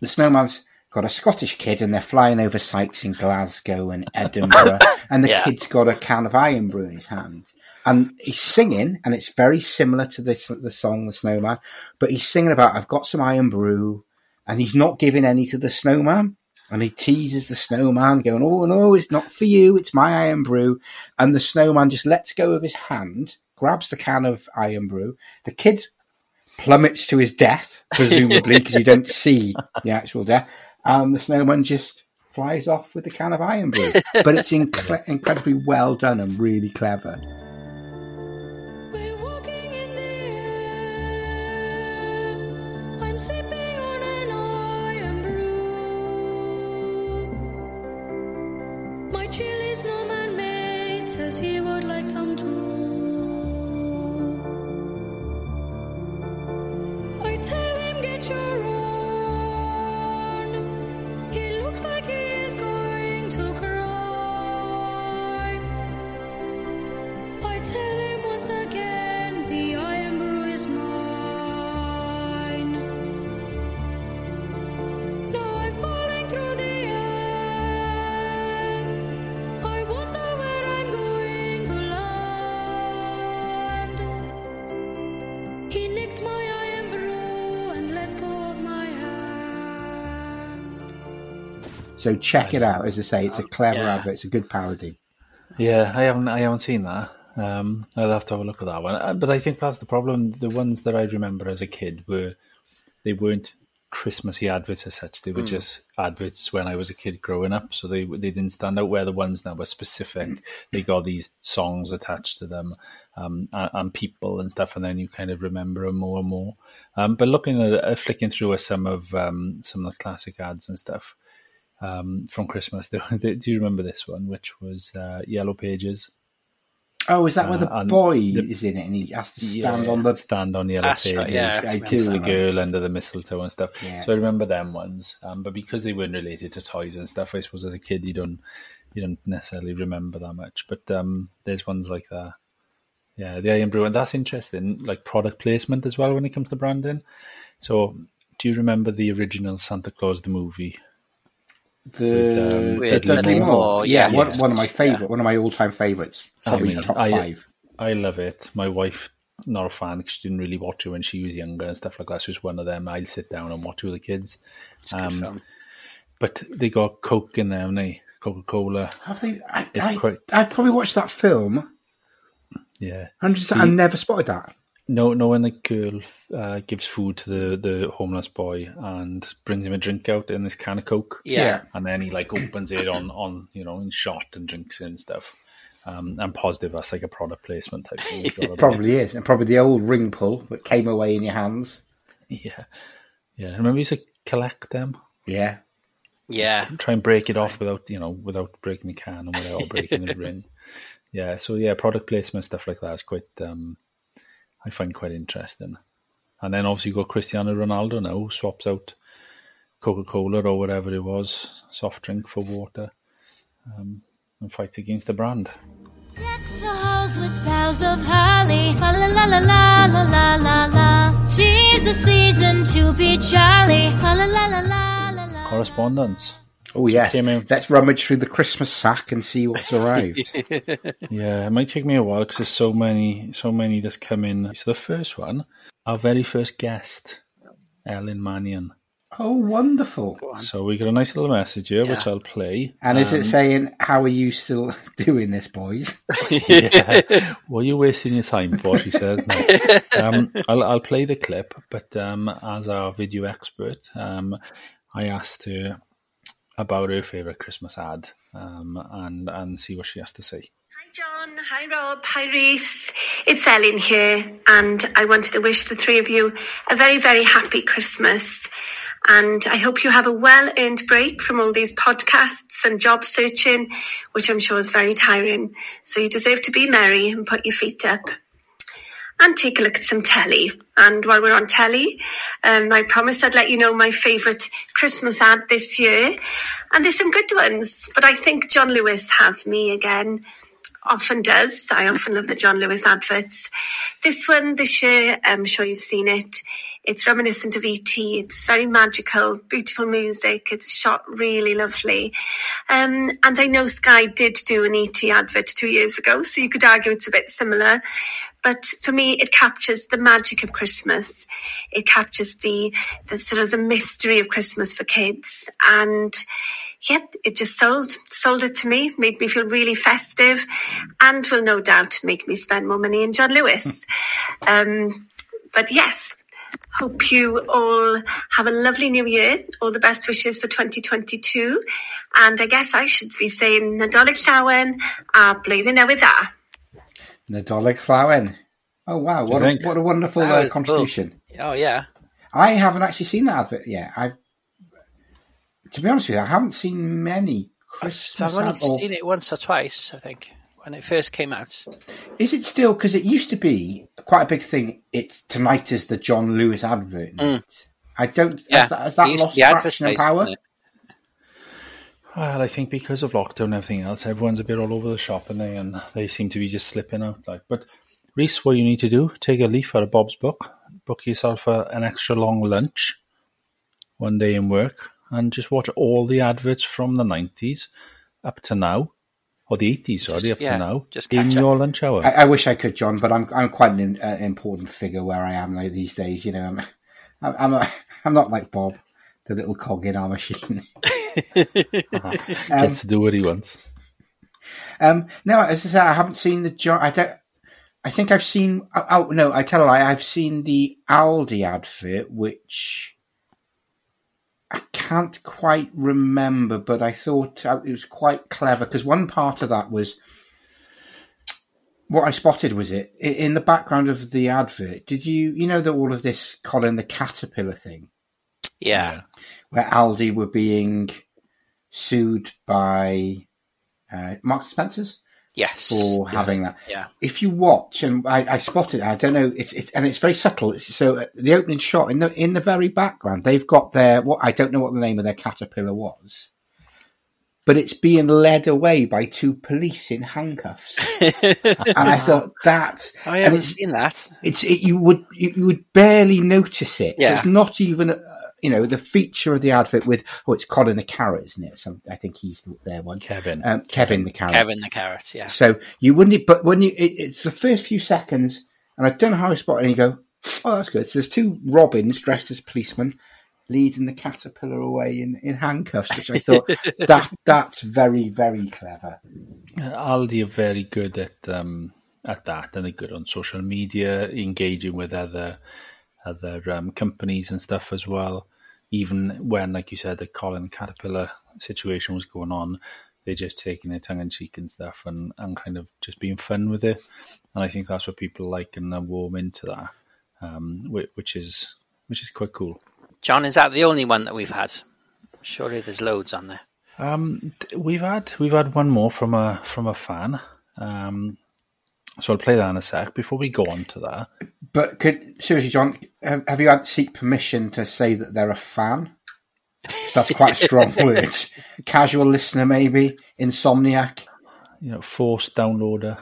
[SPEAKER 2] the snowman's got a Scottish kid and they're flying over sites in Glasgow and Edinburgh, and the
[SPEAKER 1] Yeah.
[SPEAKER 2] kid's got a can of iron brew in his hand. And he's singing, and it's very similar to this, the song The Snowman, but he's singing about, I've got some iron brew, and he's not giving any to the snowman. And he teases the snowman, going, Oh, no, it's not for you, it's my iron brew. And the snowman just lets go of his hand, grabs the can of iron brew. The kid plummets to his death, presumably because you
[SPEAKER 3] [LAUGHS]
[SPEAKER 2] don't see the actual death, and the snowman just flies off with the can of iron brew. But
[SPEAKER 3] [LAUGHS]
[SPEAKER 2] it's incle incredibly well done and really clever.
[SPEAKER 6] We're walking in the air. I'm sipping on an iron brew. My chilly snowman mate says he would like some too. I tell him get your own. He looks like he is going to cry. I tell him once again the iron brew is mine. Now I'm falling through the air. I wonder where I'm going to land. He nicked my iron brew and let go of my hand.
[SPEAKER 2] So check it out. As I say, it's a clever
[SPEAKER 1] Yeah.
[SPEAKER 2] advert. It's a good parody.
[SPEAKER 3] Yeah, I haven't. I haven't seen that. Um, I'll have to have a look at that one. Uh, But I think that's the problem. The ones that I remember as a kid were they weren't Christmassy adverts as such. They were just adverts when I was a kid growing up. So they they didn't stand out. Where the ones that were specific, they got these songs attached to them um, and, and people and stuff, and then you kind of remember them more and more. Um, but looking at uh, flicking through some of um, some of the classic ads and stuff, um, from Christmas. [LAUGHS] Do, do you remember this one, which was uh, Yellow Pages?
[SPEAKER 2] Oh, is that where
[SPEAKER 3] Uh,
[SPEAKER 2] the
[SPEAKER 3] and
[SPEAKER 2] boy is in it and he has to stand
[SPEAKER 3] Yeah,
[SPEAKER 2] on the?
[SPEAKER 3] stand on Yellow
[SPEAKER 1] That's
[SPEAKER 3] Pages.
[SPEAKER 1] right, yeah.
[SPEAKER 2] I do
[SPEAKER 3] It's the
[SPEAKER 2] remember.
[SPEAKER 3] girl under the mistletoe and stuff.
[SPEAKER 2] Yeah.
[SPEAKER 3] So I remember them ones, um, but because they weren't related to toys and stuff, I suppose as a kid you don't you don't necessarily remember that much. But um, there's ones like that. Yeah, the Iron Brew, and that's interesting. Like product placement as well when it comes to branding. So, do you remember the original Santa Claus the movie?
[SPEAKER 2] the
[SPEAKER 3] with, um,
[SPEAKER 2] the
[SPEAKER 3] Dudley Moore.
[SPEAKER 2] Yeah,
[SPEAKER 1] Yeah.
[SPEAKER 2] one, one of my favorite, one of my all-time favorites. Probably
[SPEAKER 3] mean,
[SPEAKER 2] top
[SPEAKER 3] I-
[SPEAKER 2] five.
[SPEAKER 3] I love it. My wife, not a fan, 'cause she didn't really watch it when she was younger and stuff like that. She was one of them. I'd sit down and watch it with the kids.
[SPEAKER 1] It's a good
[SPEAKER 3] Um,
[SPEAKER 1] film.
[SPEAKER 3] But they got Coke in there, haven't they? Coca Cola.
[SPEAKER 2] Have they? I,
[SPEAKER 3] It's
[SPEAKER 2] I,
[SPEAKER 3] quite-
[SPEAKER 2] I've probably watched that film.
[SPEAKER 3] Yeah.
[SPEAKER 2] Hundreds. I never spotted that.
[SPEAKER 3] No, no. When the girl uh, gives food to the, the homeless boy and brings him a drink out in this can of Coke.
[SPEAKER 1] yeah.
[SPEAKER 3] and then he like opens it on on you know in shot and drinks it and stuff. Um, and positive, that's like a product placement type thing. It's gotta be.
[SPEAKER 2] Probably is, and probably the old ring pull that came away in your hands.
[SPEAKER 3] yeah, yeah. Remember, you used to collect them.
[SPEAKER 2] Yeah,
[SPEAKER 1] Yeah.
[SPEAKER 3] try and break it off without you know without breaking the can and without breaking the ring. Yeah, so yeah, product placement stuff like that is quite um, I find quite interesting. And then obviously you got Cristiano Ronaldo now who swaps out Coca Cola or whatever it was soft drink for water, um, and fights against the brand.
[SPEAKER 6] Deck the halls with boughs of holly. La la la la la la la la la. Tis the season to be jolly. La la la la la la la.
[SPEAKER 3] Correspondence.
[SPEAKER 2] Oh
[SPEAKER 3] So it
[SPEAKER 2] yes,
[SPEAKER 3] came out-
[SPEAKER 2] let's rummage through the Christmas sack and see
[SPEAKER 3] [LAUGHS]
[SPEAKER 2] what's arrived.
[SPEAKER 3] Yeah, it might take me a while because there's so many, so many that's come in. So the first one, our very first guest, Ellen Mannion.
[SPEAKER 2] oh, wonderful!
[SPEAKER 3] So we got a nice little message here, which
[SPEAKER 1] Yeah.
[SPEAKER 3] I'll play.
[SPEAKER 2] And is it saying, "How are you still [LAUGHS] doing this,
[SPEAKER 3] [LAUGHS]
[SPEAKER 2] boys?"
[SPEAKER 3] yeah. What are you wasting your time for? She says. No. Um, I'll, I'll play the clip, but um, as our video expert, um, I asked her about her favorite Christmas ad um, and and see what she has to say.
[SPEAKER 9] Hi John, hi Rob, hi Reese. It's Ellen here, and I wanted to wish the three of you a very, very happy Christmas. And I hope you have a well earned break from all these podcasts and job searching, which I'm sure is very tiring. So you deserve to be merry and put your feet up and take a look at some telly. And while we're on telly, um, I promised I'd let you know my favourite Christmas ad this year. And there's some good ones, but I think John Lewis has me again. Often does. I often love the John Lewis adverts. This one this year, I'm sure you've seen it. It's reminiscent of ET. It's very magical, beautiful music. It's shot really lovely. Um, and I know Sky did do an ET advert two years ago, so you could argue it's a bit similar. But for me, it captures the magic of Christmas. It captures the, the sort of the mystery of Christmas for kids. And yep, it just sold, sold it to me, made me feel really festive and will no doubt make me spend more money in John Lewis. um, but yes, Hope you all have a lovely new year. All the best wishes for 2022. And I guess I should be saying Nadolig Shawen, a blwyddyn newydd dda.
[SPEAKER 2] Nadolig Flowen. Oh wow, what a,
[SPEAKER 3] think?
[SPEAKER 2] what a wonderful
[SPEAKER 1] That
[SPEAKER 2] uh,
[SPEAKER 1] was cool.
[SPEAKER 2] contribution!
[SPEAKER 1] Oh yeah,
[SPEAKER 2] I haven't actually seen that advert yet. I, have to be honest with you, I haven't seen many Christmas
[SPEAKER 1] I've only
[SPEAKER 2] ad- or-
[SPEAKER 1] seen it once or twice. I think when it first came out.
[SPEAKER 2] Is it still because it used to be quite a big thing? It's tonight is the John Lewis advert. night. I don't.
[SPEAKER 1] Mm. Yeah,
[SPEAKER 2] has that, has
[SPEAKER 1] it
[SPEAKER 2] that
[SPEAKER 1] used to
[SPEAKER 2] lost
[SPEAKER 1] be
[SPEAKER 2] traction and
[SPEAKER 1] advertised,
[SPEAKER 2] power?
[SPEAKER 1] didn't it?
[SPEAKER 3] Well, I think because of lockdown and everything else, everyone's a bit all over the shop, and they and they seem to be just slipping out. Like, but Reese, what you need to do? Take a leaf out of Bob's book, book yourself a, an extra long lunch, one day in work, and just watch all the adverts from the nineties up to now, or the eighties, sorry, up
[SPEAKER 1] yeah,
[SPEAKER 3] to now,
[SPEAKER 1] just
[SPEAKER 3] in
[SPEAKER 1] catch up.
[SPEAKER 3] your lunch hour.
[SPEAKER 2] I, I wish I could, John, but I'm I'm quite an im- uh, important figure where I am now these days. You know, I'm [LAUGHS] I'm I'm, a, I'm not [LAUGHS] like Bob, the little cog in our machine.
[SPEAKER 3] Gets to do what he wants.
[SPEAKER 2] Um, no, as I said, I haven't seen the John. I don't. I think I've seen. Oh oh, no, I tell a lie. I've seen the Aldi advert, which I can't quite remember, but I thought uh, it was quite clever because one part of that was what I spotted was it i- in the background of the advert. Did you you know that all of this Colin the caterpillar thing?
[SPEAKER 1] Yeah,
[SPEAKER 2] where Aldi were being sued by uh, Marks and Spencers
[SPEAKER 1] yes,
[SPEAKER 2] for having that.
[SPEAKER 1] yeah,
[SPEAKER 2] If you watch, and I, I spotted, I don't know, it's, it's and it's very subtle. It's- So uh, the opening shot in the in the very background, they've got their what I don't know what the name of their caterpillar was, but it's being led away by two police
[SPEAKER 1] [LAUGHS]
[SPEAKER 2] in handcuffs. and I thought that
[SPEAKER 1] Oh, I
[SPEAKER 2] and
[SPEAKER 1] haven't
[SPEAKER 2] it's-
[SPEAKER 1] seen that.
[SPEAKER 2] it's it, you would you, you would barely notice it. So
[SPEAKER 1] Yeah.
[SPEAKER 2] it's not even uh, you know the feature of the advert with oh it's Colin the carrot, isn't it? Some, I think he's the- their one.
[SPEAKER 3] Kevin.
[SPEAKER 2] um, Kevin the carrot.
[SPEAKER 1] Kevin the carrot. Yeah,
[SPEAKER 2] So you wouldn't, e, but when you it, it's the first few seconds, and I don't know how I spot it, and you go, oh that's good. So there's two robins dressed as policemen leading the caterpillar away in, in handcuffs, which I
[SPEAKER 3] [LAUGHS]
[SPEAKER 2] thought that that's very very clever.
[SPEAKER 3] Aldi are very good at um, at that, and they're good on social media, engaging with other other um, companies and stuff as well. Even when, like you said, the Colin Caterpillar situation was going on, they're just taking it tongue in cheek and stuff, and, and kind of just being fun with it. And I think that's what people like, and they're warm into that, um, whi- which is which is quite cool.
[SPEAKER 1] John, is that the only one that we've had? Surely there's loads on there.
[SPEAKER 3] Um, th- we've had we've had one more from a from a fan. Um, so I'll play that in a sec. Before we go on to that,
[SPEAKER 2] But could seriously, John, have, have you had to seek permission to say that they're a fan? 'Cause That's quite a
[SPEAKER 3] [LAUGHS]
[SPEAKER 2] strong word. Casual listener, maybe insomniac.
[SPEAKER 3] you know, forced [LAUGHS] downloader.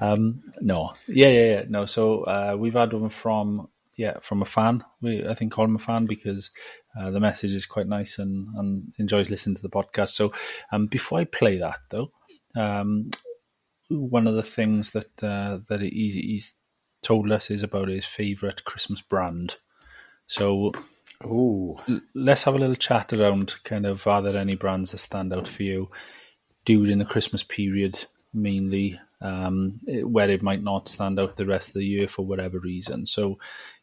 [SPEAKER 3] um, no, yeah, yeah, yeah, no. So uh, we've had one from yeah, from a fan. We, I think call him a fan because uh, the message is quite nice and, and enjoys listening to the podcast. So um, before I play that, though, um, one of the things that uh, that he, he's told us is about his favourite Christmas brand. So
[SPEAKER 2] Ooh.
[SPEAKER 3] l- let's have a little chat around kind of are there any brands that stand out for you during the Christmas period mainly, um, eh, where it might not stand out the rest of the year for whatever reason. So,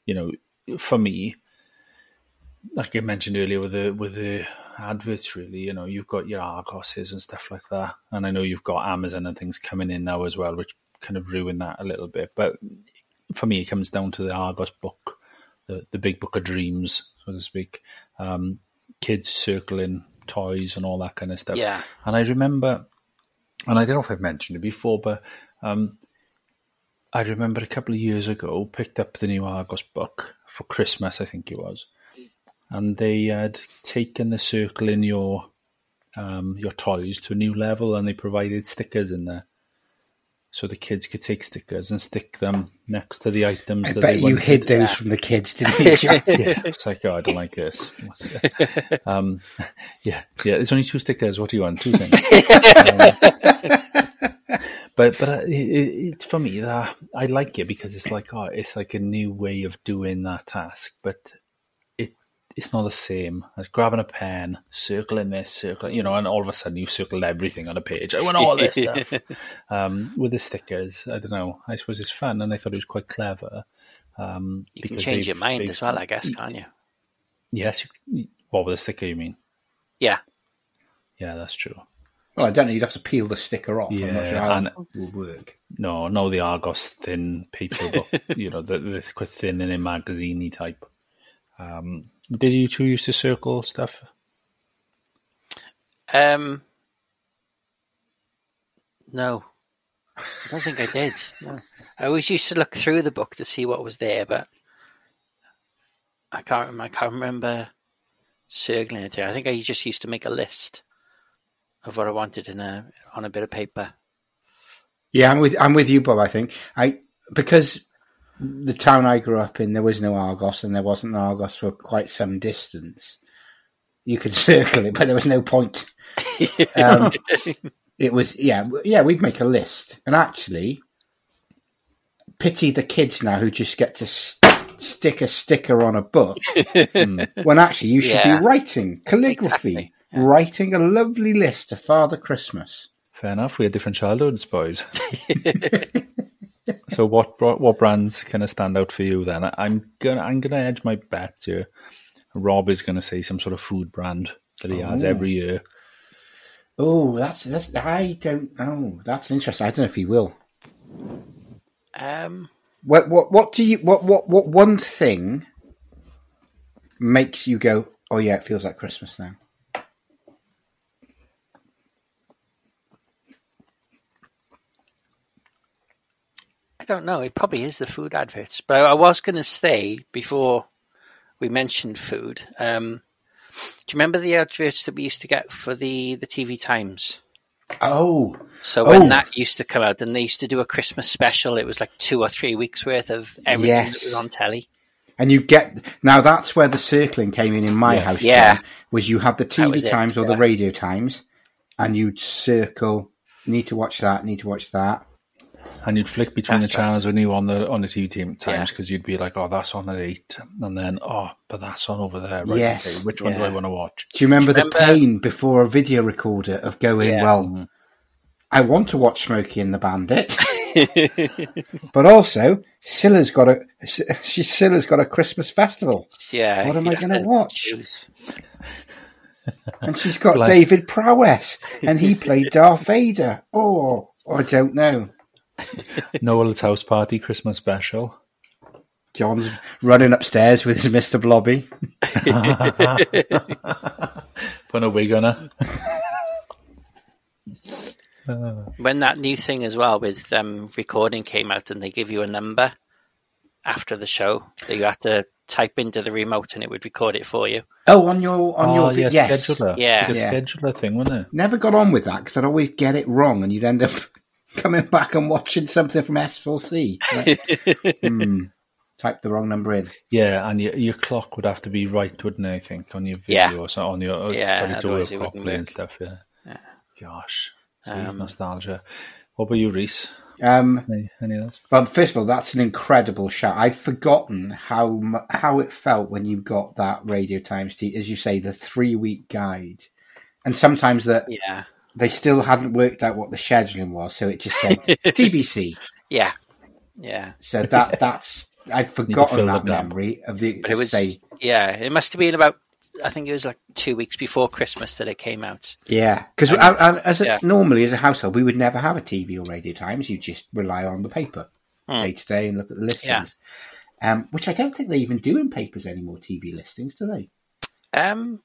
[SPEAKER 3] you know, for me, like I mentioned earlier with the with the adverts, really, you know, you've got your Argoses and stuff like that, and I know you've got Amazon and things coming in now as well, which kind of ruin that a little bit. But for me, it comes down to the Argos book, the the big book of dreams, so to speak. Um, kids circling toys and all that kind of stuff.
[SPEAKER 1] Yeah.
[SPEAKER 3] And I remember, and I don't know if I've mentioned it before, but um, I remember a couple of years ago picked up the new Argos book for Christmas, I think it was, and they had taken the circle in your um, your toys to a new level, and they provided stickers in there. So the kids could take stickers and stick them next to the items
[SPEAKER 2] I
[SPEAKER 3] that
[SPEAKER 2] bet
[SPEAKER 3] they
[SPEAKER 2] you
[SPEAKER 3] wanted
[SPEAKER 2] hid those from the kids, didn't
[SPEAKER 3] [LAUGHS]
[SPEAKER 2] you?
[SPEAKER 3] yeah, it's like, oh, I don't like this. [LAUGHS] What's it? Um, yeah, yeah, it's only two stickers. What do you want? Two things. Um, [LAUGHS] but but uh, it, it, it- for me, uh, I like it because it's like, oh, it's like a new way of doing that task, but it it's not the same as grabbing a pen, circling this, circling, you know, and all of a sudden you've circled everything on a page. I want
[SPEAKER 1] [LAUGHS]
[SPEAKER 3] all this stuff. Um, with the stickers, I don't know. I suppose it's fun, and I thought it was quite clever. Um,
[SPEAKER 1] You can change your mind as well, I guess, can't you?
[SPEAKER 3] Yes. You, what with the sticker? You mean?
[SPEAKER 1] Yeah.
[SPEAKER 3] Yeah, that's true.
[SPEAKER 2] well, I don't know. You'd have to peel the sticker off. I'm not
[SPEAKER 3] Yeah,
[SPEAKER 2] sure how
[SPEAKER 3] and-
[SPEAKER 2] that will work.
[SPEAKER 3] No, no, the Argos thin people, but you know, the, the quite thin and a magaziney type. Um, did you two used to circle stuff?
[SPEAKER 1] Um, no, I don't think I did. No. I always used to look through the book to see what was there, but I can't. rem- I can't remember circling it. I think I just used to make a list of what I wanted in a on a bit of paper.
[SPEAKER 2] Yeah, I'm with I'm with you, Bob. I think I because the town I grew up in, there was no Argos, and there wasn't an Argos for quite some distance. You could [LAUGHS] circle it, but there was
[SPEAKER 1] [LAUGHS]
[SPEAKER 2] no point. um, it was yeah, w- yeah. We'd make a list, and actually, pity the kids now who just get to st- stick a sticker on a book [LAUGHS] when actually you should
[SPEAKER 1] Hmm. Yeah.
[SPEAKER 2] be writing calligraphy,
[SPEAKER 1] Exactly,
[SPEAKER 2] writing a lovely list to Father Christmas.
[SPEAKER 3] Fair enough. We had different childhoods, boys. so, what bro- what brands kind of stand out for you then? I- I'm gonna I'm gonna edge my bet here. Rob is gonna say some sort of food brand that he has every year.
[SPEAKER 2] Oh, that's that's I don't know. That's interesting. I don't know if he will.
[SPEAKER 1] Um,
[SPEAKER 2] What what what do you what what what one thing makes you go? Oh yeah, it feels like Christmas now.
[SPEAKER 1] I don't know. It probably is the food adverts, but I, I was going to say before we mentioned food. Um, do you remember the adverts that we used to get for the the TV Times?
[SPEAKER 2] Oh,
[SPEAKER 1] So when
[SPEAKER 2] Oh.
[SPEAKER 1] that used to come out, and they used to do a Christmas special, it was like two or three weeks worth of everything
[SPEAKER 2] Yes.
[SPEAKER 1] that was on telly.
[SPEAKER 2] and you get now. That's where the circling came in in my
[SPEAKER 3] Yes.
[SPEAKER 2] house.
[SPEAKER 1] Yeah.
[SPEAKER 2] John, was you had the
[SPEAKER 1] was
[SPEAKER 2] TV
[SPEAKER 1] it,
[SPEAKER 2] times or the
[SPEAKER 1] yeah.
[SPEAKER 2] radio times, and you'd circle. Need to watch that. Need to watch that.
[SPEAKER 3] And you'd flick between
[SPEAKER 1] That's
[SPEAKER 3] the
[SPEAKER 1] right.
[SPEAKER 3] channels when you were on the on the TV team times because you'd be like, "Oh, that's on at eight, and then "Oh, but that's on over there." Right?
[SPEAKER 2] Yes.
[SPEAKER 3] Okay, which one do I
[SPEAKER 1] Yeah.
[SPEAKER 3] want to watch?
[SPEAKER 2] Do you remember,
[SPEAKER 1] remember-
[SPEAKER 2] the pain before a video recorder of going,
[SPEAKER 1] Yeah.
[SPEAKER 2] well, I want to watch Smokey and the Bandit, but also Scylla's got a she Scylla's got a Christmas festival,
[SPEAKER 1] Yeah.
[SPEAKER 2] What am
[SPEAKER 1] you'd
[SPEAKER 2] I
[SPEAKER 1] have
[SPEAKER 2] gonna watch?
[SPEAKER 1] choose.
[SPEAKER 2] and she's got
[SPEAKER 3] Like-
[SPEAKER 2] David Prowess, and he played Darth Vader. Oh, I don't know.
[SPEAKER 3] Noel's house party Christmas special.
[SPEAKER 2] John's running upstairs with [LAUGHS] his Mister Blobby.
[SPEAKER 3] Put a wig on her.
[SPEAKER 1] When that new thing as well with um, recording came out, and they give you a number after the show that you had to type into the remote, and it would record it for you.
[SPEAKER 2] Oh, on your on your
[SPEAKER 3] oh, yeah,
[SPEAKER 2] vi- yes.
[SPEAKER 3] scheduler.
[SPEAKER 1] Yeah.
[SPEAKER 3] It's a
[SPEAKER 2] Yeah.
[SPEAKER 3] scheduler thing, wasn't it?
[SPEAKER 2] Never got on with that because I'd always get it wrong, and you'd end
[SPEAKER 1] [LAUGHS]
[SPEAKER 2] [LAUGHS] up coming back and watching something from S4C. Like, hmm. typed the wrong number in.
[SPEAKER 3] Yeah, and your, your clock would have to be right, wouldn't it? I think on your video
[SPEAKER 1] Yeah.
[SPEAKER 3] or so on your
[SPEAKER 1] Yeah,
[SPEAKER 3] yeah, to work
[SPEAKER 1] otherwise it wouldn't
[SPEAKER 3] properly and
[SPEAKER 1] work.
[SPEAKER 3] stuff. Yeah. Gosh, sweet
[SPEAKER 1] Um,
[SPEAKER 3] nostalgia. What about you, Reese?
[SPEAKER 2] Um,
[SPEAKER 3] Any, any else?
[SPEAKER 2] well, first of all, that's an incredible shout. I'd forgotten how mu- how it felt when you got that Radio Times, t- as you say, the three week guide, and sometimes that
[SPEAKER 1] Yeah.
[SPEAKER 2] they still hadn't worked out what the scheduling was, so it just
[SPEAKER 1] [LAUGHS]
[SPEAKER 2] said TBC.
[SPEAKER 1] Yeah. Yeah.
[SPEAKER 2] So that that's I'd
[SPEAKER 3] fill
[SPEAKER 2] forgotten
[SPEAKER 3] the
[SPEAKER 2] that
[SPEAKER 3] gap.
[SPEAKER 2] memory of the.
[SPEAKER 1] But it was,
[SPEAKER 2] say,
[SPEAKER 1] yeah, it must have been about, I think it was like two weeks before Christmas that it came out.
[SPEAKER 2] yeah, because as a,
[SPEAKER 1] Yeah.
[SPEAKER 2] normally as a household, we would never have a TV or radio times. You just rely on the paper day to day and look at the listings. Um, which I don't think they even do in papers anymore. TV listings, do they?
[SPEAKER 1] Um,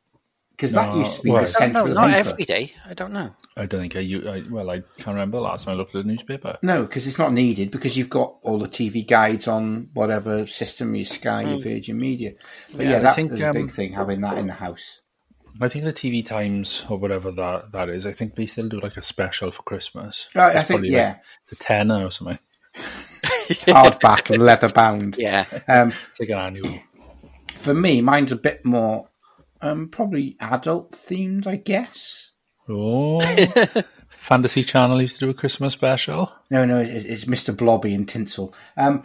[SPEAKER 2] Because that
[SPEAKER 3] No,
[SPEAKER 2] used to be
[SPEAKER 3] well,
[SPEAKER 2] the
[SPEAKER 3] I
[SPEAKER 1] I don't know,
[SPEAKER 2] central
[SPEAKER 1] not
[SPEAKER 2] paper.
[SPEAKER 1] every day. I don't know.
[SPEAKER 3] I don't think I, you, I. Well, I can't remember the last time I looked at a newspaper.
[SPEAKER 2] No, because it's not needed because you've got all the TV guides on whatever system you Sky, your Virgin Media. But yeah,
[SPEAKER 3] I
[SPEAKER 2] that
[SPEAKER 3] think,
[SPEAKER 2] was a
[SPEAKER 3] um,
[SPEAKER 2] big thing having that in the house.
[SPEAKER 3] I think the TV Times or whatever that that is. I think they still do like a special for Christmas.
[SPEAKER 2] Right, I
[SPEAKER 3] It's
[SPEAKER 2] think,
[SPEAKER 3] probably
[SPEAKER 2] yeah.
[SPEAKER 3] like, it's a tenner or something.
[SPEAKER 2] Hardback, leather bound.
[SPEAKER 1] Yeah.
[SPEAKER 2] Um,
[SPEAKER 3] It's like an annual.
[SPEAKER 2] for me, mine's a bit more um, probably adult themed, I guess.
[SPEAKER 3] Oh, Fantasy Channel used to do a Christmas special.
[SPEAKER 2] No, no, it's, it's Mr. Blobby and Tinsel. Um,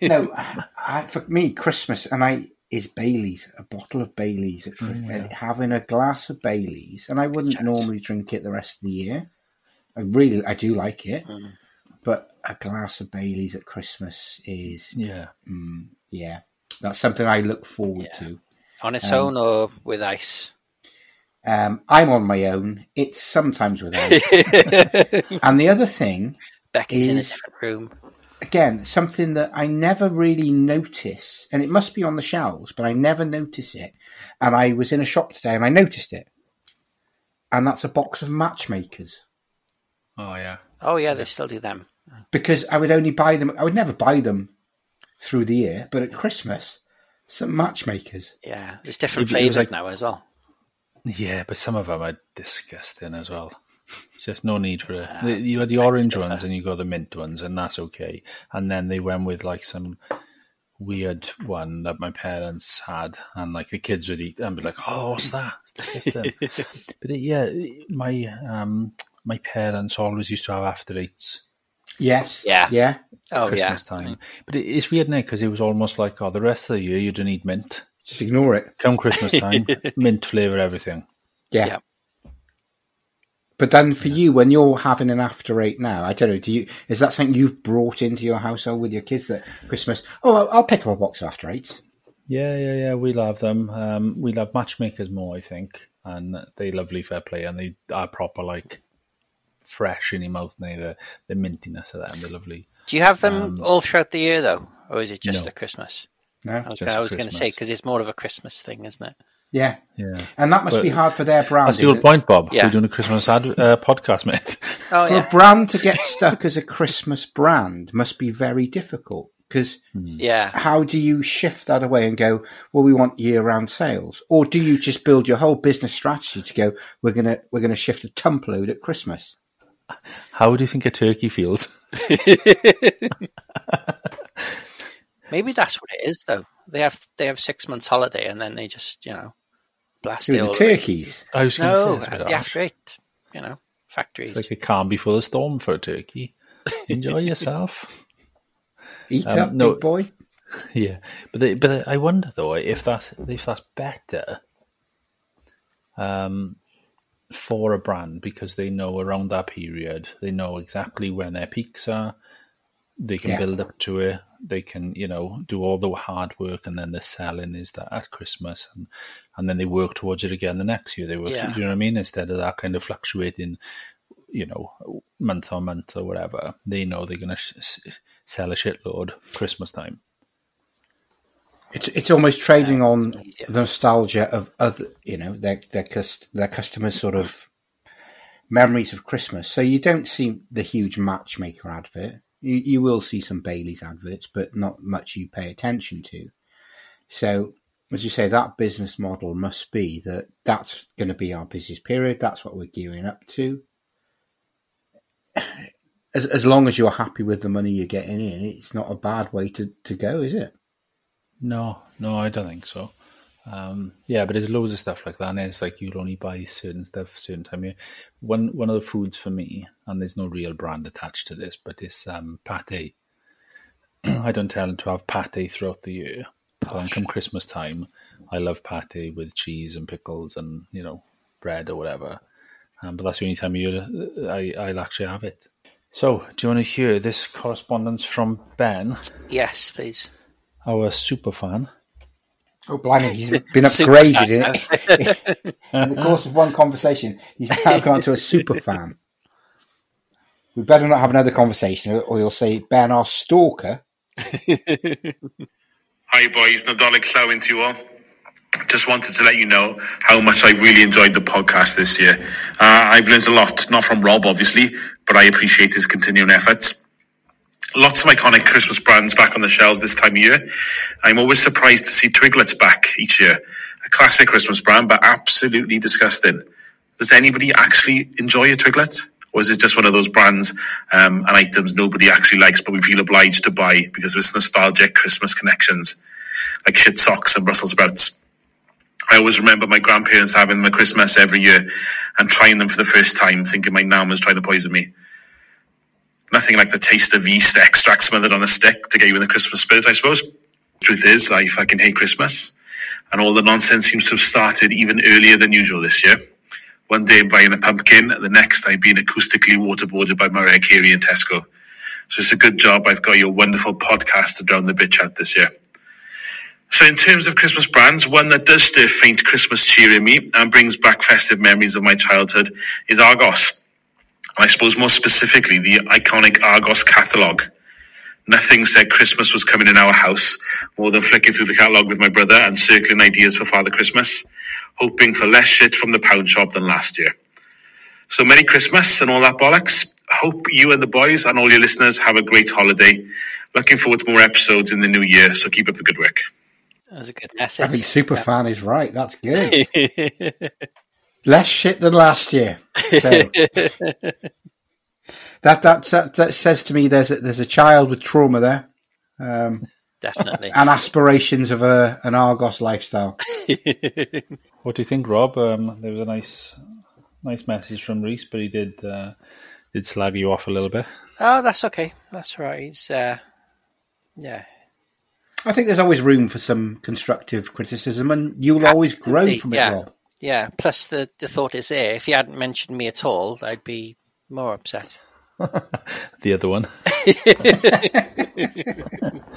[SPEAKER 2] no, I, for me, Christmas and I is Bailey's, a bottle of Bailey's, It's- and having a glass of Bailey's, and I wouldn't normally drink it the rest of the year. I really, I do like it, but a glass of Bailey's at Christmas is,
[SPEAKER 3] Yeah,
[SPEAKER 2] yeah, that's something I look forward to.
[SPEAKER 1] On its
[SPEAKER 3] Um,
[SPEAKER 1] own or with ice.
[SPEAKER 2] Um, I'm on my own. It's sometimes without. and the other thing
[SPEAKER 1] Becky's in a
[SPEAKER 2] Is-
[SPEAKER 1] different room.
[SPEAKER 2] again something that I never really notice, and it must be on the shelves, but I never notice it. And I was in a shop today and I noticed it, and that's a box of matchmakers
[SPEAKER 3] oh yeah.
[SPEAKER 1] Oh, yeah, they still do them.
[SPEAKER 2] because I would only buy them. I would never buy them through the year, but at Christmas, some matchmakers.
[SPEAKER 1] Yeah. There's different
[SPEAKER 3] It was- it was
[SPEAKER 1] flavours
[SPEAKER 3] like-
[SPEAKER 1] now as well.
[SPEAKER 3] Yeah, but some of them are disgusting as well. It's just no need for
[SPEAKER 1] Ah,
[SPEAKER 3] it. The- you had the orange ones and you got the mint ones, and that's okay. And then they went with like some weird one that my parents had, and like the kids would eat and be like, "Oh, what's that?" It's disgusting.
[SPEAKER 1] [LAUGHS]
[SPEAKER 3] but it, yeah, my um, my parents always used to have after eights.
[SPEAKER 2] Yes.
[SPEAKER 1] Yeah.
[SPEAKER 2] Yeah.
[SPEAKER 1] Oh,
[SPEAKER 3] Christmas
[SPEAKER 1] yeah.
[SPEAKER 3] time, but it, it's weird now because it was almost like, oh, the rest of the year you don't need mint.
[SPEAKER 2] Just ignore it.
[SPEAKER 3] Come
[SPEAKER 1] [LAUGHS]
[SPEAKER 3] Christmas time, mint flavor everything.
[SPEAKER 2] Yeah.
[SPEAKER 1] Yeah.
[SPEAKER 2] But then for you, when you're having an after eight now, I don't know. Do you is that something you've brought into your household with your kids that Christmas? Oh, I'll, I'll pick up a box of after eights.
[SPEAKER 3] Yeah, yeah, yeah. We love them. Um, we love matchmakers more, I think, and they lovely fair play, and they are proper like fresh in your mouth. Now the the mintiness of them, they're lovely.
[SPEAKER 1] Do you have them all throughout the year, though? Or is it just
[SPEAKER 3] Um, No.
[SPEAKER 1] at Christmas?
[SPEAKER 2] No.
[SPEAKER 1] I was,
[SPEAKER 3] Just
[SPEAKER 1] I was going to say,
[SPEAKER 3] Christmas.
[SPEAKER 1] because it's more of a Christmas thing, isn't it?
[SPEAKER 2] Yeah.
[SPEAKER 3] Yeah,
[SPEAKER 2] And that must
[SPEAKER 3] But-
[SPEAKER 2] be hard for their brand.
[SPEAKER 3] that's your
[SPEAKER 2] is it?
[SPEAKER 3] point, Bob.
[SPEAKER 1] Yeah.
[SPEAKER 3] We're doing a Christmas ad uh, podcast, mate.
[SPEAKER 1] Oh,
[SPEAKER 2] For a
[SPEAKER 1] yeah.
[SPEAKER 2] brand to get stuck as a Christmas brand must be very difficult because
[SPEAKER 3] Mm.
[SPEAKER 1] Yeah.
[SPEAKER 2] how do you shift that away and go, well, we want year round sales? Or do you just build your whole business strategy to go, we're going to, we're going to shift a tump load at Christmas?
[SPEAKER 3] How do you think a turkey feels?
[SPEAKER 1] Maybe that's what it is, though. They have they have six months holiday and then they just, you know, blast it
[SPEAKER 2] Doing
[SPEAKER 1] all.
[SPEAKER 2] the
[SPEAKER 1] away.
[SPEAKER 2] turkeys.
[SPEAKER 3] I was going to
[SPEAKER 1] No, uh,
[SPEAKER 3] say, it's
[SPEAKER 1] at
[SPEAKER 3] a bit
[SPEAKER 1] Oh, the
[SPEAKER 3] harsh.
[SPEAKER 1] after eight, you know, factories.
[SPEAKER 3] It's like a calm before the storm for a turkey. Enjoy yourself.
[SPEAKER 2] Eat
[SPEAKER 3] Um,
[SPEAKER 2] up,
[SPEAKER 3] no.
[SPEAKER 2] big boy.
[SPEAKER 3] [LAUGHS] Yeah, but they, but I wonder though if that's if that's better, um, for a brand because they know around that period they know exactly when their peaks are. They can
[SPEAKER 2] Yeah.
[SPEAKER 3] build up to it. They can you know do all the hard work and then the selling is that at Christmas and and then they work towards it again the next year. They work.
[SPEAKER 1] Yeah.
[SPEAKER 3] Do you know what I mean? Instead of that kind of fluctuating, you know, month on month or whatever, they know they're going to sh- s- sell a shitload Christmas time.
[SPEAKER 2] It's, it's almost trading on the nostalgia of other, you know, their, their, cus- their customers sort of memories of Christmas. So you don't see the huge matchmaker advert. You, you will see some Bailey's adverts, but not much you pay attention to. So, as you say, that business model must be that that's going to be our busiest period. That's what we're gearing up to. [SIGHS] As, as long as you're happy with the money you're getting in, it's not a bad way to, to go, is it?
[SPEAKER 3] No, no, I don't think so. Um, yeah, but there's loads of stuff like that, and it's like you'll only buy certain stuff certain time. of year. One one of the foods for me, and there's no real brand attached to this, but it's um, pate. [CLEARS THROAT] I don't tend to have pate throughout the year, but then come Christmas time, I love pate with cheese and pickles and you know bread or whatever. Um, but that's the only time of year uh, I, I'll actually have it. So, do you want to hear this correspondence from Ben,
[SPEAKER 1] Yes, please.
[SPEAKER 3] our super fan?
[SPEAKER 2] Oh, blimey,
[SPEAKER 1] [LAUGHS]
[SPEAKER 2] he's been
[SPEAKER 1] Super
[SPEAKER 2] upgraded in, [LAUGHS] in the course of one conversation. He's now gone to a super fan. We better not have another conversation, or- or you'll say Ben, our stalker.
[SPEAKER 10] Hi boys, Nadolik Llywyn to you all. Just wanted to let you know how much I really enjoyed the podcast this year. Uh, I've learned a lot, not from Rob obviously, but I appreciate his continuing efforts. Lots of iconic Christmas brands back on the shelves this time of year. I'm always surprised to see Twiglets back each year. A classic Christmas brand, but absolutely disgusting. Does anybody actually enjoy a Twiglet? Or is it just one of those brands um, and items nobody actually likes, but we feel obliged to buy because of its nostalgic Christmas connections? like shit socks and Brussels sprouts. I always remember my grandparents having them at Christmas every year and trying them for the first time, thinking my nan was trying to poison me. Nothing like the taste of yeast [LAUGHS] extract smothered on a stick to get you in the Christmas spirit, I suppose. Truth is, I fucking hate Christmas, and all the nonsense seems to have started even earlier than usual this year. One day I'm buying a pumpkin, the next I'm being acoustically waterboarded by Mariah Carey in Tesco. So it's a good job I've got your wonderful podcast to drown the bitch out this year. So, in terms of Christmas brands, one that does stir faint Christmas cheer in me and brings back festive memories of my childhood is Argos. And I suppose more specifically, the iconic Argos catalogue. Nothing said Christmas was coming in our house more than flicking through the catalogue with my brother and circling ideas for Father Christmas, hoping for less shit from the pound shop than last year. So, Merry Christmas and all that bollocks. Hope you and the boys and all your listeners have a great holiday. Looking forward to more episodes in the new year, so keep up the good work.
[SPEAKER 1] That was a good
[SPEAKER 2] I think
[SPEAKER 1] message.
[SPEAKER 2] super fan is right. That's good.
[SPEAKER 1] [LAUGHS]
[SPEAKER 2] Less shit than last year.
[SPEAKER 1] [LAUGHS]
[SPEAKER 2] So, that, that that that says to me there's a, there's a child with trauma there um,
[SPEAKER 3] [LAUGHS]
[SPEAKER 1] Definitely.
[SPEAKER 2] and aspirations of a an Argos lifestyle.
[SPEAKER 3] What do you think, Rob? Um, there was a nice, nice message from Reese, but he did uh, did slag you off a little bit.
[SPEAKER 1] Oh, that's okay. That's all right. He's, uh, yeah.
[SPEAKER 2] I think there's always room for some constructive criticism, and you'll always grow
[SPEAKER 1] Absolutely,
[SPEAKER 2] from
[SPEAKER 1] yeah.
[SPEAKER 2] it, Rob.
[SPEAKER 1] Yeah. Plus, the, the thought is there if he hadn't mentioned me at all, I'd be more upset.
[SPEAKER 3] The
[SPEAKER 1] [LAUGHS]
[SPEAKER 3] other one.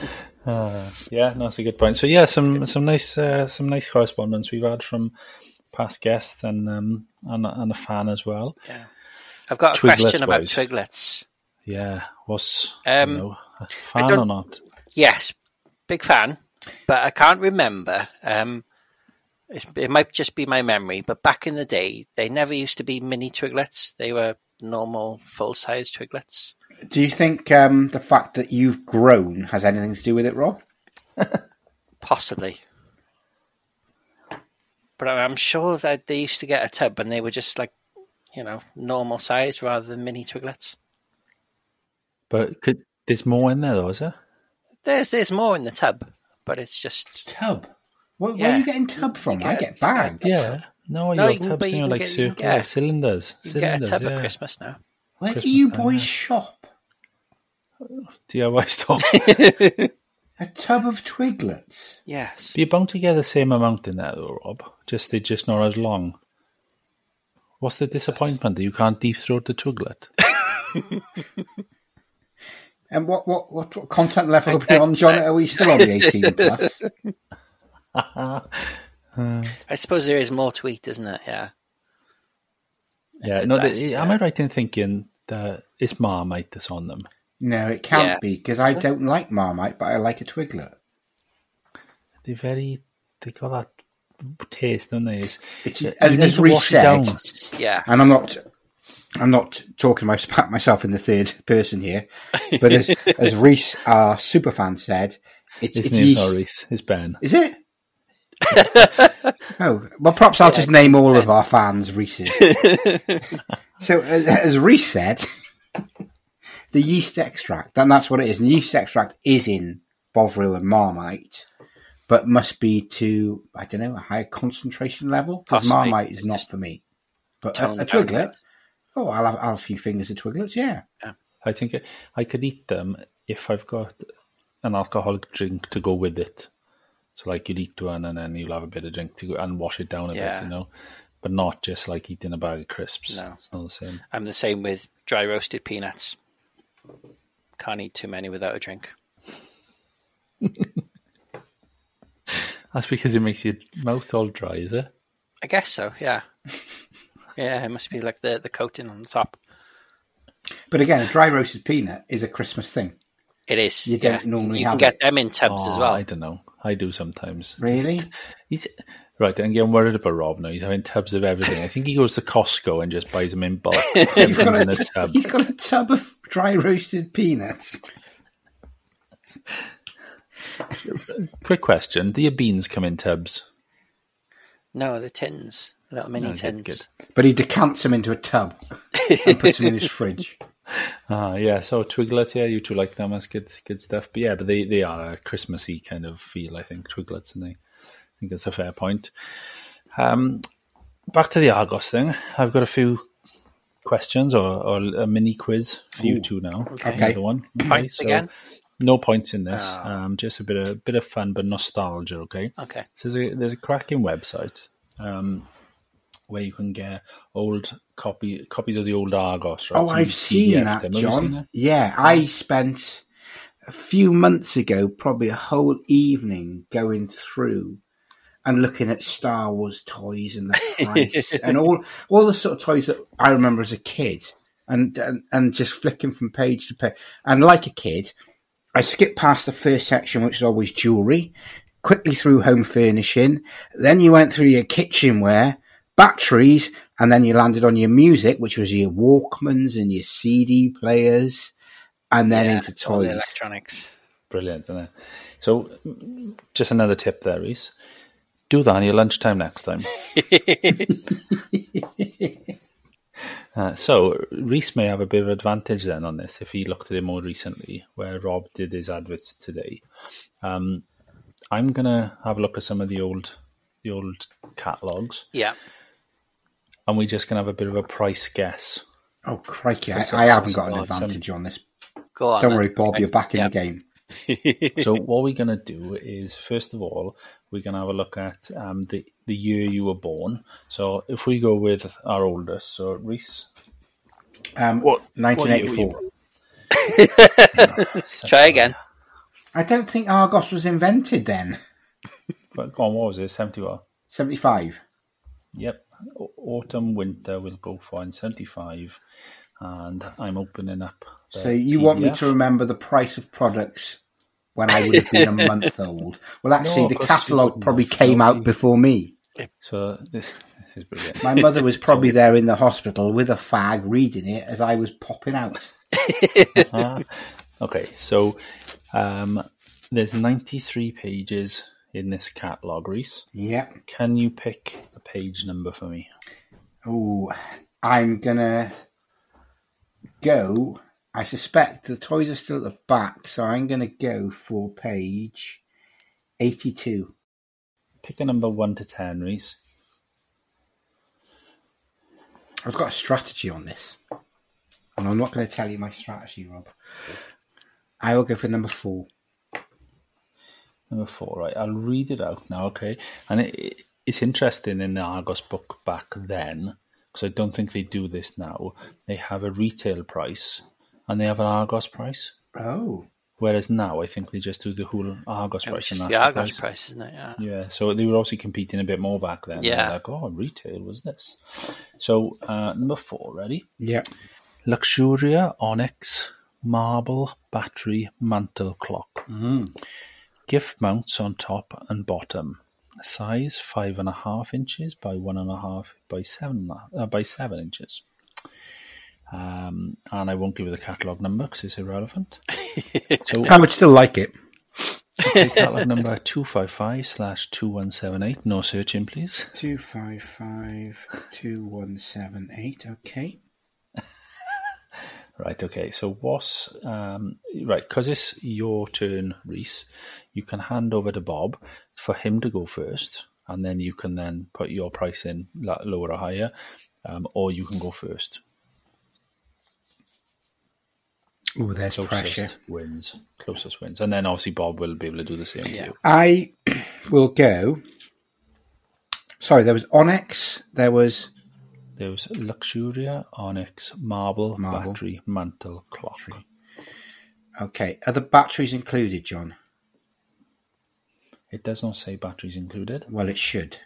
[SPEAKER 3] [LAUGHS] Uh, yeah, no, that's a good point. So yeah, some some nice uh, some nice correspondence we've had from past guests and um, and and a fan as well.
[SPEAKER 1] I've got a
[SPEAKER 3] Twiglets
[SPEAKER 1] question about
[SPEAKER 3] wise.
[SPEAKER 1] twiglets.
[SPEAKER 3] Yeah, was
[SPEAKER 1] Um,
[SPEAKER 3] you know, a fan
[SPEAKER 1] don't-
[SPEAKER 3] or not?
[SPEAKER 1] Yes, big fan, but I can't remember. Um, it's, it might just be my memory, but back in the day, they never used to be mini twiglets. They were normal, full size twiglets.
[SPEAKER 2] Do you think um, the fact that you've grown has anything to do with it, Rob?
[SPEAKER 1] Possibly. But I- I'm sure that they used to get a tub and they were just like, you know, normal size rather than mini twiglets.
[SPEAKER 3] But could there's more in there though, is there?
[SPEAKER 1] There's there's more in the tub, but it's just
[SPEAKER 2] Tub. Where, where
[SPEAKER 1] Yeah.
[SPEAKER 2] are you getting tub from? I
[SPEAKER 1] get-
[SPEAKER 2] get bags.
[SPEAKER 3] Yeah. No,
[SPEAKER 1] No,
[SPEAKER 3] your
[SPEAKER 1] you can-
[SPEAKER 3] tubs
[SPEAKER 1] but you
[SPEAKER 3] you know,
[SPEAKER 1] can
[SPEAKER 3] like
[SPEAKER 1] get- you can
[SPEAKER 3] circular
[SPEAKER 1] get-
[SPEAKER 3] cylinders.
[SPEAKER 1] you
[SPEAKER 3] cylinders
[SPEAKER 1] get a tub
[SPEAKER 3] yeah.
[SPEAKER 1] at Christmas now.
[SPEAKER 2] Where do
[SPEAKER 3] Christmas
[SPEAKER 2] you
[SPEAKER 3] time,
[SPEAKER 2] boys
[SPEAKER 3] yeah.
[SPEAKER 2] shop?
[SPEAKER 3] DIY stuff.
[SPEAKER 2] A tub of twiglets.
[SPEAKER 1] Yes.
[SPEAKER 3] You're bound to get the same amount in there, though, Rob. Just they're just not as long. What's the disappointment that you can't deep throat
[SPEAKER 2] [LAUGHS]
[SPEAKER 3] the twiglet?
[SPEAKER 2] And what what what, what content level are we on, John? Are we still on the eighteen plus?
[SPEAKER 1] I suppose there is more to eat, isn't it? Yeah.
[SPEAKER 3] yeah,
[SPEAKER 1] it's
[SPEAKER 3] no.
[SPEAKER 1] nice,
[SPEAKER 3] the,
[SPEAKER 1] yeah.
[SPEAKER 3] Am I right in thinking that it's marmite that's on them?
[SPEAKER 2] No, it can't
[SPEAKER 1] Yeah.
[SPEAKER 2] be because I don't like Marmite, but I like a twiglet.
[SPEAKER 3] They're very. They got that taste, don't they? It's,
[SPEAKER 2] It's
[SPEAKER 3] you
[SPEAKER 2] as
[SPEAKER 3] need
[SPEAKER 2] it's
[SPEAKER 3] to wash it
[SPEAKER 2] reset,
[SPEAKER 3] down.
[SPEAKER 1] Yeah.
[SPEAKER 2] and I'm not. I'm not talking my- about [LAUGHS] myself in the third person here, but as, as Reese, our superfan, said, it's,
[SPEAKER 3] His
[SPEAKER 2] it's
[SPEAKER 3] name's
[SPEAKER 2] yeast.
[SPEAKER 3] not Reese. It's Ben.
[SPEAKER 2] Is it? [LAUGHS] oh, well, perhaps I'll just name all of our fans [LAUGHS] Reese's. so, as, as Reese said, [LAUGHS] the yeast extract, and that's what it is. And yeast extract is in Bovril and Marmite, but must be to I don't know a higher concentration level. Because
[SPEAKER 1] Possibly.
[SPEAKER 2] Marmite is not for me, but a,
[SPEAKER 1] tone
[SPEAKER 2] a
[SPEAKER 1] down a
[SPEAKER 2] Twiglet. Oh, I'll have, I'll have a few fingers of Twiglets. Yeah,
[SPEAKER 3] I think I- I could eat them if I've got an alcoholic drink to go with it. So, like, you'd eat one and then you'll have a bit of drink to go and wash it down a
[SPEAKER 1] Yeah.
[SPEAKER 3] bit, you know? But not just like eating a bag of crisps.
[SPEAKER 1] No.
[SPEAKER 3] It's not the same.
[SPEAKER 1] I'm the same with dry roasted peanuts. Can't eat too many without a drink.
[SPEAKER 3] That's because it makes your mouth all dry, is it?
[SPEAKER 1] I guess so.
[SPEAKER 2] [LAUGHS]
[SPEAKER 1] Yeah, yeah. It must be like the the coating on the top.
[SPEAKER 2] but again, a dry roasted peanut is a Christmas
[SPEAKER 1] [LAUGHS]
[SPEAKER 2] thing.
[SPEAKER 1] It is.
[SPEAKER 2] You
[SPEAKER 1] yeah.
[SPEAKER 2] don't normally
[SPEAKER 1] You
[SPEAKER 2] have
[SPEAKER 1] can get
[SPEAKER 2] it.
[SPEAKER 1] them in tubs as
[SPEAKER 3] Oh,
[SPEAKER 1] well.
[SPEAKER 3] I don't know. I do sometimes.
[SPEAKER 2] Really?
[SPEAKER 3] Just- he's right. And I'm worried about Rob now. He's having tubs of everything. I think he goes to Costco and just buys them in
[SPEAKER 1] [LAUGHS]
[SPEAKER 3] bulk. Everything's in a tub.
[SPEAKER 2] He's got a tub of dry roasted peanuts.
[SPEAKER 3] Quick question: Do your beans come in tubs?
[SPEAKER 1] No, the tins, little mini
[SPEAKER 3] No,
[SPEAKER 1] tins.
[SPEAKER 3] good, good.
[SPEAKER 2] But he decants them into a
[SPEAKER 3] [LAUGHS]
[SPEAKER 2] tub and puts them in his fridge.
[SPEAKER 3] Ah, yeah. So Twiglets, yeah, you two like them. That's good, good stuff. But yeah, but they they are a Christmassy kind of feel. I think Twiglets, and they, I think that's a fair point. Um, back to the Argos thing. I've got a few questions or, or a mini quiz for you two now.
[SPEAKER 1] Okay.
[SPEAKER 3] Another one.
[SPEAKER 1] Points
[SPEAKER 3] uh,
[SPEAKER 1] again?
[SPEAKER 3] No points in this.
[SPEAKER 2] Ah.
[SPEAKER 3] Um, just a bit of bit of fun, but nostalgia. Okay.
[SPEAKER 1] Okay.
[SPEAKER 3] So there's a, there's a cracking website um, where you can get old copy copies of the old Argos. Right?
[SPEAKER 2] Oh,
[SPEAKER 3] So you
[SPEAKER 2] I've seen
[SPEAKER 3] PDF
[SPEAKER 2] that,
[SPEAKER 3] them. Have you seen
[SPEAKER 2] John.
[SPEAKER 3] that?
[SPEAKER 2] Yeah, I spent a few months ago, probably a whole evening, going through and looking at Star Wars toys and the
[SPEAKER 3] [LAUGHS]
[SPEAKER 2] price and all all the sort of toys that I remember as a kid, and and, and just flicking from page to page. And like a kid, I skipped past the first section, which is always jewelry, quickly through home furnishing. Then you went through your kitchenware, batteries, and then you landed on your music, which was your Walkmans and your CD players, and then
[SPEAKER 1] Yeah,
[SPEAKER 2] into
[SPEAKER 1] all the
[SPEAKER 2] toys.
[SPEAKER 1] electronics.
[SPEAKER 3] Brilliant, isn't it? So, mm, just another tip there, Reese. Do that on your lunchtime next time. Uh, so, Reese may have a bit of advantage then on this if he looked at it more recently, where Rob did his adverts today. Um, I'm gonna have a look at some of the old, the old catalogs,
[SPEAKER 1] Yeah.
[SPEAKER 3] and we're just gonna have a bit of a price guess.
[SPEAKER 2] Oh crikey! I,
[SPEAKER 3] That's-
[SPEAKER 2] I haven't
[SPEAKER 3] that's
[SPEAKER 2] got an
[SPEAKER 3] awesome.
[SPEAKER 2] advantage on this.
[SPEAKER 1] Go on.
[SPEAKER 2] Don't
[SPEAKER 1] then.
[SPEAKER 2] worry, Bob. You're back in
[SPEAKER 1] Yeah.
[SPEAKER 2] the game.
[SPEAKER 3] so what we're going to do is first of all we're going to have a look at um, the the year you were born so if we go with our oldest so reese
[SPEAKER 2] Um,
[SPEAKER 3] What- what year were you
[SPEAKER 2] 1984.
[SPEAKER 1] Try again.
[SPEAKER 2] I don't think Argos was invented then.
[SPEAKER 3] but go on what was it 71
[SPEAKER 2] 75.
[SPEAKER 3] yep Au- autumn winter we'll go for in 75 and i'm opening up the
[SPEAKER 2] So you want me
[SPEAKER 3] PDF.
[SPEAKER 2] to remember the price of products when I would have been
[SPEAKER 3] [LAUGHS]
[SPEAKER 2] a month old? Well, actually,
[SPEAKER 3] No, of
[SPEAKER 2] the
[SPEAKER 3] course you
[SPEAKER 2] catalogue
[SPEAKER 3] wouldn't
[SPEAKER 2] probably
[SPEAKER 3] have.
[SPEAKER 2] came
[SPEAKER 3] No,
[SPEAKER 2] out
[SPEAKER 3] you-
[SPEAKER 2] before me.
[SPEAKER 3] so this, this is brilliant
[SPEAKER 2] My mother
[SPEAKER 3] [LAUGHS]
[SPEAKER 2] was probably there in the hospital with a fag reading it as I was popping out.
[SPEAKER 3] Okay, so um, there's 93 pages in this catalogue, Reese.
[SPEAKER 2] Yeah.
[SPEAKER 3] Can you pick a page number for me?
[SPEAKER 2] Oh, I'm gonna go. I suspect the toys are still at the back, so I'm gonna go for page eighty-two.
[SPEAKER 3] Pick a number 1 to 10, Reese.
[SPEAKER 2] I've got a strategy on this, and I'm not going to tell you my strategy, Rob. I will go for number four.
[SPEAKER 3] Number 4, right. I'll read it out now, okay? And it, it, it's interesting in the Argos book back then, because I don't think they do this now. They have a retail price and they have an Argos price.
[SPEAKER 2] Oh,
[SPEAKER 3] Whereas now, I think they just do the whole Argos
[SPEAKER 1] It was
[SPEAKER 3] price.
[SPEAKER 1] just
[SPEAKER 3] and
[SPEAKER 1] the
[SPEAKER 3] that's
[SPEAKER 1] Argos price. isn't it? Yeah.
[SPEAKER 3] Yeah, so they were obviously competing a bit more back then. They were
[SPEAKER 1] Yeah.
[SPEAKER 3] Like, oh, retail was this. So, uh, number four, ready?
[SPEAKER 2] yeah.
[SPEAKER 3] Luxuria Onyx Marble Battery Mantle Clock. Gift mounts on top and bottom. Size five and a half inches by one and a half by seven and a- uh, by seven inches. Um, and I won't give you the catalogue number because it's irrelevant. so
[SPEAKER 2] I would still like it.
[SPEAKER 3] catalogue number two five five slash two one seven eight. No searching, please.
[SPEAKER 2] Two five five two one seven eight. Okay.
[SPEAKER 3] Right. Okay. So what's um, right? Because it's your turn, Reese. you can hand over to Bob for him to go first, and then you can then put your price in la- lower or higher, um, or you can go first.
[SPEAKER 2] Oh, there's
[SPEAKER 3] Closest
[SPEAKER 2] pressure.
[SPEAKER 3] wins. Closest wins, and then obviously Bob will be able to do the same. With you.
[SPEAKER 2] I [CLEARS THROAT] will go. Sorry, there was Onyx. There was
[SPEAKER 3] There was Luxuria, Onyx, Marble,
[SPEAKER 2] Marble.
[SPEAKER 3] Battery, Mantle, Clock.
[SPEAKER 2] okay. Are the batteries included, John?
[SPEAKER 3] It does not say batteries included.
[SPEAKER 2] Well, it should.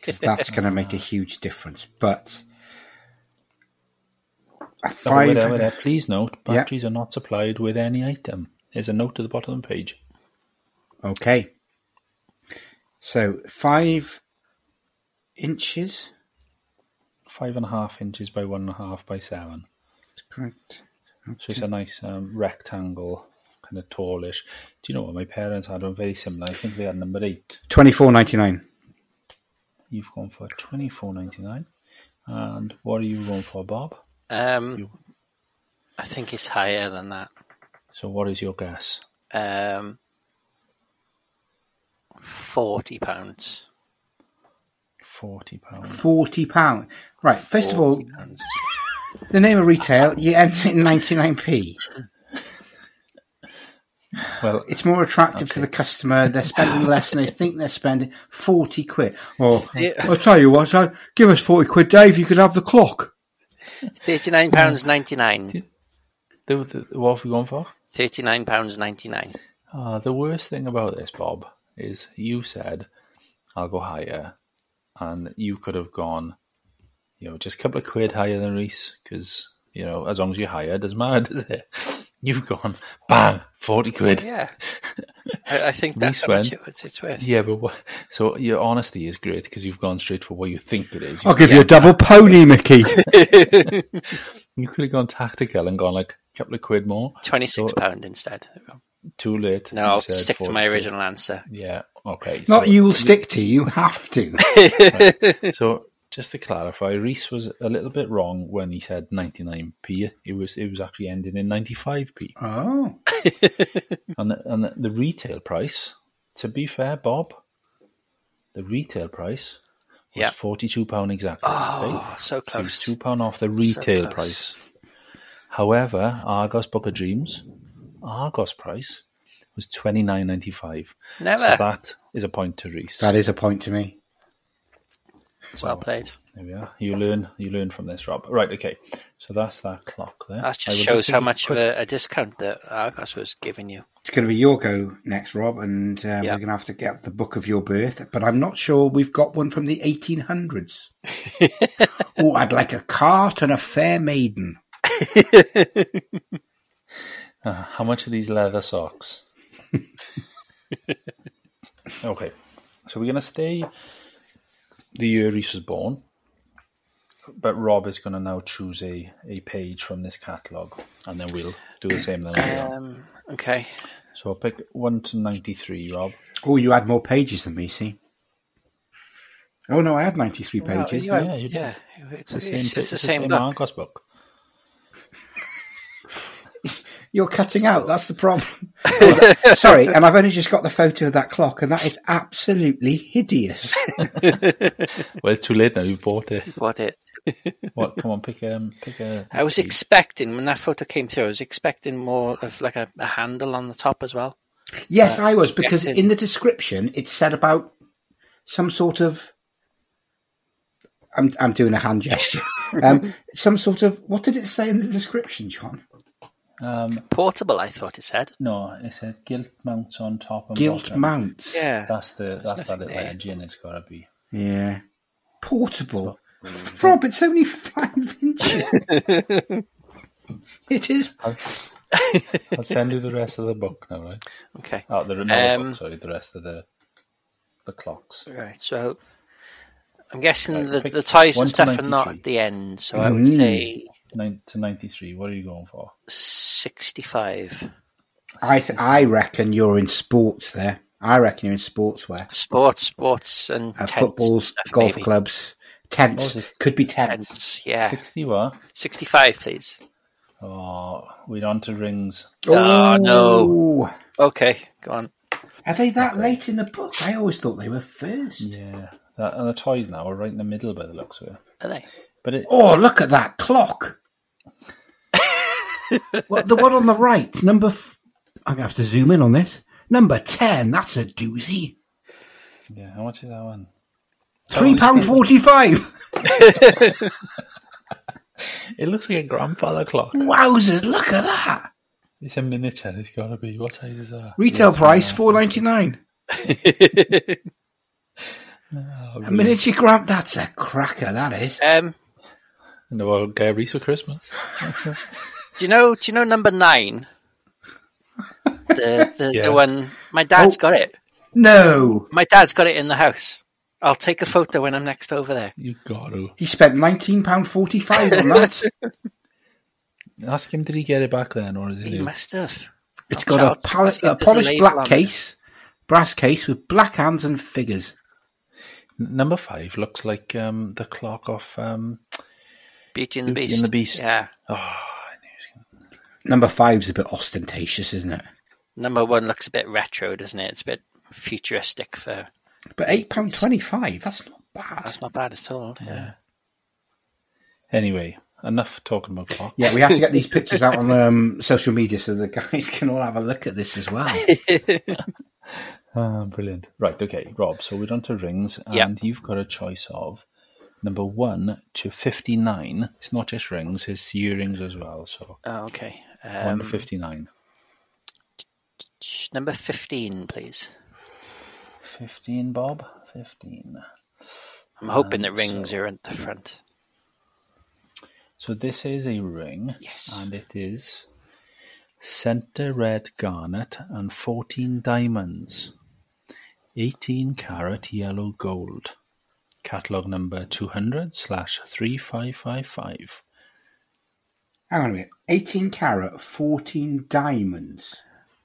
[SPEAKER 2] 'Cause that's going to make a huge difference. But a
[SPEAKER 3] Oh, wait
[SPEAKER 2] five.
[SPEAKER 3] there, wait there. Please note,
[SPEAKER 2] Yeah.
[SPEAKER 3] batteries are not supplied with any item. There's a note at the bottom of the page.
[SPEAKER 2] Okay. So five inches.
[SPEAKER 3] Five and a half inches by one and a half by seven.
[SPEAKER 2] Correct.
[SPEAKER 3] So it's a nice um, rectangle, kind of tallish. Do you know what? My parents had one very similar. I think they had number eight.
[SPEAKER 2] Twenty four ninety nine.
[SPEAKER 3] You've gone for twenty four ninety nine. And what are you going for, Bob?
[SPEAKER 1] Um, I think it's higher than that.
[SPEAKER 3] So what is your guess?
[SPEAKER 1] Um, forty pounds.
[SPEAKER 3] Forty pounds.
[SPEAKER 2] Forty pound. Right. First of all,
[SPEAKER 1] pounds.
[SPEAKER 2] the name of retail. You enter in ninety
[SPEAKER 1] [LAUGHS]
[SPEAKER 2] nine p.
[SPEAKER 3] Well, [LAUGHS]
[SPEAKER 2] It's more attractive to the customer. They're spending
[SPEAKER 1] [LAUGHS]
[SPEAKER 2] less, and they think they're spending forty quid. Or
[SPEAKER 1] Yeah.
[SPEAKER 2] I'll tell you what. I, give us forty quid, Dave. You could have the clock.
[SPEAKER 1] Thirty-nine pounds ninety-nine.
[SPEAKER 3] the, the, what have we gone for?
[SPEAKER 1] Thirty-nine pounds ninety-nine.
[SPEAKER 3] Ah, the worst thing about this, Bob, is you said I'll go higher, and you could have gone, you know, just a couple of quid higher than Reese, because you know, as long as you're higher, it doesn't matter, [LAUGHS] does it? You've gone bang forty quid.
[SPEAKER 1] Yeah, I, I think that's
[SPEAKER 3] Reese
[SPEAKER 1] how much
[SPEAKER 3] went.
[SPEAKER 1] it, was- it's worth.
[SPEAKER 3] Yeah, but what, so your honesty is great because you've gone straight for what you think it is. You,
[SPEAKER 2] I'll give you a double pony,
[SPEAKER 1] [LAUGHS]
[SPEAKER 2] Mickey.
[SPEAKER 3] you could have gone tactical and gone like a couple of quid more.
[SPEAKER 1] Twenty-six pound instead.
[SPEAKER 3] Too late.
[SPEAKER 1] No,
[SPEAKER 3] You
[SPEAKER 1] I'll
[SPEAKER 3] said
[SPEAKER 1] stick to
[SPEAKER 3] 40
[SPEAKER 1] my
[SPEAKER 3] quid.
[SPEAKER 1] original answer.
[SPEAKER 3] Yeah. Okay.
[SPEAKER 2] Not
[SPEAKER 3] so-
[SPEAKER 2] you will stick to. You have
[SPEAKER 1] [LAUGHS]
[SPEAKER 2] to.
[SPEAKER 3] So just to clarify, Reese was a little bit wrong when he said 99p. It was it was actually ending in 95p.
[SPEAKER 2] Oh,
[SPEAKER 3] And the, and the, the retail price, to be fair, Bob, the retail price was
[SPEAKER 1] Yeah.
[SPEAKER 3] 42 pound exactly.
[SPEAKER 1] Oh, so
[SPEAKER 3] So it
[SPEAKER 1] close.
[SPEAKER 3] was two pound off the retail
[SPEAKER 1] close.
[SPEAKER 3] price. However, Argos Book of Dreams, Argos price was 29.95. So
[SPEAKER 1] Never.
[SPEAKER 3] that is a point to Reese.
[SPEAKER 2] that is a point to me.
[SPEAKER 1] well played.
[SPEAKER 3] There we are. You learn. You learn from this, Rob. Right. Okay. So that's that clock there.
[SPEAKER 1] That
[SPEAKER 3] I
[SPEAKER 1] just
[SPEAKER 3] will
[SPEAKER 1] shows
[SPEAKER 3] take
[SPEAKER 1] how
[SPEAKER 3] a
[SPEAKER 1] much of
[SPEAKER 3] quick-
[SPEAKER 1] a, a discount that Argos was giving you.
[SPEAKER 2] It's going to be your go next, Rob, and uh,
[SPEAKER 1] Yeah.
[SPEAKER 2] we're going to have to get the book of your birth. But I'm not sure we've got one from the 1800s. oh, I'd like a cart and a fair maiden.
[SPEAKER 3] Uh, how much are these leather socks?
[SPEAKER 1] [LAUGHS]
[SPEAKER 3] okay. So we're gonna stay the year Reese was born, but Rob is gonna now choose a, a page from this catalogue, and then we'll do the same. Then later on.
[SPEAKER 1] Um, okay.
[SPEAKER 3] so I'll pick one to ninety three, Rob.
[SPEAKER 2] Oh, you had more pages than me, see? Oh, no, I had 93 pages.
[SPEAKER 3] yeah, you did.
[SPEAKER 1] yeah, it's,
[SPEAKER 3] It's the same.
[SPEAKER 1] it's
[SPEAKER 3] pa-
[SPEAKER 1] the same book.
[SPEAKER 3] Argos book.
[SPEAKER 2] You're cutting out. That's the problem. Oh, that- Sorry, and I've only just got the photo of that clock, and that is absolutely hideous.
[SPEAKER 3] Well, it's too late now. You've bought it.
[SPEAKER 1] What it?
[SPEAKER 3] What? Come on, pick um, pick a.
[SPEAKER 1] I was expecting when that photo came through. I was expecting more of like a, a handle on the top as well.
[SPEAKER 2] Yes, I was, because
[SPEAKER 1] Uh, yes,
[SPEAKER 2] in the description it said about some sort of. I'm, I'm doing a
[SPEAKER 1] [LAUGHS]
[SPEAKER 2] hand gesture. Um, some sort of. What did it say in the description, John?
[SPEAKER 3] Um,
[SPEAKER 1] Portable, I thought it said.
[SPEAKER 3] no, it said gilt mounts on top and
[SPEAKER 2] Gilt
[SPEAKER 3] bottom.
[SPEAKER 2] mounts.
[SPEAKER 1] Yeah.
[SPEAKER 3] That's the that's that [LAUGHS]
[SPEAKER 1] nothing
[SPEAKER 3] little
[SPEAKER 1] there.
[SPEAKER 3] edge in it's got to be.
[SPEAKER 2] Yeah. Portable. [LAUGHS] Rob, it's only five
[SPEAKER 1] [LAUGHS]
[SPEAKER 2] inches. it is.
[SPEAKER 3] I'll send you the rest of the book now, right?
[SPEAKER 1] Okay.
[SPEAKER 3] Oh, the, not the
[SPEAKER 1] Um,
[SPEAKER 3] book, sorry, the rest of the the clocks.
[SPEAKER 1] Right. So I'm guessing
[SPEAKER 3] Right,
[SPEAKER 1] the,
[SPEAKER 3] pick
[SPEAKER 1] the toys
[SPEAKER 3] one
[SPEAKER 1] and
[SPEAKER 3] to
[SPEAKER 1] stuff are not
[SPEAKER 3] 93.
[SPEAKER 1] at the end. So I would
[SPEAKER 3] Mm-hmm.
[SPEAKER 2] Mm.
[SPEAKER 1] say
[SPEAKER 3] Nine to ninety three. What are you going for?
[SPEAKER 1] 65.
[SPEAKER 2] I, th- I reckon you're in sports there. I reckon you're in sportswear.
[SPEAKER 1] Sports, sports, and
[SPEAKER 2] Uh,
[SPEAKER 1] tents and
[SPEAKER 2] footballs,
[SPEAKER 1] stuff,
[SPEAKER 2] golf
[SPEAKER 1] maybe.
[SPEAKER 2] clubs, tents.
[SPEAKER 3] What is-
[SPEAKER 2] Could be tents.
[SPEAKER 1] Tents, yeah.
[SPEAKER 3] Sixty what?
[SPEAKER 1] 65, please.
[SPEAKER 3] Oh, we're on to rings.
[SPEAKER 1] Oh, no.
[SPEAKER 2] Ooh.
[SPEAKER 1] Okay, go on.
[SPEAKER 2] Are they that late in the book? I always thought they were first.
[SPEAKER 3] Yeah. That, and the toys now are right in the middle by the looks of it.
[SPEAKER 1] Are they?
[SPEAKER 3] But it,
[SPEAKER 2] Oh, look at that clock. well, the one on the right, number. F- I'm going to have to zoom in on this. Number 10, that's a doozy.
[SPEAKER 3] yeah, how much is that one?
[SPEAKER 2] £3.45.
[SPEAKER 3] It looks like a grandfather clock.
[SPEAKER 2] Wowzers, look at that.
[SPEAKER 3] It's a miniature. It's got to be. What size is that?
[SPEAKER 2] Retail price, four ninety nine. A miniature grand. That's a cracker, that is.
[SPEAKER 1] Um,
[SPEAKER 3] No, I'll get a Reese for Christmas.
[SPEAKER 1] do you know? Do you know number
[SPEAKER 3] [LAUGHS]
[SPEAKER 1] nine? The the,
[SPEAKER 3] Yeah.
[SPEAKER 1] the one my dad's
[SPEAKER 2] Oh.
[SPEAKER 1] got it.
[SPEAKER 2] No.
[SPEAKER 1] My dad's got it in the house. I'll take a photo when I'm next over there.
[SPEAKER 3] You got to
[SPEAKER 2] He spent £19.45 on that.
[SPEAKER 3] ask him. Did he get it back then, or is it?
[SPEAKER 1] He
[SPEAKER 3] new?
[SPEAKER 1] must have.
[SPEAKER 2] It's
[SPEAKER 1] I'll
[SPEAKER 2] got a,
[SPEAKER 1] try-
[SPEAKER 2] pal-
[SPEAKER 1] I'll see
[SPEAKER 2] a
[SPEAKER 1] if there's a
[SPEAKER 2] polished
[SPEAKER 1] label
[SPEAKER 2] black
[SPEAKER 1] on it.
[SPEAKER 2] case, brass case with black hands and figures.
[SPEAKER 3] N- Number five looks like um, the clock off. Um,
[SPEAKER 1] Beauty and the
[SPEAKER 3] Beauty
[SPEAKER 1] Beast.
[SPEAKER 3] and the Beast.
[SPEAKER 1] Yeah.
[SPEAKER 3] oh,
[SPEAKER 2] Number five's a bit ostentatious, isn't it?
[SPEAKER 1] Number one looks a bit retro, doesn't it? It's a bit futuristic for.
[SPEAKER 2] But £8.25, that's not bad.
[SPEAKER 1] That's not bad at all. Yeah.
[SPEAKER 3] anyway, enough talking about clocks.
[SPEAKER 2] Yeah, we have to get these pictures out on um, social media so the guys can all have a look at this as well.
[SPEAKER 3] Ah, brilliant. Right, okay, Rob. So we're on to rings, and
[SPEAKER 1] Yep.
[SPEAKER 3] you've got a choice of number one to fifty-nine. It's not just rings; it's earrings as well. So
[SPEAKER 1] Oh, okay.
[SPEAKER 3] one to
[SPEAKER 1] Um,
[SPEAKER 3] fifty-nine.
[SPEAKER 1] number fifteen, please.
[SPEAKER 3] Fifteen, Bob. Fifteen. Uh,
[SPEAKER 1] I'm hoping that rings are at the front.
[SPEAKER 3] So this is a ring.
[SPEAKER 1] Yes.
[SPEAKER 3] And it is center red garnet and 14 diamonds. 18 carat yellow gold. Catalogue number 200 slash 3555.
[SPEAKER 2] Hang on a minute. 18 carat, 14 diamonds.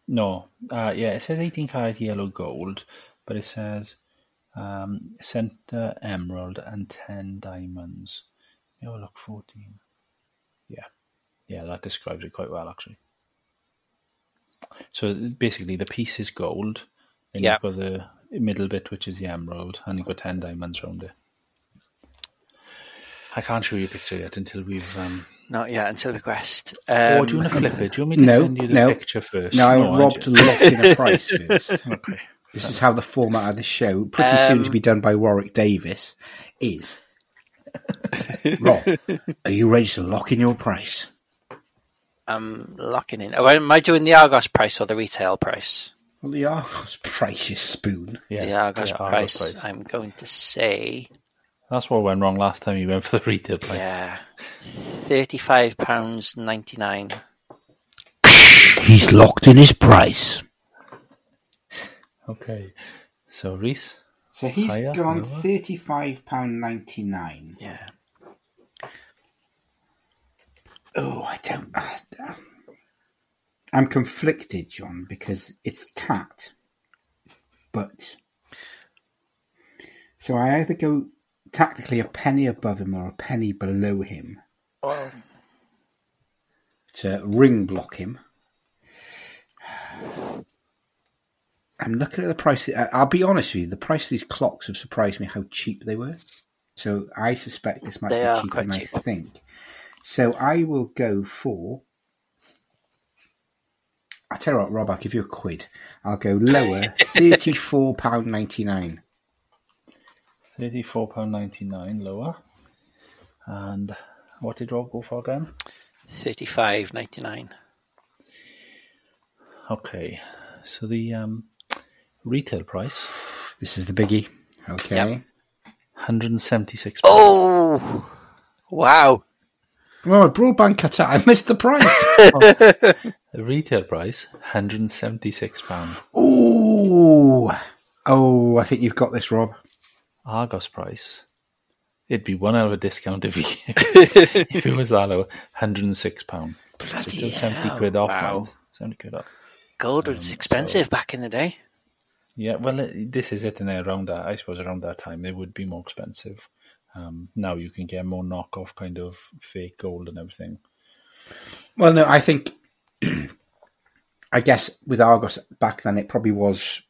[SPEAKER 3] No, uh, yeah, it says 18 carat yellow gold, but it says um, center emerald and 10 diamonds. Oh, look, 14. Yeah, yeah, that describes it quite well, actually. So basically, the piece is gold, and
[SPEAKER 1] Yeah.
[SPEAKER 3] you've got the middle bit, which is the emerald, and you've got 10 diamonds around it. I can't show you a picture yet until we've. Um...
[SPEAKER 1] Not yet until the quest.
[SPEAKER 3] or do you
[SPEAKER 1] Um,
[SPEAKER 3] want to flip it? Do you want me to
[SPEAKER 2] No,
[SPEAKER 3] send you the
[SPEAKER 2] no.
[SPEAKER 3] picture first?
[SPEAKER 2] Now,
[SPEAKER 3] aren't
[SPEAKER 2] I robbed
[SPEAKER 3] you?
[SPEAKER 2] locked in a price first.
[SPEAKER 3] Okay.
[SPEAKER 2] This is how the format of the show, pretty soon to be done by Warwick Davis, is. Rob, are you ready to lock in your price?
[SPEAKER 1] I'm locking in. Oh, am I doing the Argos price or the retail price?
[SPEAKER 2] Well, the Argos price is spoon.
[SPEAKER 3] Yeah,
[SPEAKER 1] the Argos,
[SPEAKER 3] yeah,
[SPEAKER 1] price, I'm going to say,
[SPEAKER 3] That's what went wrong last time you went for the [LAUGHS] retail price.
[SPEAKER 1] yeah, thirty-five pounds ninety-nine.
[SPEAKER 2] He's locked in his price.
[SPEAKER 3] Okay. So, Reese,
[SPEAKER 2] So he's
[SPEAKER 3] Hiya,
[SPEAKER 2] gone
[SPEAKER 3] hello.
[SPEAKER 2] thirty-five pound ninety-nine.
[SPEAKER 1] Yeah,
[SPEAKER 2] Oh, I don't. I'm conflicted, John, because it's tat, but so I either go tactically a penny above him or a penny below him to ring block him. I'm looking at the price. I- I'll be honest with you. The price of these clocks have surprised me how cheap they were. So I suspect this might
[SPEAKER 1] They
[SPEAKER 2] be
[SPEAKER 1] are
[SPEAKER 2] cheaper
[SPEAKER 1] quite
[SPEAKER 2] than
[SPEAKER 1] cheap.
[SPEAKER 2] I think. So I will go for. I tell you what, Rob, I'll give you a quid. I'll go
[SPEAKER 1] [LAUGHS]
[SPEAKER 2] lower, thirty-four pound ninety-nine.
[SPEAKER 3] £34.99 lower. And what did Rob go for again?
[SPEAKER 1] thirty-five ninety-nine.
[SPEAKER 3] Okay. So, the um, retail price,
[SPEAKER 2] This is the biggie. Okay.
[SPEAKER 1] Yep.
[SPEAKER 3] £176.
[SPEAKER 1] Oh, wow!
[SPEAKER 2] Well, my broadband cut out. I missed the price.
[SPEAKER 3] The retail price, £176.
[SPEAKER 2] Ooh. Oh, I think you've got this, Rob.
[SPEAKER 3] Argos price, it'd be one hour discount if, he, [LAUGHS] if it was that low, £106. So, still Um, 70 quid off.
[SPEAKER 1] wow.
[SPEAKER 3] man. 70 quid off.
[SPEAKER 1] Gold was expensive back in the day.
[SPEAKER 3] Yeah, well, it, this is it, and around that, I suppose, around that time, they would be more expensive. Um, now you can get more knockoff kind of fake gold and everything.
[SPEAKER 2] Well, [CLEARS THROAT] no, I think, I guess with Argos back then, it probably was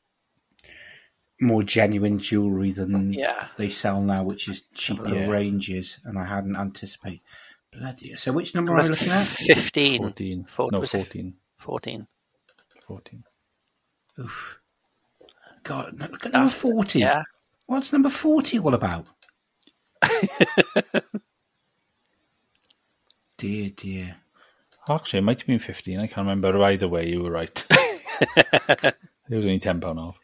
[SPEAKER 2] more genuine jewelry than
[SPEAKER 1] Yeah.
[SPEAKER 2] they sell now, which is cheaper
[SPEAKER 3] Yeah.
[SPEAKER 2] ranges, and I hadn't anticipated. Bloody hell. So which number are we
[SPEAKER 1] Number
[SPEAKER 2] looking at?
[SPEAKER 1] 15.
[SPEAKER 3] 14.
[SPEAKER 1] Four-
[SPEAKER 3] no,
[SPEAKER 1] was it
[SPEAKER 3] 14.
[SPEAKER 1] 14.
[SPEAKER 3] 14.
[SPEAKER 2] God, no, look at number 40.
[SPEAKER 1] Yeah.
[SPEAKER 2] What's number 40
[SPEAKER 1] [LAUGHS]
[SPEAKER 2] all about? dear, dear.
[SPEAKER 3] Actually, it might have been 15. I can't remember. Either way, you
[SPEAKER 1] [LAUGHS]
[SPEAKER 3] were right. it was only £10 off.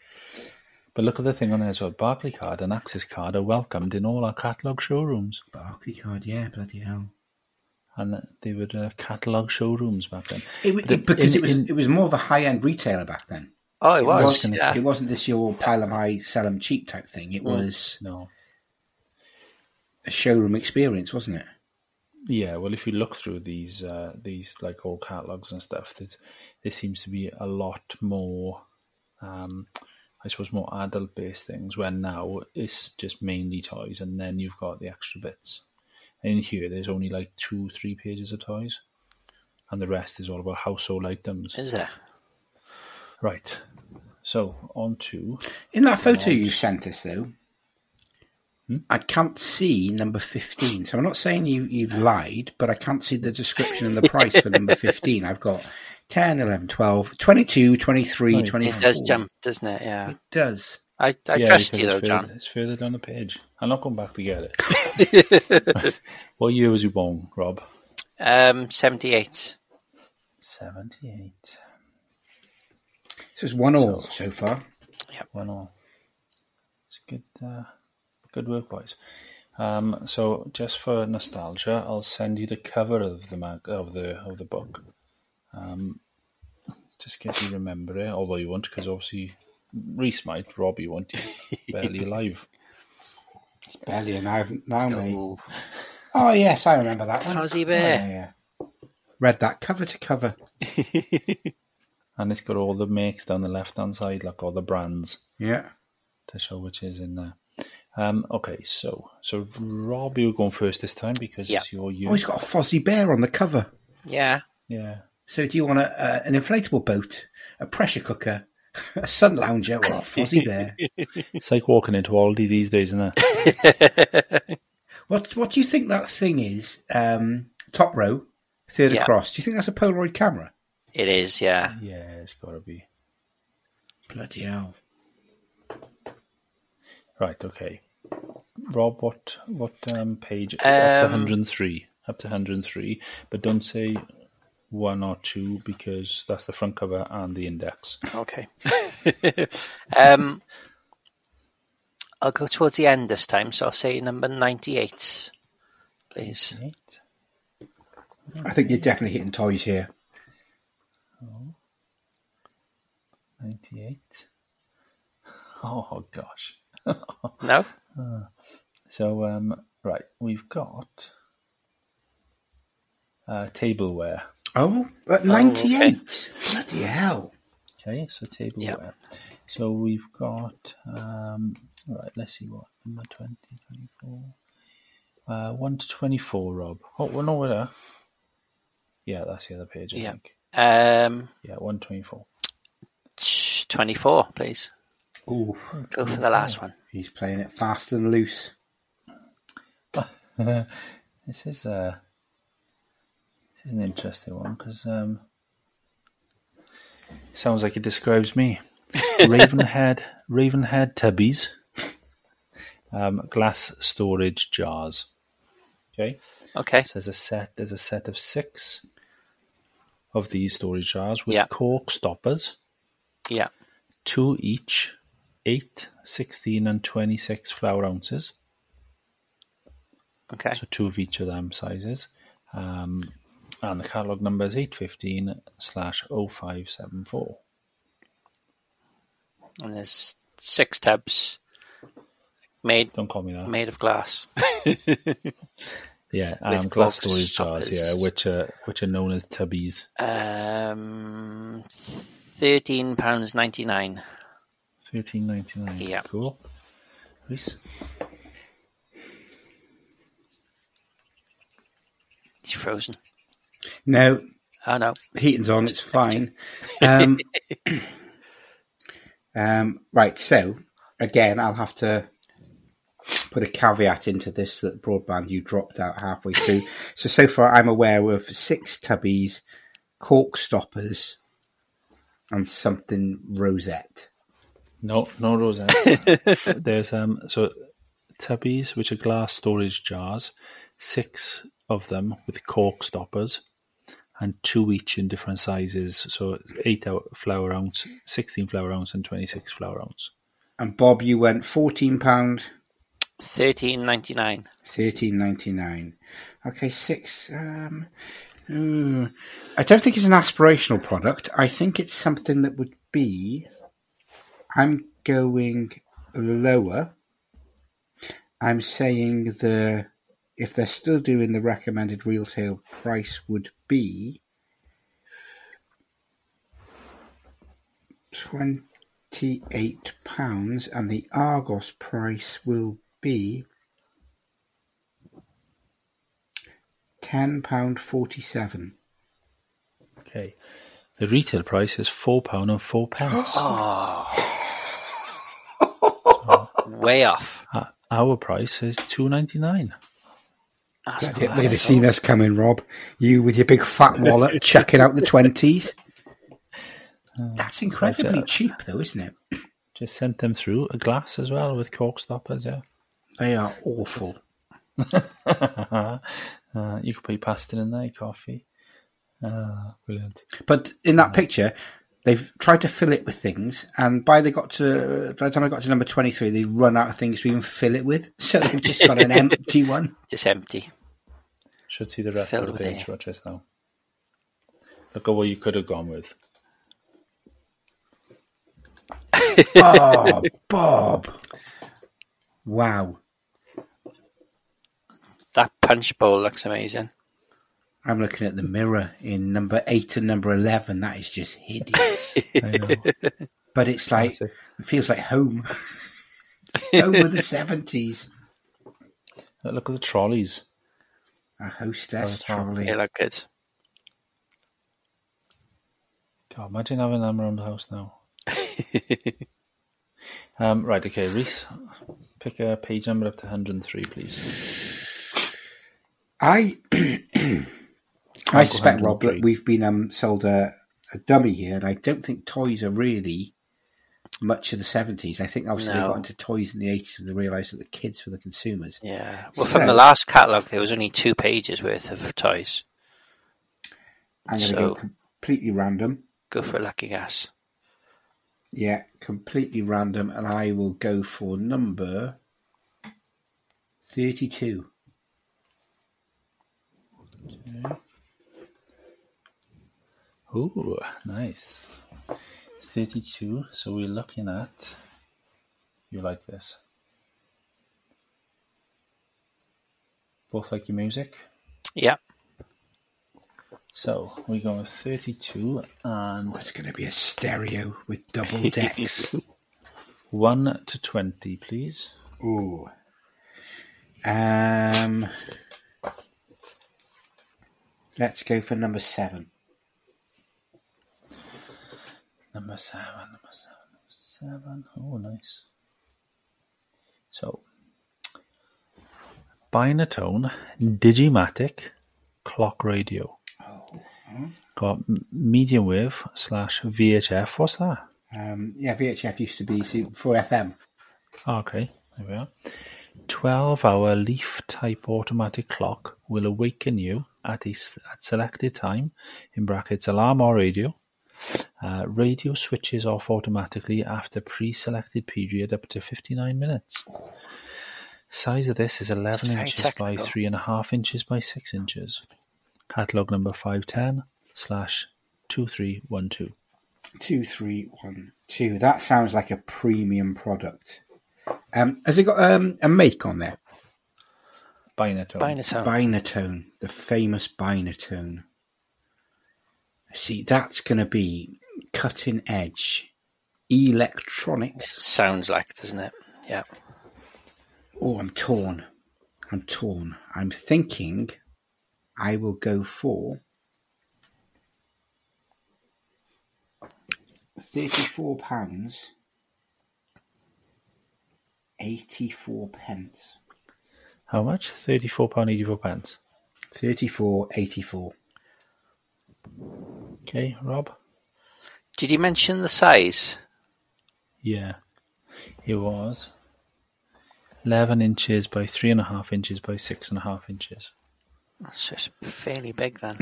[SPEAKER 3] But look at the thing on there as well. Barclay card and Access card are welcomed in all our catalogue showrooms.
[SPEAKER 2] Barclay card, yeah, bloody hell.
[SPEAKER 3] And they were uh, catalogue showrooms back then.
[SPEAKER 2] It, w-
[SPEAKER 3] But
[SPEAKER 2] it- because
[SPEAKER 3] in-
[SPEAKER 2] it was
[SPEAKER 3] in-
[SPEAKER 2] it was more of a high end retailer back then.
[SPEAKER 1] Oh, it, was.
[SPEAKER 2] It,
[SPEAKER 1] yeah. Mm.
[SPEAKER 2] it wasn't this your pile them high, sell them cheap type thing. It was
[SPEAKER 3] No.
[SPEAKER 2] a showroom experience, wasn't it?
[SPEAKER 3] Yeah, well, if you look through these uh, these like old catalogs and stuff, there's, there seems to be a lot more, um, I suppose, more adult based things. Where now it's just mainly toys, and then you've got the extra bits. In here, there's only like two, three pages of toys, and the rest is all about household items.
[SPEAKER 1] Is there?
[SPEAKER 3] Right. So on to
[SPEAKER 2] In that photo you sent us, though, I can't see number 15. So I'm not saying you, you've lied, but I can't see the description and the price for [LAUGHS] number 15. I've got 10, 11, 12, 22, 23,
[SPEAKER 3] Right. It
[SPEAKER 1] It
[SPEAKER 2] 24.
[SPEAKER 1] does jump, doesn't it? Yeah.
[SPEAKER 2] It does.
[SPEAKER 1] I, I
[SPEAKER 3] Yeah,
[SPEAKER 1] trust
[SPEAKER 3] because
[SPEAKER 1] you, though,
[SPEAKER 3] it's
[SPEAKER 1] John.
[SPEAKER 3] Further, it's further down the page. I'm not going back to get it.
[SPEAKER 1] [LAUGHS]
[SPEAKER 3] Right. [LAUGHS] What year was you born, Rob?
[SPEAKER 1] Um, 78.
[SPEAKER 3] Seventy-eight.
[SPEAKER 2] So it's one all so far.
[SPEAKER 3] one all. It's good, uh, good work, boys. Um, so just for nostalgia, I'll send you the cover of the mag- of the of the book. Um, just in case you remember it, although you won't, because obviously Reese might, Robbie won't. You're Barely alive.
[SPEAKER 2] Barely, and I've now made.
[SPEAKER 1] Ooh.
[SPEAKER 2] Oh, yes, I remember that one.
[SPEAKER 1] Fuzzy
[SPEAKER 2] Oh,
[SPEAKER 1] Bear.
[SPEAKER 2] yeah, yeah. Read that cover to cover.
[SPEAKER 3] And it's got all the makes down the left hand side, like all the brands
[SPEAKER 2] Yeah.
[SPEAKER 3] to show which is in there. Um, okay, so so Rob, you're going first this time because
[SPEAKER 1] Yeah.
[SPEAKER 3] it's your year.
[SPEAKER 2] Oh, he's got a Fuzzy Bear on the cover.
[SPEAKER 1] Yeah.
[SPEAKER 3] yeah.
[SPEAKER 2] So do you want a, uh, an inflatable boat, a pressure cooker, [LAUGHS] a sun lounger, or a fuzzy bear?
[SPEAKER 3] It's like walking into Aldi these days, isn't it?
[SPEAKER 2] what What do you think that thing is? Um, top row, third
[SPEAKER 1] Yeah.
[SPEAKER 2] across. Do you think that's a Polaroid camera?
[SPEAKER 1] It is, yeah.
[SPEAKER 3] yeah, it's got to be.
[SPEAKER 2] Bloody hell!
[SPEAKER 3] Right. Okay. Rob, what what um, page? up to
[SPEAKER 1] Um,
[SPEAKER 3] 103. Up to 103. But don't say one or two because that's the front cover and the index.
[SPEAKER 1] Okay. [LAUGHS] um, I'll go towards the end this time, so I'll say number 98, please.
[SPEAKER 3] Right.
[SPEAKER 2] I think you're definitely hitting toys here.
[SPEAKER 3] 98. Oh gosh.
[SPEAKER 1] No?
[SPEAKER 3] So um, right, we've got uh, tableware.
[SPEAKER 2] Oh, at 98. Bloody hell!
[SPEAKER 3] Okay, so tableware. So we've got, um, right, let's see what, number 20, 24. Uh, 1 to 24, Rob. Oh, well, no, we're there. Yeah, that's the other page, I
[SPEAKER 1] Yeah.
[SPEAKER 3] think.
[SPEAKER 1] Um,
[SPEAKER 3] Yeah, 124.
[SPEAKER 1] t- 24, please.
[SPEAKER 2] Ooh,
[SPEAKER 1] Go for the last one.
[SPEAKER 2] he's playing it fast and loose.
[SPEAKER 3] this is uh, this is an interesting one because um, sounds like it describes me. Ravenhead, Ravenhead tubbies, um, glass storage jars. Okay,
[SPEAKER 1] Okay.
[SPEAKER 3] so there's a set. There's a set of six of these storage jars with
[SPEAKER 1] Yeah.
[SPEAKER 3] cork stoppers,
[SPEAKER 1] Yeah.
[SPEAKER 3] two each, eight, 16 and twenty-six flower ounces.
[SPEAKER 1] Okay.
[SPEAKER 3] so two of each of them sizes. Um, and the catalog number is 815 slash 0574.
[SPEAKER 1] And there's six tubs made
[SPEAKER 3] Don't call me that.
[SPEAKER 1] made of glass.
[SPEAKER 3] yeah,
[SPEAKER 1] with
[SPEAKER 3] um, glass
[SPEAKER 1] cork
[SPEAKER 3] storage jars,
[SPEAKER 1] stoppers.
[SPEAKER 3] yeah, which are which are known as tubbies.
[SPEAKER 1] Um, thirteen pounds ninety nine.
[SPEAKER 3] Thirteen ninety nine.
[SPEAKER 1] Yeah.
[SPEAKER 3] Cool. Reese?
[SPEAKER 1] It's frozen.
[SPEAKER 2] No,
[SPEAKER 1] Oh no.
[SPEAKER 2] heating's on, it's fine. Um, um, right, so again, I'll have to put a caveat into this that broadband you dropped out halfway through. so so far, I'm aware of six tubbies, cork stoppers, and something rosette.
[SPEAKER 3] No, no rosette. There's um so tubbies, which are glass storage jars, six of them with cork stoppers, and two each in different sizes. So eight ou- flower ounce, sixteen flower ounce, and twenty six flower ounce.
[SPEAKER 2] And Bob, you went fourteen pound,
[SPEAKER 1] Thirteen ninety nine.
[SPEAKER 2] thirteen ninety nine. Okay, six. Um, mm, I don't think it's an aspirational product. I think it's something that would be. I'm going lower. I'm saying the if they're still doing the recommended retail price would be twenty eight pounds and the Argos price will be ten pound forty seven.
[SPEAKER 3] Okay. The retail price is four pound and four pence.
[SPEAKER 1] Way off.
[SPEAKER 3] Uh, Our price is two ninety nine.
[SPEAKER 1] That's not
[SPEAKER 2] They'd
[SPEAKER 1] bad
[SPEAKER 2] have
[SPEAKER 1] at all.
[SPEAKER 2] seen us coming, Rob. You with your big fat [LAUGHS] wallet chucking out the twenties. That's incredibly cheap, though, isn't it?
[SPEAKER 3] Just sent them through a glass as well with cork stoppers. Yeah. [LAUGHS]
[SPEAKER 2] They are awful.
[SPEAKER 3] uh, you could put your pasta in there, coffee. Uh, brilliant.
[SPEAKER 2] But in that picture, they've tried to fill it with things, and by they got to by the time I got to number twenty three, they run out of things to even fill it with, so they've just got [LAUGHS] an empty one.
[SPEAKER 1] Just empty.
[SPEAKER 3] Should see the rest
[SPEAKER 1] Filled
[SPEAKER 3] of the
[SPEAKER 1] with
[SPEAKER 3] page,
[SPEAKER 1] air.
[SPEAKER 3] Rogers, now. Look at what you could have gone with.
[SPEAKER 2] Oh, Bob! Wow,
[SPEAKER 1] That punch bowl looks amazing.
[SPEAKER 2] I'm looking at the mirror in number eight and number eleven. That is just hideous.
[SPEAKER 3] I know.
[SPEAKER 2] but it's like
[SPEAKER 3] That's it.
[SPEAKER 2] it feels like home. [LAUGHS] home
[SPEAKER 1] [LAUGHS]
[SPEAKER 2] of the seventies.
[SPEAKER 3] Look at the trolleys.
[SPEAKER 2] A hostess
[SPEAKER 3] Oh,
[SPEAKER 2] trolley.
[SPEAKER 1] They look good.
[SPEAKER 3] God, imagine having them around the house now. um, right, okay, Reese, pick a page number up to 103, please.
[SPEAKER 2] I [CLEARS THROAT] I suspect,
[SPEAKER 3] handle
[SPEAKER 2] Rob, that
[SPEAKER 3] tree.
[SPEAKER 2] we've been um, sold a, a dummy here, and I don't think toys are really much of the seventies. I think obviously they
[SPEAKER 1] No.
[SPEAKER 2] got into toys in the eighties and they realised that the kids were the consumers.
[SPEAKER 1] Yeah. Well, from
[SPEAKER 2] So-
[SPEAKER 1] the last catalogue, there was only two pages worth of toys.
[SPEAKER 2] I'm going to
[SPEAKER 1] So-
[SPEAKER 2] go completely random.
[SPEAKER 1] Go for a lucky guess.
[SPEAKER 2] Yeah, completely random, and I will go for number thirty-two.
[SPEAKER 3] Ooh, nice. 32, so we're looking at. You like this? Both like your music?
[SPEAKER 1] Yeah.
[SPEAKER 3] So we go with 32 and
[SPEAKER 2] Oh, It's going to be a stereo with double decks.
[SPEAKER 3] 1 to 20, please.
[SPEAKER 2] Ooh. Um, let's go for number seven.
[SPEAKER 3] Number 7, number 7, number 7. Oh, nice. So Binatone, Digimatic, Clock Radio. Got m- medium wave slash VHF. What's that?
[SPEAKER 2] Um, yeah, VHF used to be for FM.
[SPEAKER 3] Okay, there we are. 12 hour leaf type automatic clock will awaken you at a s- at selected time, in brackets alarm or radio. Uh, radio switches off automatically after pre selected period up to 59 minutes. Size of this is 11
[SPEAKER 1] very
[SPEAKER 3] inches by
[SPEAKER 1] technical.
[SPEAKER 3] 3.5 inches by 6 inches. Catalogue number 510 slash 2312.
[SPEAKER 2] Two, three, one, two. That sounds like a premium product. Um, has it got um, a make on there?
[SPEAKER 3] Binatone.
[SPEAKER 1] Binatone.
[SPEAKER 2] Binatone, the famous Binatone. See, that's going to be cutting edge electronics.
[SPEAKER 1] Sounds like, doesn't it? Yeah.
[SPEAKER 2] Oh, I'm torn. I'm torn. I'm thinking I will go for 34 pounds 84 pence.
[SPEAKER 3] How much? Thirty-four pound eighty-four pence.
[SPEAKER 2] 34.84.
[SPEAKER 3] Okay, Rob.
[SPEAKER 1] Did you mention the size?
[SPEAKER 3] Yeah, it was eleven inches by three and a half inches by six and a half inches.
[SPEAKER 1] So it's fairly big then.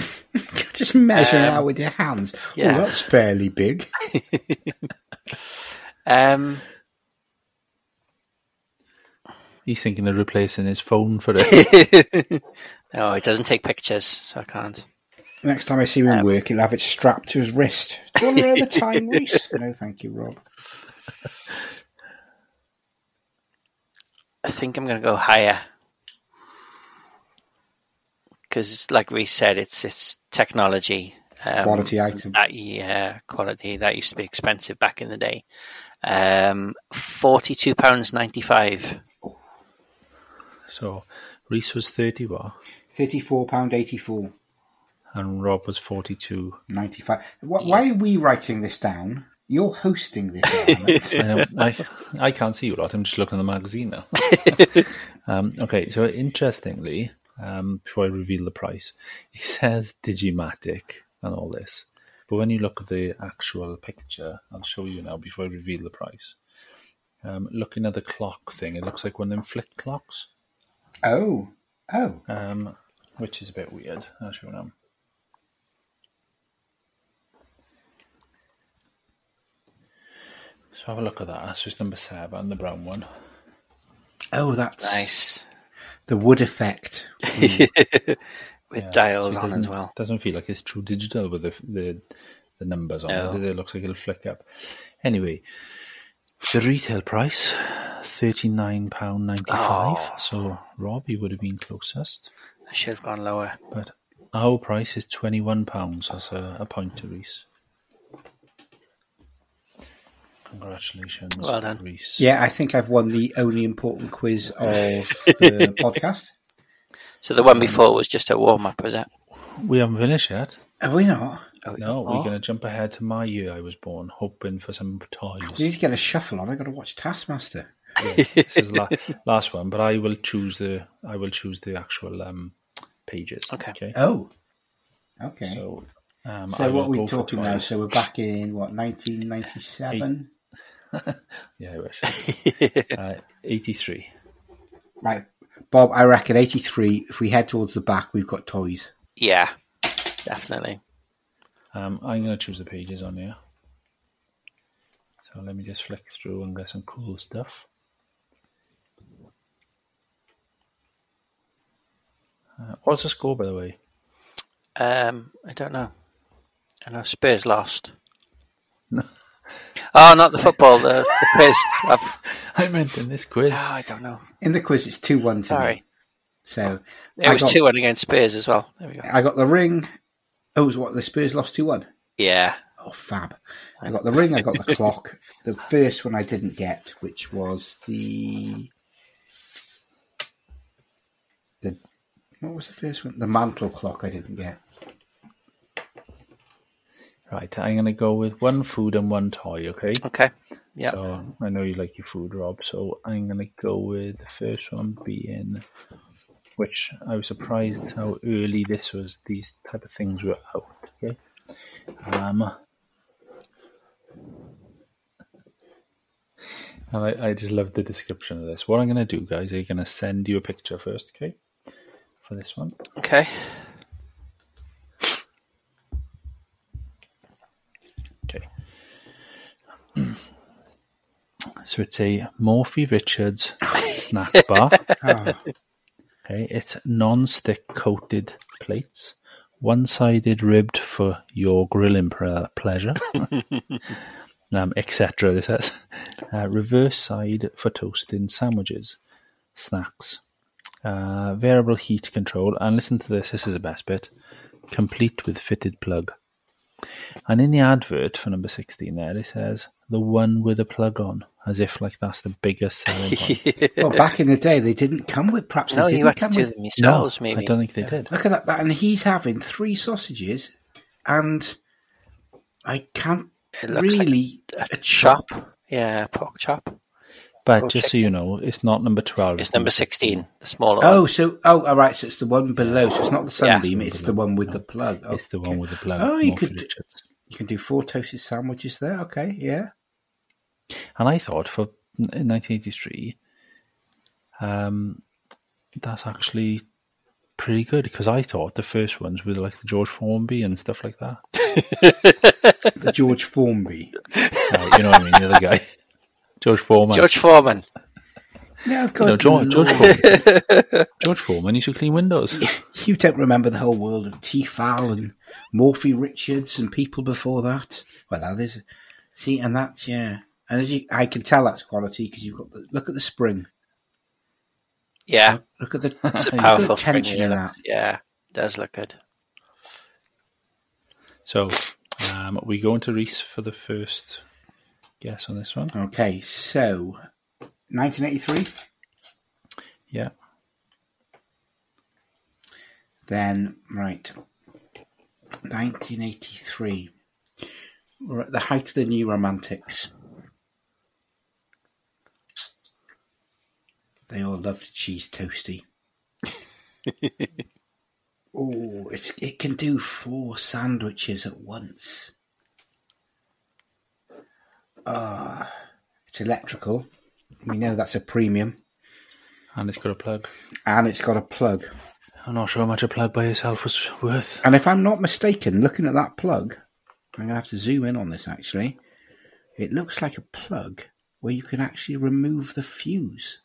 [SPEAKER 2] Just measure it
[SPEAKER 1] Um,
[SPEAKER 2] out with your hands.
[SPEAKER 1] yeah.
[SPEAKER 2] Oh, that's fairly big.
[SPEAKER 1] Um,
[SPEAKER 3] He's thinking of replacing his phone for it.
[SPEAKER 1] no, it doesn't take pictures, so I can't.
[SPEAKER 2] Next time I see him
[SPEAKER 1] Um,
[SPEAKER 2] in work, he'll have it strapped to his wrist. Do you want
[SPEAKER 1] [LAUGHS]
[SPEAKER 2] another time, Reese? No, thank you, Rob.
[SPEAKER 1] I think I'm going to go higher because, like we said, it's it's technology. Um,
[SPEAKER 2] Quality item.
[SPEAKER 1] That, yeah, quality. That used to be expensive back in the day. Um, Forty-two pounds ninety-five.
[SPEAKER 3] so Reese was thirty-one,
[SPEAKER 2] £34.84.
[SPEAKER 3] and Rob was forty-two.
[SPEAKER 2] 95. Why, why are we writing this down? You're hosting
[SPEAKER 1] [LAUGHS]
[SPEAKER 2] this. Alan.
[SPEAKER 3] [LAUGHS] I, know, I I can't see you lot. I'm just looking at the magazine now. um, okay, so interestingly, um, before I reveal the price, it [LAUGHS] says Digimatic and all this, but when you look at the actual picture, I'll show you now before I reveal the price. Um, looking at the clock thing, it looks like one of them flick clocks,
[SPEAKER 2] oh, oh.
[SPEAKER 3] um, which is a bit weird. I'll show you now. So have a look at that. That's just number seven, the brown one.
[SPEAKER 2] Oh, that's
[SPEAKER 1] Nice
[SPEAKER 2] the wood effect.
[SPEAKER 1] with dials on as
[SPEAKER 3] doesn't-
[SPEAKER 1] well.
[SPEAKER 3] Doesn't feel like it's true digital with the the, the numbers on
[SPEAKER 1] No.
[SPEAKER 3] it. It looks like it'll flick up. Anyway, the retail price thirty nine pound ninety five. So Rob, you would have been closest,
[SPEAKER 1] I should have gone lower.
[SPEAKER 3] but our price is twenty one pounds. That's a, a point to Reese. Congratulations,
[SPEAKER 1] Well done.
[SPEAKER 3] Reese.
[SPEAKER 2] Yeah, I think I've won the only important quiz of
[SPEAKER 1] [LAUGHS]
[SPEAKER 2] the podcast.
[SPEAKER 1] So the one before was just a warm-up, was it?
[SPEAKER 3] We haven't finished yet.
[SPEAKER 2] Are we not?
[SPEAKER 3] No,
[SPEAKER 1] Oh.
[SPEAKER 3] we're going to jump ahead to my year I was born, hoping for some
[SPEAKER 2] We
[SPEAKER 1] [LAUGHS]
[SPEAKER 3] toys.
[SPEAKER 2] need to get a shuffle on. I've got to watch Taskmaster.
[SPEAKER 3] this is la- last one, but I will choose the I will choose the actual um, pages.
[SPEAKER 1] Okay.
[SPEAKER 2] Oh. Okay. So,
[SPEAKER 3] So, um,
[SPEAKER 2] what are we
[SPEAKER 3] are
[SPEAKER 2] talking now? So we're back in, what, 1997?
[SPEAKER 3] Yeah, I wish.
[SPEAKER 1] [LAUGHS]
[SPEAKER 3] uh, Eighty-three.
[SPEAKER 2] Right. Bob, I reckon 83, if we head towards the back, we've got toys.
[SPEAKER 1] Yeah, definitely.
[SPEAKER 3] Um, I'm going to choose the pages on here. So let me just flick through and get some cool stuff. Uh, what's the score, by the way? [LAUGHS]
[SPEAKER 1] Um, I don't know. I know Spurs lost. oh, not the football. The, the
[SPEAKER 2] [LAUGHS]
[SPEAKER 1] quiz. I've,
[SPEAKER 3] I meant in this quiz.
[SPEAKER 1] oh, I don't know.
[SPEAKER 2] In the quiz, it's 2 1 to me.
[SPEAKER 1] Sorry,
[SPEAKER 2] So
[SPEAKER 1] it
[SPEAKER 2] I
[SPEAKER 1] was
[SPEAKER 2] got-
[SPEAKER 1] two one against Spurs as well. There we go.
[SPEAKER 2] I got the ring. Oh, it was what? The Spurs lost 2 1.
[SPEAKER 1] Yeah,
[SPEAKER 2] Oh, fab. I got the ring, I got
[SPEAKER 1] [LAUGHS]
[SPEAKER 2] the clock. The first one I didn't get, which was the. the What was the first one? The mantle clock I didn't get.
[SPEAKER 3] Right, I'm going to go with one food and one toy. Okay.
[SPEAKER 1] Okay. Yeah.
[SPEAKER 3] So I know you like your food, Rob. So I'm gonna go with the first one being, which I was surprised how early this was. These type of things were out. Okay. Um. And I, I just love the description of this. What I'm gonna do, guys, I'm gonna send you a picture first, okay? For this one.
[SPEAKER 1] Okay.
[SPEAKER 3] Okay. So it's a Morphe Richards snack bar. Okay, it's non-stick coated plates, one-sided ribbed for your grilling pre- pleasure, um, etc. It says uh, reverse side for toasting sandwiches, snacks, uh, variable heat control, and listen to this. This is the best bit. Complete with fitted plug. And in the advert for number 16 there, it says the one with a plug on, as if like that's the biggest selling point.
[SPEAKER 1] [LAUGHS]
[SPEAKER 2] Well, back in the day, they didn't come with. Perhaps
[SPEAKER 1] No, you
[SPEAKER 2] they didn't
[SPEAKER 1] had to
[SPEAKER 2] come
[SPEAKER 1] do
[SPEAKER 2] with.
[SPEAKER 1] them yourselves,
[SPEAKER 3] I
[SPEAKER 1] maybe.
[SPEAKER 3] don't think they did.
[SPEAKER 2] Look at that, that, and he's having three sausages, and I can't
[SPEAKER 1] It looks like
[SPEAKER 2] really
[SPEAKER 1] a
[SPEAKER 2] chop.
[SPEAKER 1] chop. Yeah, pork chop.
[SPEAKER 3] But just so you know, it's not number 12.
[SPEAKER 1] It's number 16, the smaller one.
[SPEAKER 2] Oh, so oh, all right. So it's the one below. So it's not the sunbeam. It's the one with the plug.
[SPEAKER 3] It's the one with the plug.
[SPEAKER 2] Oh, you
[SPEAKER 3] Morphy
[SPEAKER 2] could
[SPEAKER 3] Richards.
[SPEAKER 2] you can do four toasted sandwiches there. Okay, yeah.
[SPEAKER 3] And I thought for in 1983, um, that's actually pretty good because I thought the first ones were like the George Formby and stuff like that.
[SPEAKER 2] The George Formby.
[SPEAKER 3] Uh, you know what I mean? The other guy, George Foreman.
[SPEAKER 1] George Foreman.
[SPEAKER 2] No,
[SPEAKER 3] you
[SPEAKER 2] God,
[SPEAKER 3] know, George, George
[SPEAKER 2] Lord.
[SPEAKER 3] Foreman. George Foreman used to clean windows.
[SPEAKER 2] [LAUGHS] you don't remember the whole world of T. Fowl and Morphy Richards and people before that. Well, that is. See, and that's, yeah. And as you, I can tell that's quality because you've got the, look at the spring.
[SPEAKER 1] Yeah,
[SPEAKER 2] Look at the,
[SPEAKER 1] it's a
[SPEAKER 2] look at
[SPEAKER 1] powerful
[SPEAKER 2] the
[SPEAKER 1] spring
[SPEAKER 2] tension in
[SPEAKER 1] unit.
[SPEAKER 2] that.
[SPEAKER 1] Yeah, does look good.
[SPEAKER 3] So um, we go into Reese for the first guess on this one.
[SPEAKER 2] Okay, so 1983,
[SPEAKER 3] Yeah.
[SPEAKER 2] then, right. 1983. We're at the height of the new romantics. They all loved cheese toasty. oh, it's, it can do four sandwiches at once. Ah, it's electrical. We know that's a premium.
[SPEAKER 3] And it's got a plug.
[SPEAKER 2] And it's got a plug.
[SPEAKER 3] I'm not sure how much a plug by itself was worth.
[SPEAKER 2] And if I'm not mistaken, looking at that plug, I'm going to have to zoom in on this actually. It looks like a plug where you can actually remove the fuse.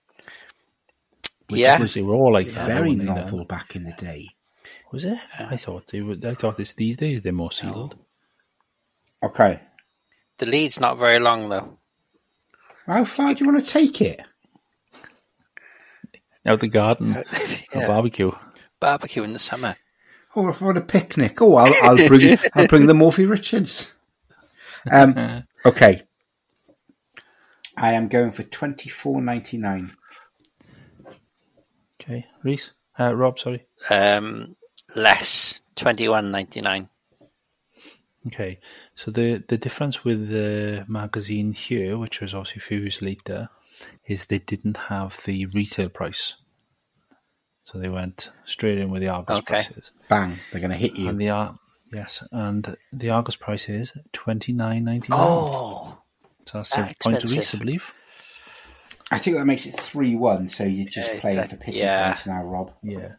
[SPEAKER 1] yeah,
[SPEAKER 3] Because they were all like that.
[SPEAKER 2] Very
[SPEAKER 3] weren't they, then?
[SPEAKER 2] novel back in the day.
[SPEAKER 3] Was it? I thought they would. I thought it's these days they're more sealed.
[SPEAKER 2] Okay.
[SPEAKER 1] the lead's not very long though. [LAUGHS]
[SPEAKER 2] How far do you want to take it?
[SPEAKER 3] Out the garden, a
[SPEAKER 1] Oh, Yeah.
[SPEAKER 3] barbecue.
[SPEAKER 1] Barbecue in the summer.
[SPEAKER 2] Oh, if I want a picnic. Oh, I'll, I'll bring I'll bring the Morphy Richards. Um, okay. I am going for twenty four ninety nine.
[SPEAKER 3] Okay, Reese, uh, Rob, sorry.
[SPEAKER 1] Um, less twenty one ninety nine.
[SPEAKER 3] Okay, so the the difference with the magazine here, which was obviously a few years later, is they didn't have the retail price, so they went straight in with the Argos
[SPEAKER 1] Okay.
[SPEAKER 3] prices.
[SPEAKER 2] Bang! They're going to hit you.
[SPEAKER 3] And the Ar- yes, and the Argos price is twenty nine ninety nine.
[SPEAKER 1] Oh,
[SPEAKER 3] so that's a
[SPEAKER 1] that
[SPEAKER 3] point to Reese, I
[SPEAKER 1] expensive.
[SPEAKER 3] believe.
[SPEAKER 2] I think that makes it three one. So you're just
[SPEAKER 1] Yeah,
[SPEAKER 2] playing
[SPEAKER 1] that-
[SPEAKER 2] for picnic
[SPEAKER 1] yeah.
[SPEAKER 2] points now, Rob.
[SPEAKER 3] Yeah.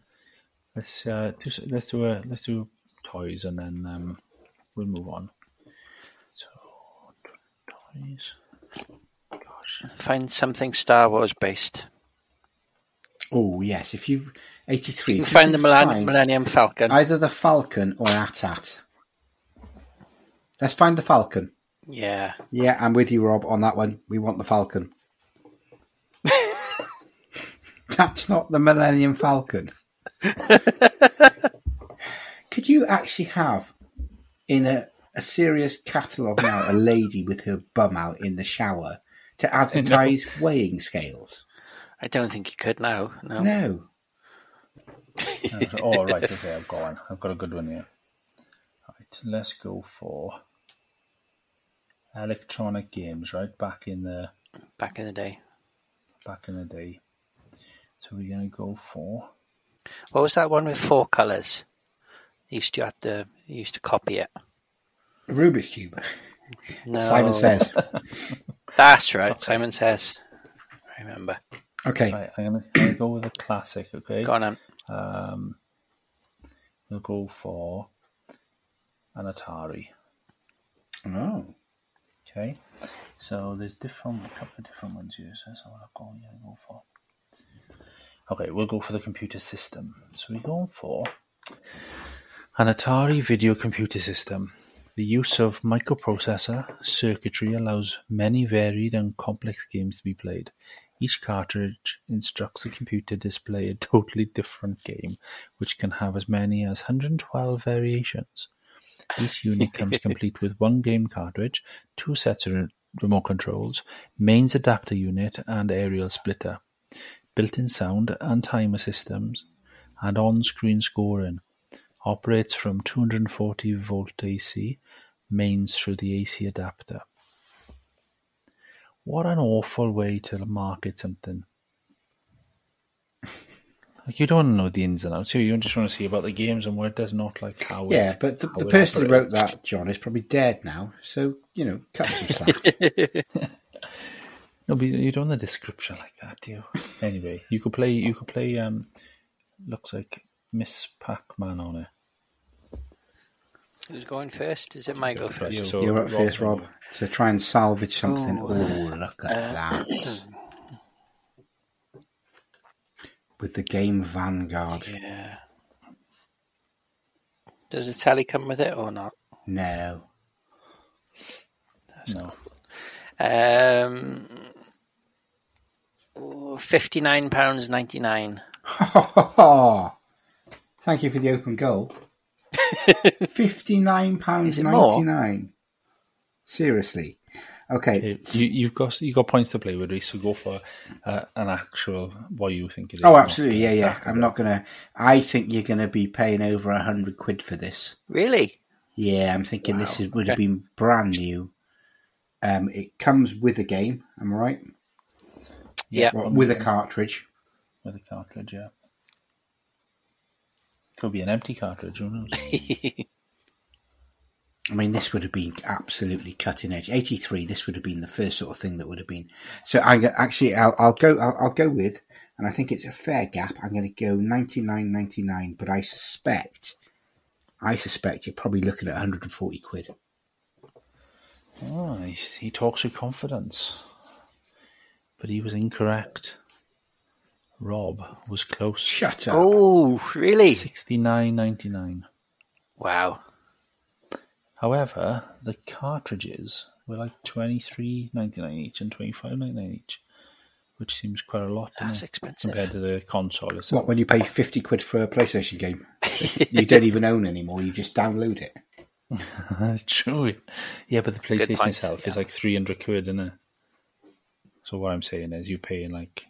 [SPEAKER 3] Let's uh, do, s- let's do a let's do toys and then um, we'll move on. So toys. Gosh.
[SPEAKER 1] find something Star Wars based.
[SPEAKER 2] Oh yes, if you've eighty three,
[SPEAKER 1] You can find the Millenn- Millennium Falcon.
[SPEAKER 2] either the Falcon or Atat. Let's find the Falcon.
[SPEAKER 1] yeah,
[SPEAKER 2] Yeah, I'm with you, Rob, on that one. We want the Falcon. That's not the Millennium Falcon. Could you actually have in a, a serious catalogue now a lady with her bum out in the shower to advertise weighing scales?
[SPEAKER 1] I don't think you could now. No.
[SPEAKER 2] No.
[SPEAKER 1] [LAUGHS]
[SPEAKER 3] oh right, okay, I've got one. I've got a good one here. Right, let's go for electronic games. Right, back in the
[SPEAKER 1] back in the day.
[SPEAKER 3] back in the day. So we're gonna go for
[SPEAKER 1] What was that one with four colours? You used to have to you used to copy it.
[SPEAKER 2] Rubik's Cube.
[SPEAKER 1] No,
[SPEAKER 2] Simon says.
[SPEAKER 1] That's right. Simon says. I remember.
[SPEAKER 2] Okay.
[SPEAKER 3] right, I'm gonna, I'm gonna go with a classic. Okay,
[SPEAKER 1] Go on. Em.
[SPEAKER 3] Um, we'll go for an Atari.
[SPEAKER 2] Oh.
[SPEAKER 3] Okay, so there's different a couple of different ones here. So that's what I'm going to go for. Okay, we'll go for the computer system. So we're going for an Atari video computer system. The use of microprocessor circuitry allows many varied and complex games to be played. Each cartridge instructs the computer to display a totally different game, which can have as many as 112 variations. Each unit comes complete with one game cartridge, two sets of re- remote controls, mains adapter unit, and aerial splitter. Built in sound and timer systems, and on screen scoring. Operates from 240 volt AC, mains through the AC adapter. What an awful way to market something. Like you don't know the ins and outs. You just want to see about the games and where it does not like how. it-
[SPEAKER 2] Yeah, but the,
[SPEAKER 3] how
[SPEAKER 2] the
[SPEAKER 3] it
[SPEAKER 2] person who wrote
[SPEAKER 3] operates.
[SPEAKER 2] that, John, is probably dead now. So, you know, cut him some slack.
[SPEAKER 3] No, but you don't want the description like that,
[SPEAKER 2] [LAUGHS]
[SPEAKER 3] do you? anyway, you could play. You could play. Um, looks like Miss Pac-Man on it.
[SPEAKER 1] Who's going first? Is it my go first?
[SPEAKER 3] first, so-
[SPEAKER 2] You're up first, Rob, to try and salvage something.
[SPEAKER 1] Ooh.
[SPEAKER 2] Oh, look at
[SPEAKER 1] uh, [CLEARS THROAT]
[SPEAKER 2] that. With the game Vanguard.
[SPEAKER 1] Yeah. Does the tally come with it or not?
[SPEAKER 2] No.
[SPEAKER 3] no,
[SPEAKER 1] Um, fifty nine pounds ninety nine.
[SPEAKER 2] [LAUGHS] Thank you for the
[SPEAKER 1] [LAUGHS]
[SPEAKER 2] open goal. £59.99.
[SPEAKER 1] Is it more?
[SPEAKER 2] Seriously. Okay.
[SPEAKER 3] you, you've got you got points to play with, Reese. So go for uh, an actual what you think it is.
[SPEAKER 2] Oh,
[SPEAKER 3] not
[SPEAKER 2] absolutely. Yeah, yeah. I'm not going to. I think you're going to be paying over a 100 quid for this.
[SPEAKER 1] Really?
[SPEAKER 2] Yeah, I'm thinking this is, would have been brand new. Um, it comes with a game, am I right?
[SPEAKER 1] Yeah.
[SPEAKER 2] Well, with a cartridge.
[SPEAKER 3] with a cartridge. Yeah, could be an empty cartridge. Who knows?
[SPEAKER 2] I mean, this would have been absolutely cutting edge. '83. This would have been the first sort of thing that would have been. So I go- actually, I'll, I'll go. I'll, I'll go with, and I think it's a fair gap. I'm going to go 99.99, but I suspect, I suspect you're probably looking at 140 quid.
[SPEAKER 3] Oh, he, he talks with confidence. But he was incorrect. Rob was close.
[SPEAKER 2] Shut up.
[SPEAKER 1] Oh, really?
[SPEAKER 3] Sixty nine ninety nine.
[SPEAKER 1] Wow.
[SPEAKER 3] However, the cartridges were like twenty three ninety nine each and twenty five ninety nine each, which seems quite a lot doesn't
[SPEAKER 1] That's
[SPEAKER 3] it,
[SPEAKER 1] expensive.
[SPEAKER 3] compared to the console itself.
[SPEAKER 2] What when you pay 50 quid for a PlayStation game, [LAUGHS] you don't even own anymore. You just download it.
[SPEAKER 3] [LAUGHS] That's true. Yeah, but the PlayStation
[SPEAKER 1] point,
[SPEAKER 3] itself is
[SPEAKER 1] yeah.
[SPEAKER 3] like three hundred quid, is it? So what I'm saying is, you're paying like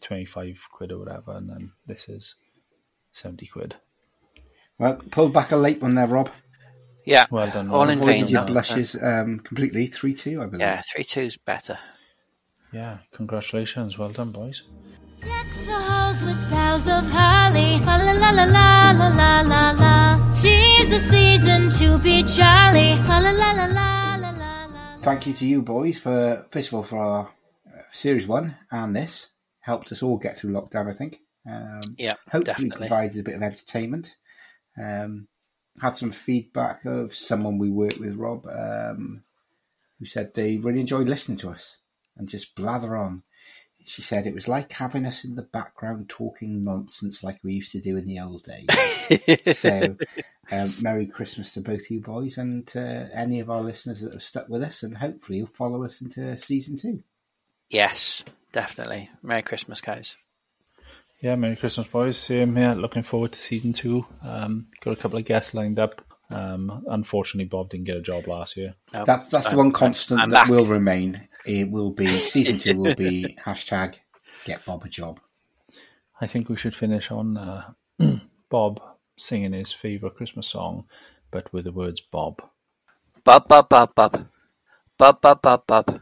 [SPEAKER 3] twenty five quid or whatever, and then this is seventy quid.
[SPEAKER 2] Well, pulled back a late one there, Rob.
[SPEAKER 1] Yeah.
[SPEAKER 3] Well done,
[SPEAKER 1] All
[SPEAKER 3] Rob.
[SPEAKER 1] in
[SPEAKER 2] Avoided
[SPEAKER 1] vain.
[SPEAKER 2] your
[SPEAKER 1] though.
[SPEAKER 2] blushes um, completely. Three two, I believe.
[SPEAKER 1] Yeah, three two's better.
[SPEAKER 3] Yeah, congratulations. Well done, boys.
[SPEAKER 6] Deck the halls with boughs of holly. La la la la la la la la la. Tis the season to be jolly. La la la la la la la la.
[SPEAKER 2] thank you to you boys for first of all for our uh, series one and this helped us all get through lockdown. I think. Um,
[SPEAKER 1] Yeah,
[SPEAKER 2] hopefully
[SPEAKER 1] definitely.
[SPEAKER 2] provided a bit of entertainment. Um, had some feedback of someone we work with, Rob, um, who said they really enjoyed listening to us and just blather on. She said it was like having us in the background talking nonsense like we used to do in the old days. [LAUGHS] so, um, Merry Christmas to both you boys and uh, any of our listeners that have stuck with us, and hopefully you'll follow us into season two.
[SPEAKER 1] Yes, definitely. Merry Christmas, guys.
[SPEAKER 3] Yeah, Merry Christmas, boys. Same here. Looking forward to season two. Um, got a couple of guests lined up. Um, unfortunately, Bob didn't get a job last year.
[SPEAKER 1] No,
[SPEAKER 2] That's that's the
[SPEAKER 1] I'm-
[SPEAKER 2] one constant
[SPEAKER 1] I'm
[SPEAKER 2] that
[SPEAKER 1] back.
[SPEAKER 2] will remain. It will be season two. Will [LAUGHS] be hashtag get Bob a job.
[SPEAKER 3] I think we should finish on uh, [CLEARS THROAT] Bob singing his favorite Christmas song, but with the words Bob.
[SPEAKER 1] Bub bub bub bub. Bub bub bub bub.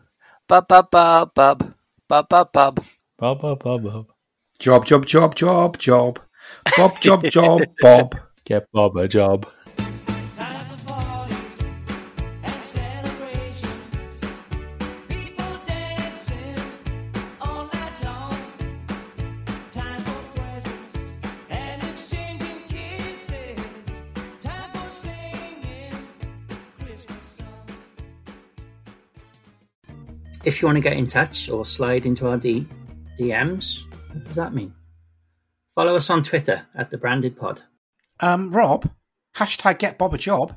[SPEAKER 1] Bub bub bub bub. Bub bub bub.
[SPEAKER 3] Bob, Bob, Bob, Bob.
[SPEAKER 2] Job, job, job, job, job. Bob, job, [LAUGHS] job, Bob.
[SPEAKER 3] Get Bob a job.
[SPEAKER 1] If you want to get in touch or slide into our D- DMs, what does that mean? Follow us on Twitter at the Branded Pod.
[SPEAKER 2] Um, Rob, hashtag get Bob a job.